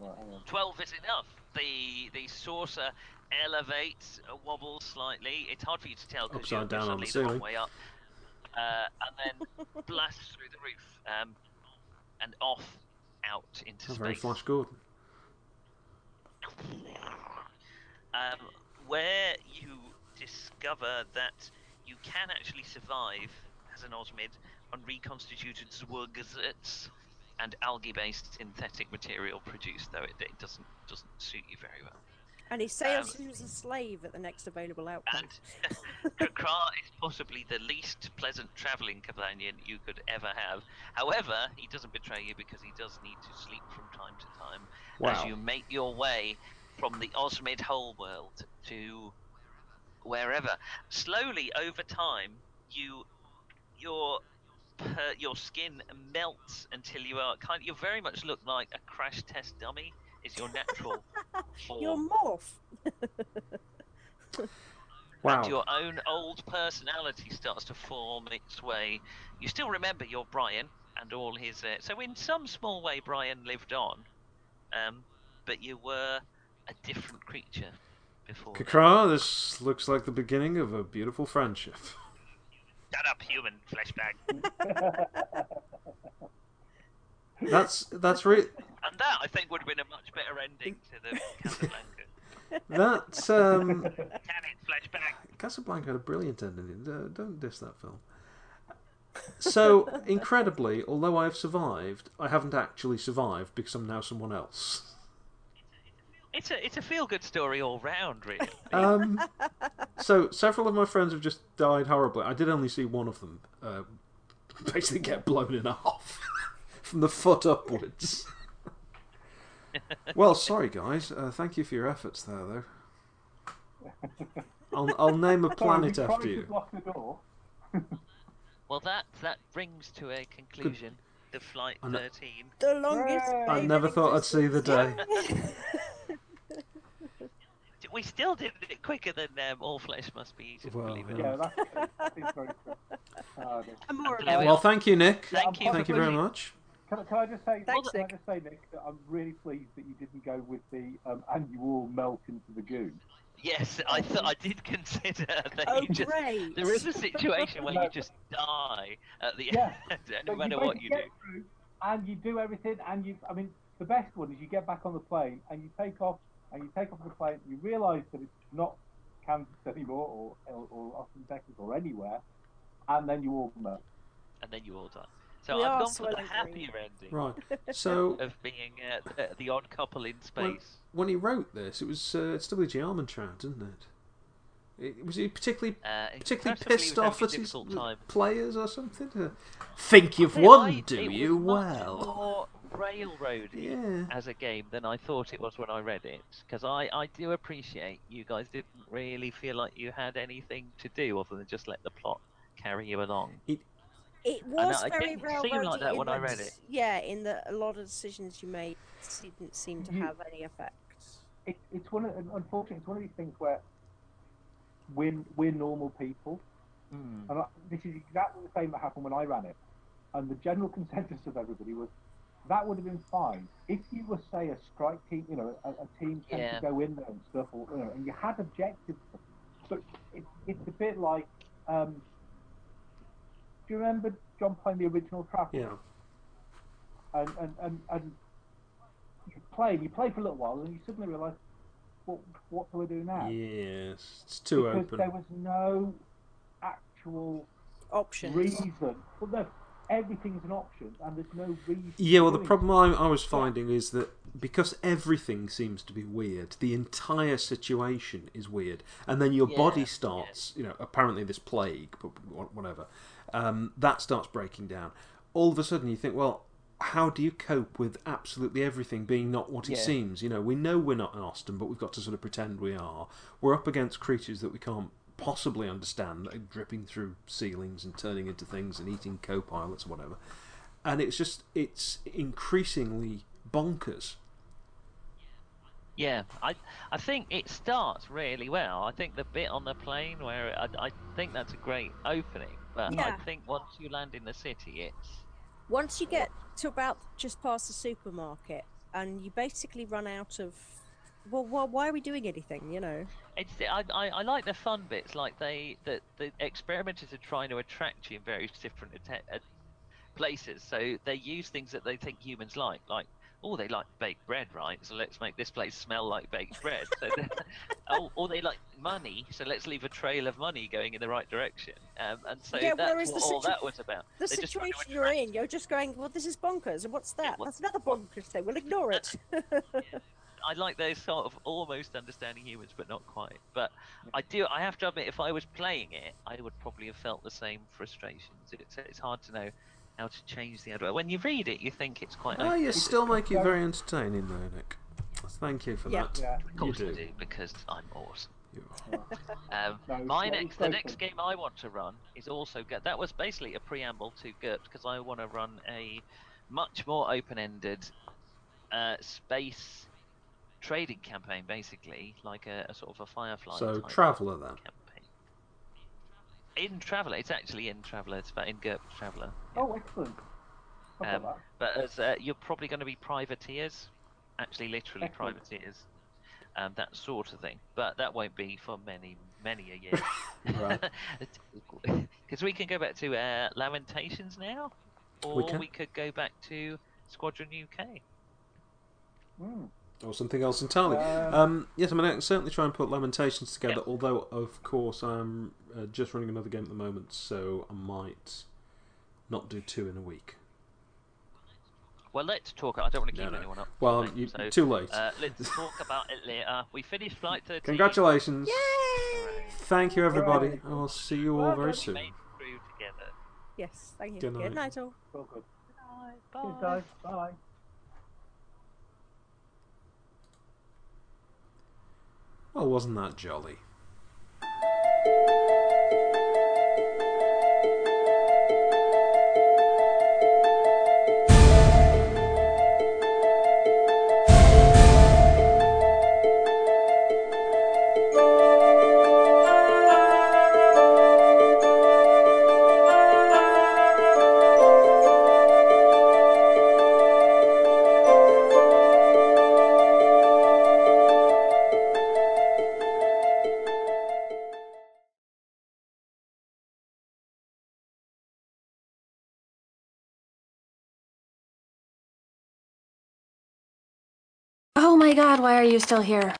Right, hang on. 12 is enough. The the saucer elevates, uh, wobbles slightly. It's hard for you to tell because you're, Upside you're down on the suddenly the wrong ceiling. way up. Uh, and then blasts through the roof um, and off out into That's very space. Flash Gordon. um, where you discover that you can actually survive as an osmid on reconstituted zwergazids and algae-based synthetic material produced, though it, it doesn't doesn't suit you very well. And he sails you as a slave at the next available outcome. And Kra is possibly the least pleasant travelling companion you could ever have. However, he doesn't betray you because he does need to sleep from time to time Wow. as you make your way from the Osmid whole world to wherever. Slowly over time, you your per, your skin melts until you are kind. You very much look like a crash test dummy. Is your natural form? You're morph. Wow. and your own old personality starts to form its way. You still remember your Brian and all his. Uh, so, in some small way, Brian lived on, um, but you were a different creature before. that. Kakra, this looks like the beginning of a beautiful friendship. Shut up, human fleshbag. That's that's re- and that, I think, would have been a much better ending to the Casablanca. that's um Damn it, fleshbag. Casablanca had a brilliant ending. D- Don't diss that film. So incredibly, although I have survived, I haven't actually survived because I'm now someone else. It's a, it's a feel good story all round, really. Um, so several of my friends have just died horribly. I did only see one of them uh, basically get blown in half from the foot upwards. well, sorry guys. Uh, thank you for your efforts there, though. I'll, I'll name a Sorry, we planet tried after to you. Lock the door. Well, that, that brings to a conclusion the Flight I know. 13. The longest. Hooray! slave I in never thought I'd see the day. We still did it quicker than um, All Flesh Must Be Eaten, Well, believe it or yeah. not. Yeah, that's, that is very true. Uh, And more And about there it. we Well, thank you, Nick. Thank Um, you. Thank you very much. Can, I- can I just say, Thanks, can I Nick. just say, Nick, that I'm really pleased that you didn't go with the um, and you all melt into the goo. Yes, I thought I did consider that Oh, you just. great. There is a situation where you just die at the Yeah, end, no But matter what basically you do. get through And you do everything, and you. I mean, the best one is you get back on the plane and you take off, and you take off the plane. You realise that it's not Kansas anymore, or or, or Austin, Texas, or anywhere, and then you all melt. And then you all die. So We I've are gone for the swallowing happier ending Right. So of being uh, the, the odd couple in Well- space. when he wrote this, it was uh, it's W.G. Armentrout, isn't it? it? Was he particularly Uh, particularly impressively pissed was having off a at his difficult time. players or something? Uh, Think you've Yeah, I- won, do it you? was much Well, more railroady Yeah. as a game than I thought it was when I read it, because I, I do appreciate you guys didn't really feel like you had anything to do other than just let the plot carry you along. It was know, it very didn't seem like railroady that in when I that read s- it. Yeah, in that a lot of decisions you made didn't seem to You- have any effect. It, it's one of, and unfortunately, it's one of these things where we're we're normal people, and I, this is exactly the same that happened when I ran it. And the general consensus of everybody was that would have been fine if you were, say, a strike team. You know, a, a team tends Yeah. to go in there and stuff, or you know, and you had objectives. But it, it's a bit like, um, do you remember John playing the original Traveller? yeah. and and and, and you play you play for a little while and you suddenly realise what what do I do now? Yes. It's too because open. there was no actual Options. reason. Well, no, everything's an option and there's no reason. Yeah, well, the for doing problem I, I was finding is that because everything seems to be weird, the entire situation is weird, and then your Yeah, body yeah. starts, you know, apparently this plague, but wha- whatever, um, that starts breaking down. All of a sudden, you think, well, how do you cope with absolutely everything being not what it Yeah. seems? You know, we know we're not in Austin, but we've got to sort of pretend we are. We're up against creatures that we can't possibly understand, that are dripping through ceilings and turning into things and eating co-pilots or whatever and it's just it's increasingly bonkers. Yeah, I I think it starts really well. I think the bit on the plane where I, I think that's a great opening. But I Yeah. think once you land in the city, it's Once you get to about just past the supermarket, and you basically run out of. Well, why, why are we doing anything? You know. It's the- I, I, I like the fun bits, like they the, the experimenters are trying to attract you in various different atte- uh, places. So they use things that they think humans like, like oh they like baked bread, right? So let's make this place smell like baked bread. So they- oh, or they like money, so let's leave a trail of money going in the right direction. Um, and so Yeah, that's whereas what the all situ- that was about. The They just want to situation you're attract- in, you're just going, well, this is bonkers, and what's that? what- That's another bonkers thing. We'll ignore it. I like those sort of almost understanding humans, but not quite. But I do. I have to admit, if I was playing it, I would probably have felt the same frustrations. It's, it's hard to know how to change the adware. When you read it, you think it's quite. Ah, open. you still make it very entertaining, though, Nick. Thank you for Yeah. that. Yeah. Of You course I do. do because I'm awesome. You are. Um, No, my it's- next, it's the open. next game I want to run is also GURPS. That was basically a preamble to GURPS because I want to run a much more open-ended uh, space trading campaign, basically like a, a sort of a Firefly. So, type Traveller then. campaign. In Traveller, it's actually in Traveller. It's about in GURP Traveller. Oh, excellent. I've Um, got but as uh, you're probably going to be privateers, actually, literally Excellent. privateers, um, that sort of thing. But that won't be for many, many a year. Right. Because we can go back to uh, Lamentations now, or we, can. could go back to Squadron UK. that. Mm. Or something else entirely. Um, Um, yes, I mean, I can certainly try and put Lamentations together, Yeah. although, of course, I'm uh, just running another game at the moment, so I might not do two in a week. Well, let's talk. I don't want to No, keep no. anyone up. Well, mate, you- so, too late. Uh, let's talk about it later. We finished Flight 13. Congratulations! Thank you, everybody. Hooray. I will see you all very We soon. made it through together. yes, thank you. Good night. all. Well, good. Bye. Good guys. Bye. Well, Oh, wasn't that jolly? Oh my god, why are you still here?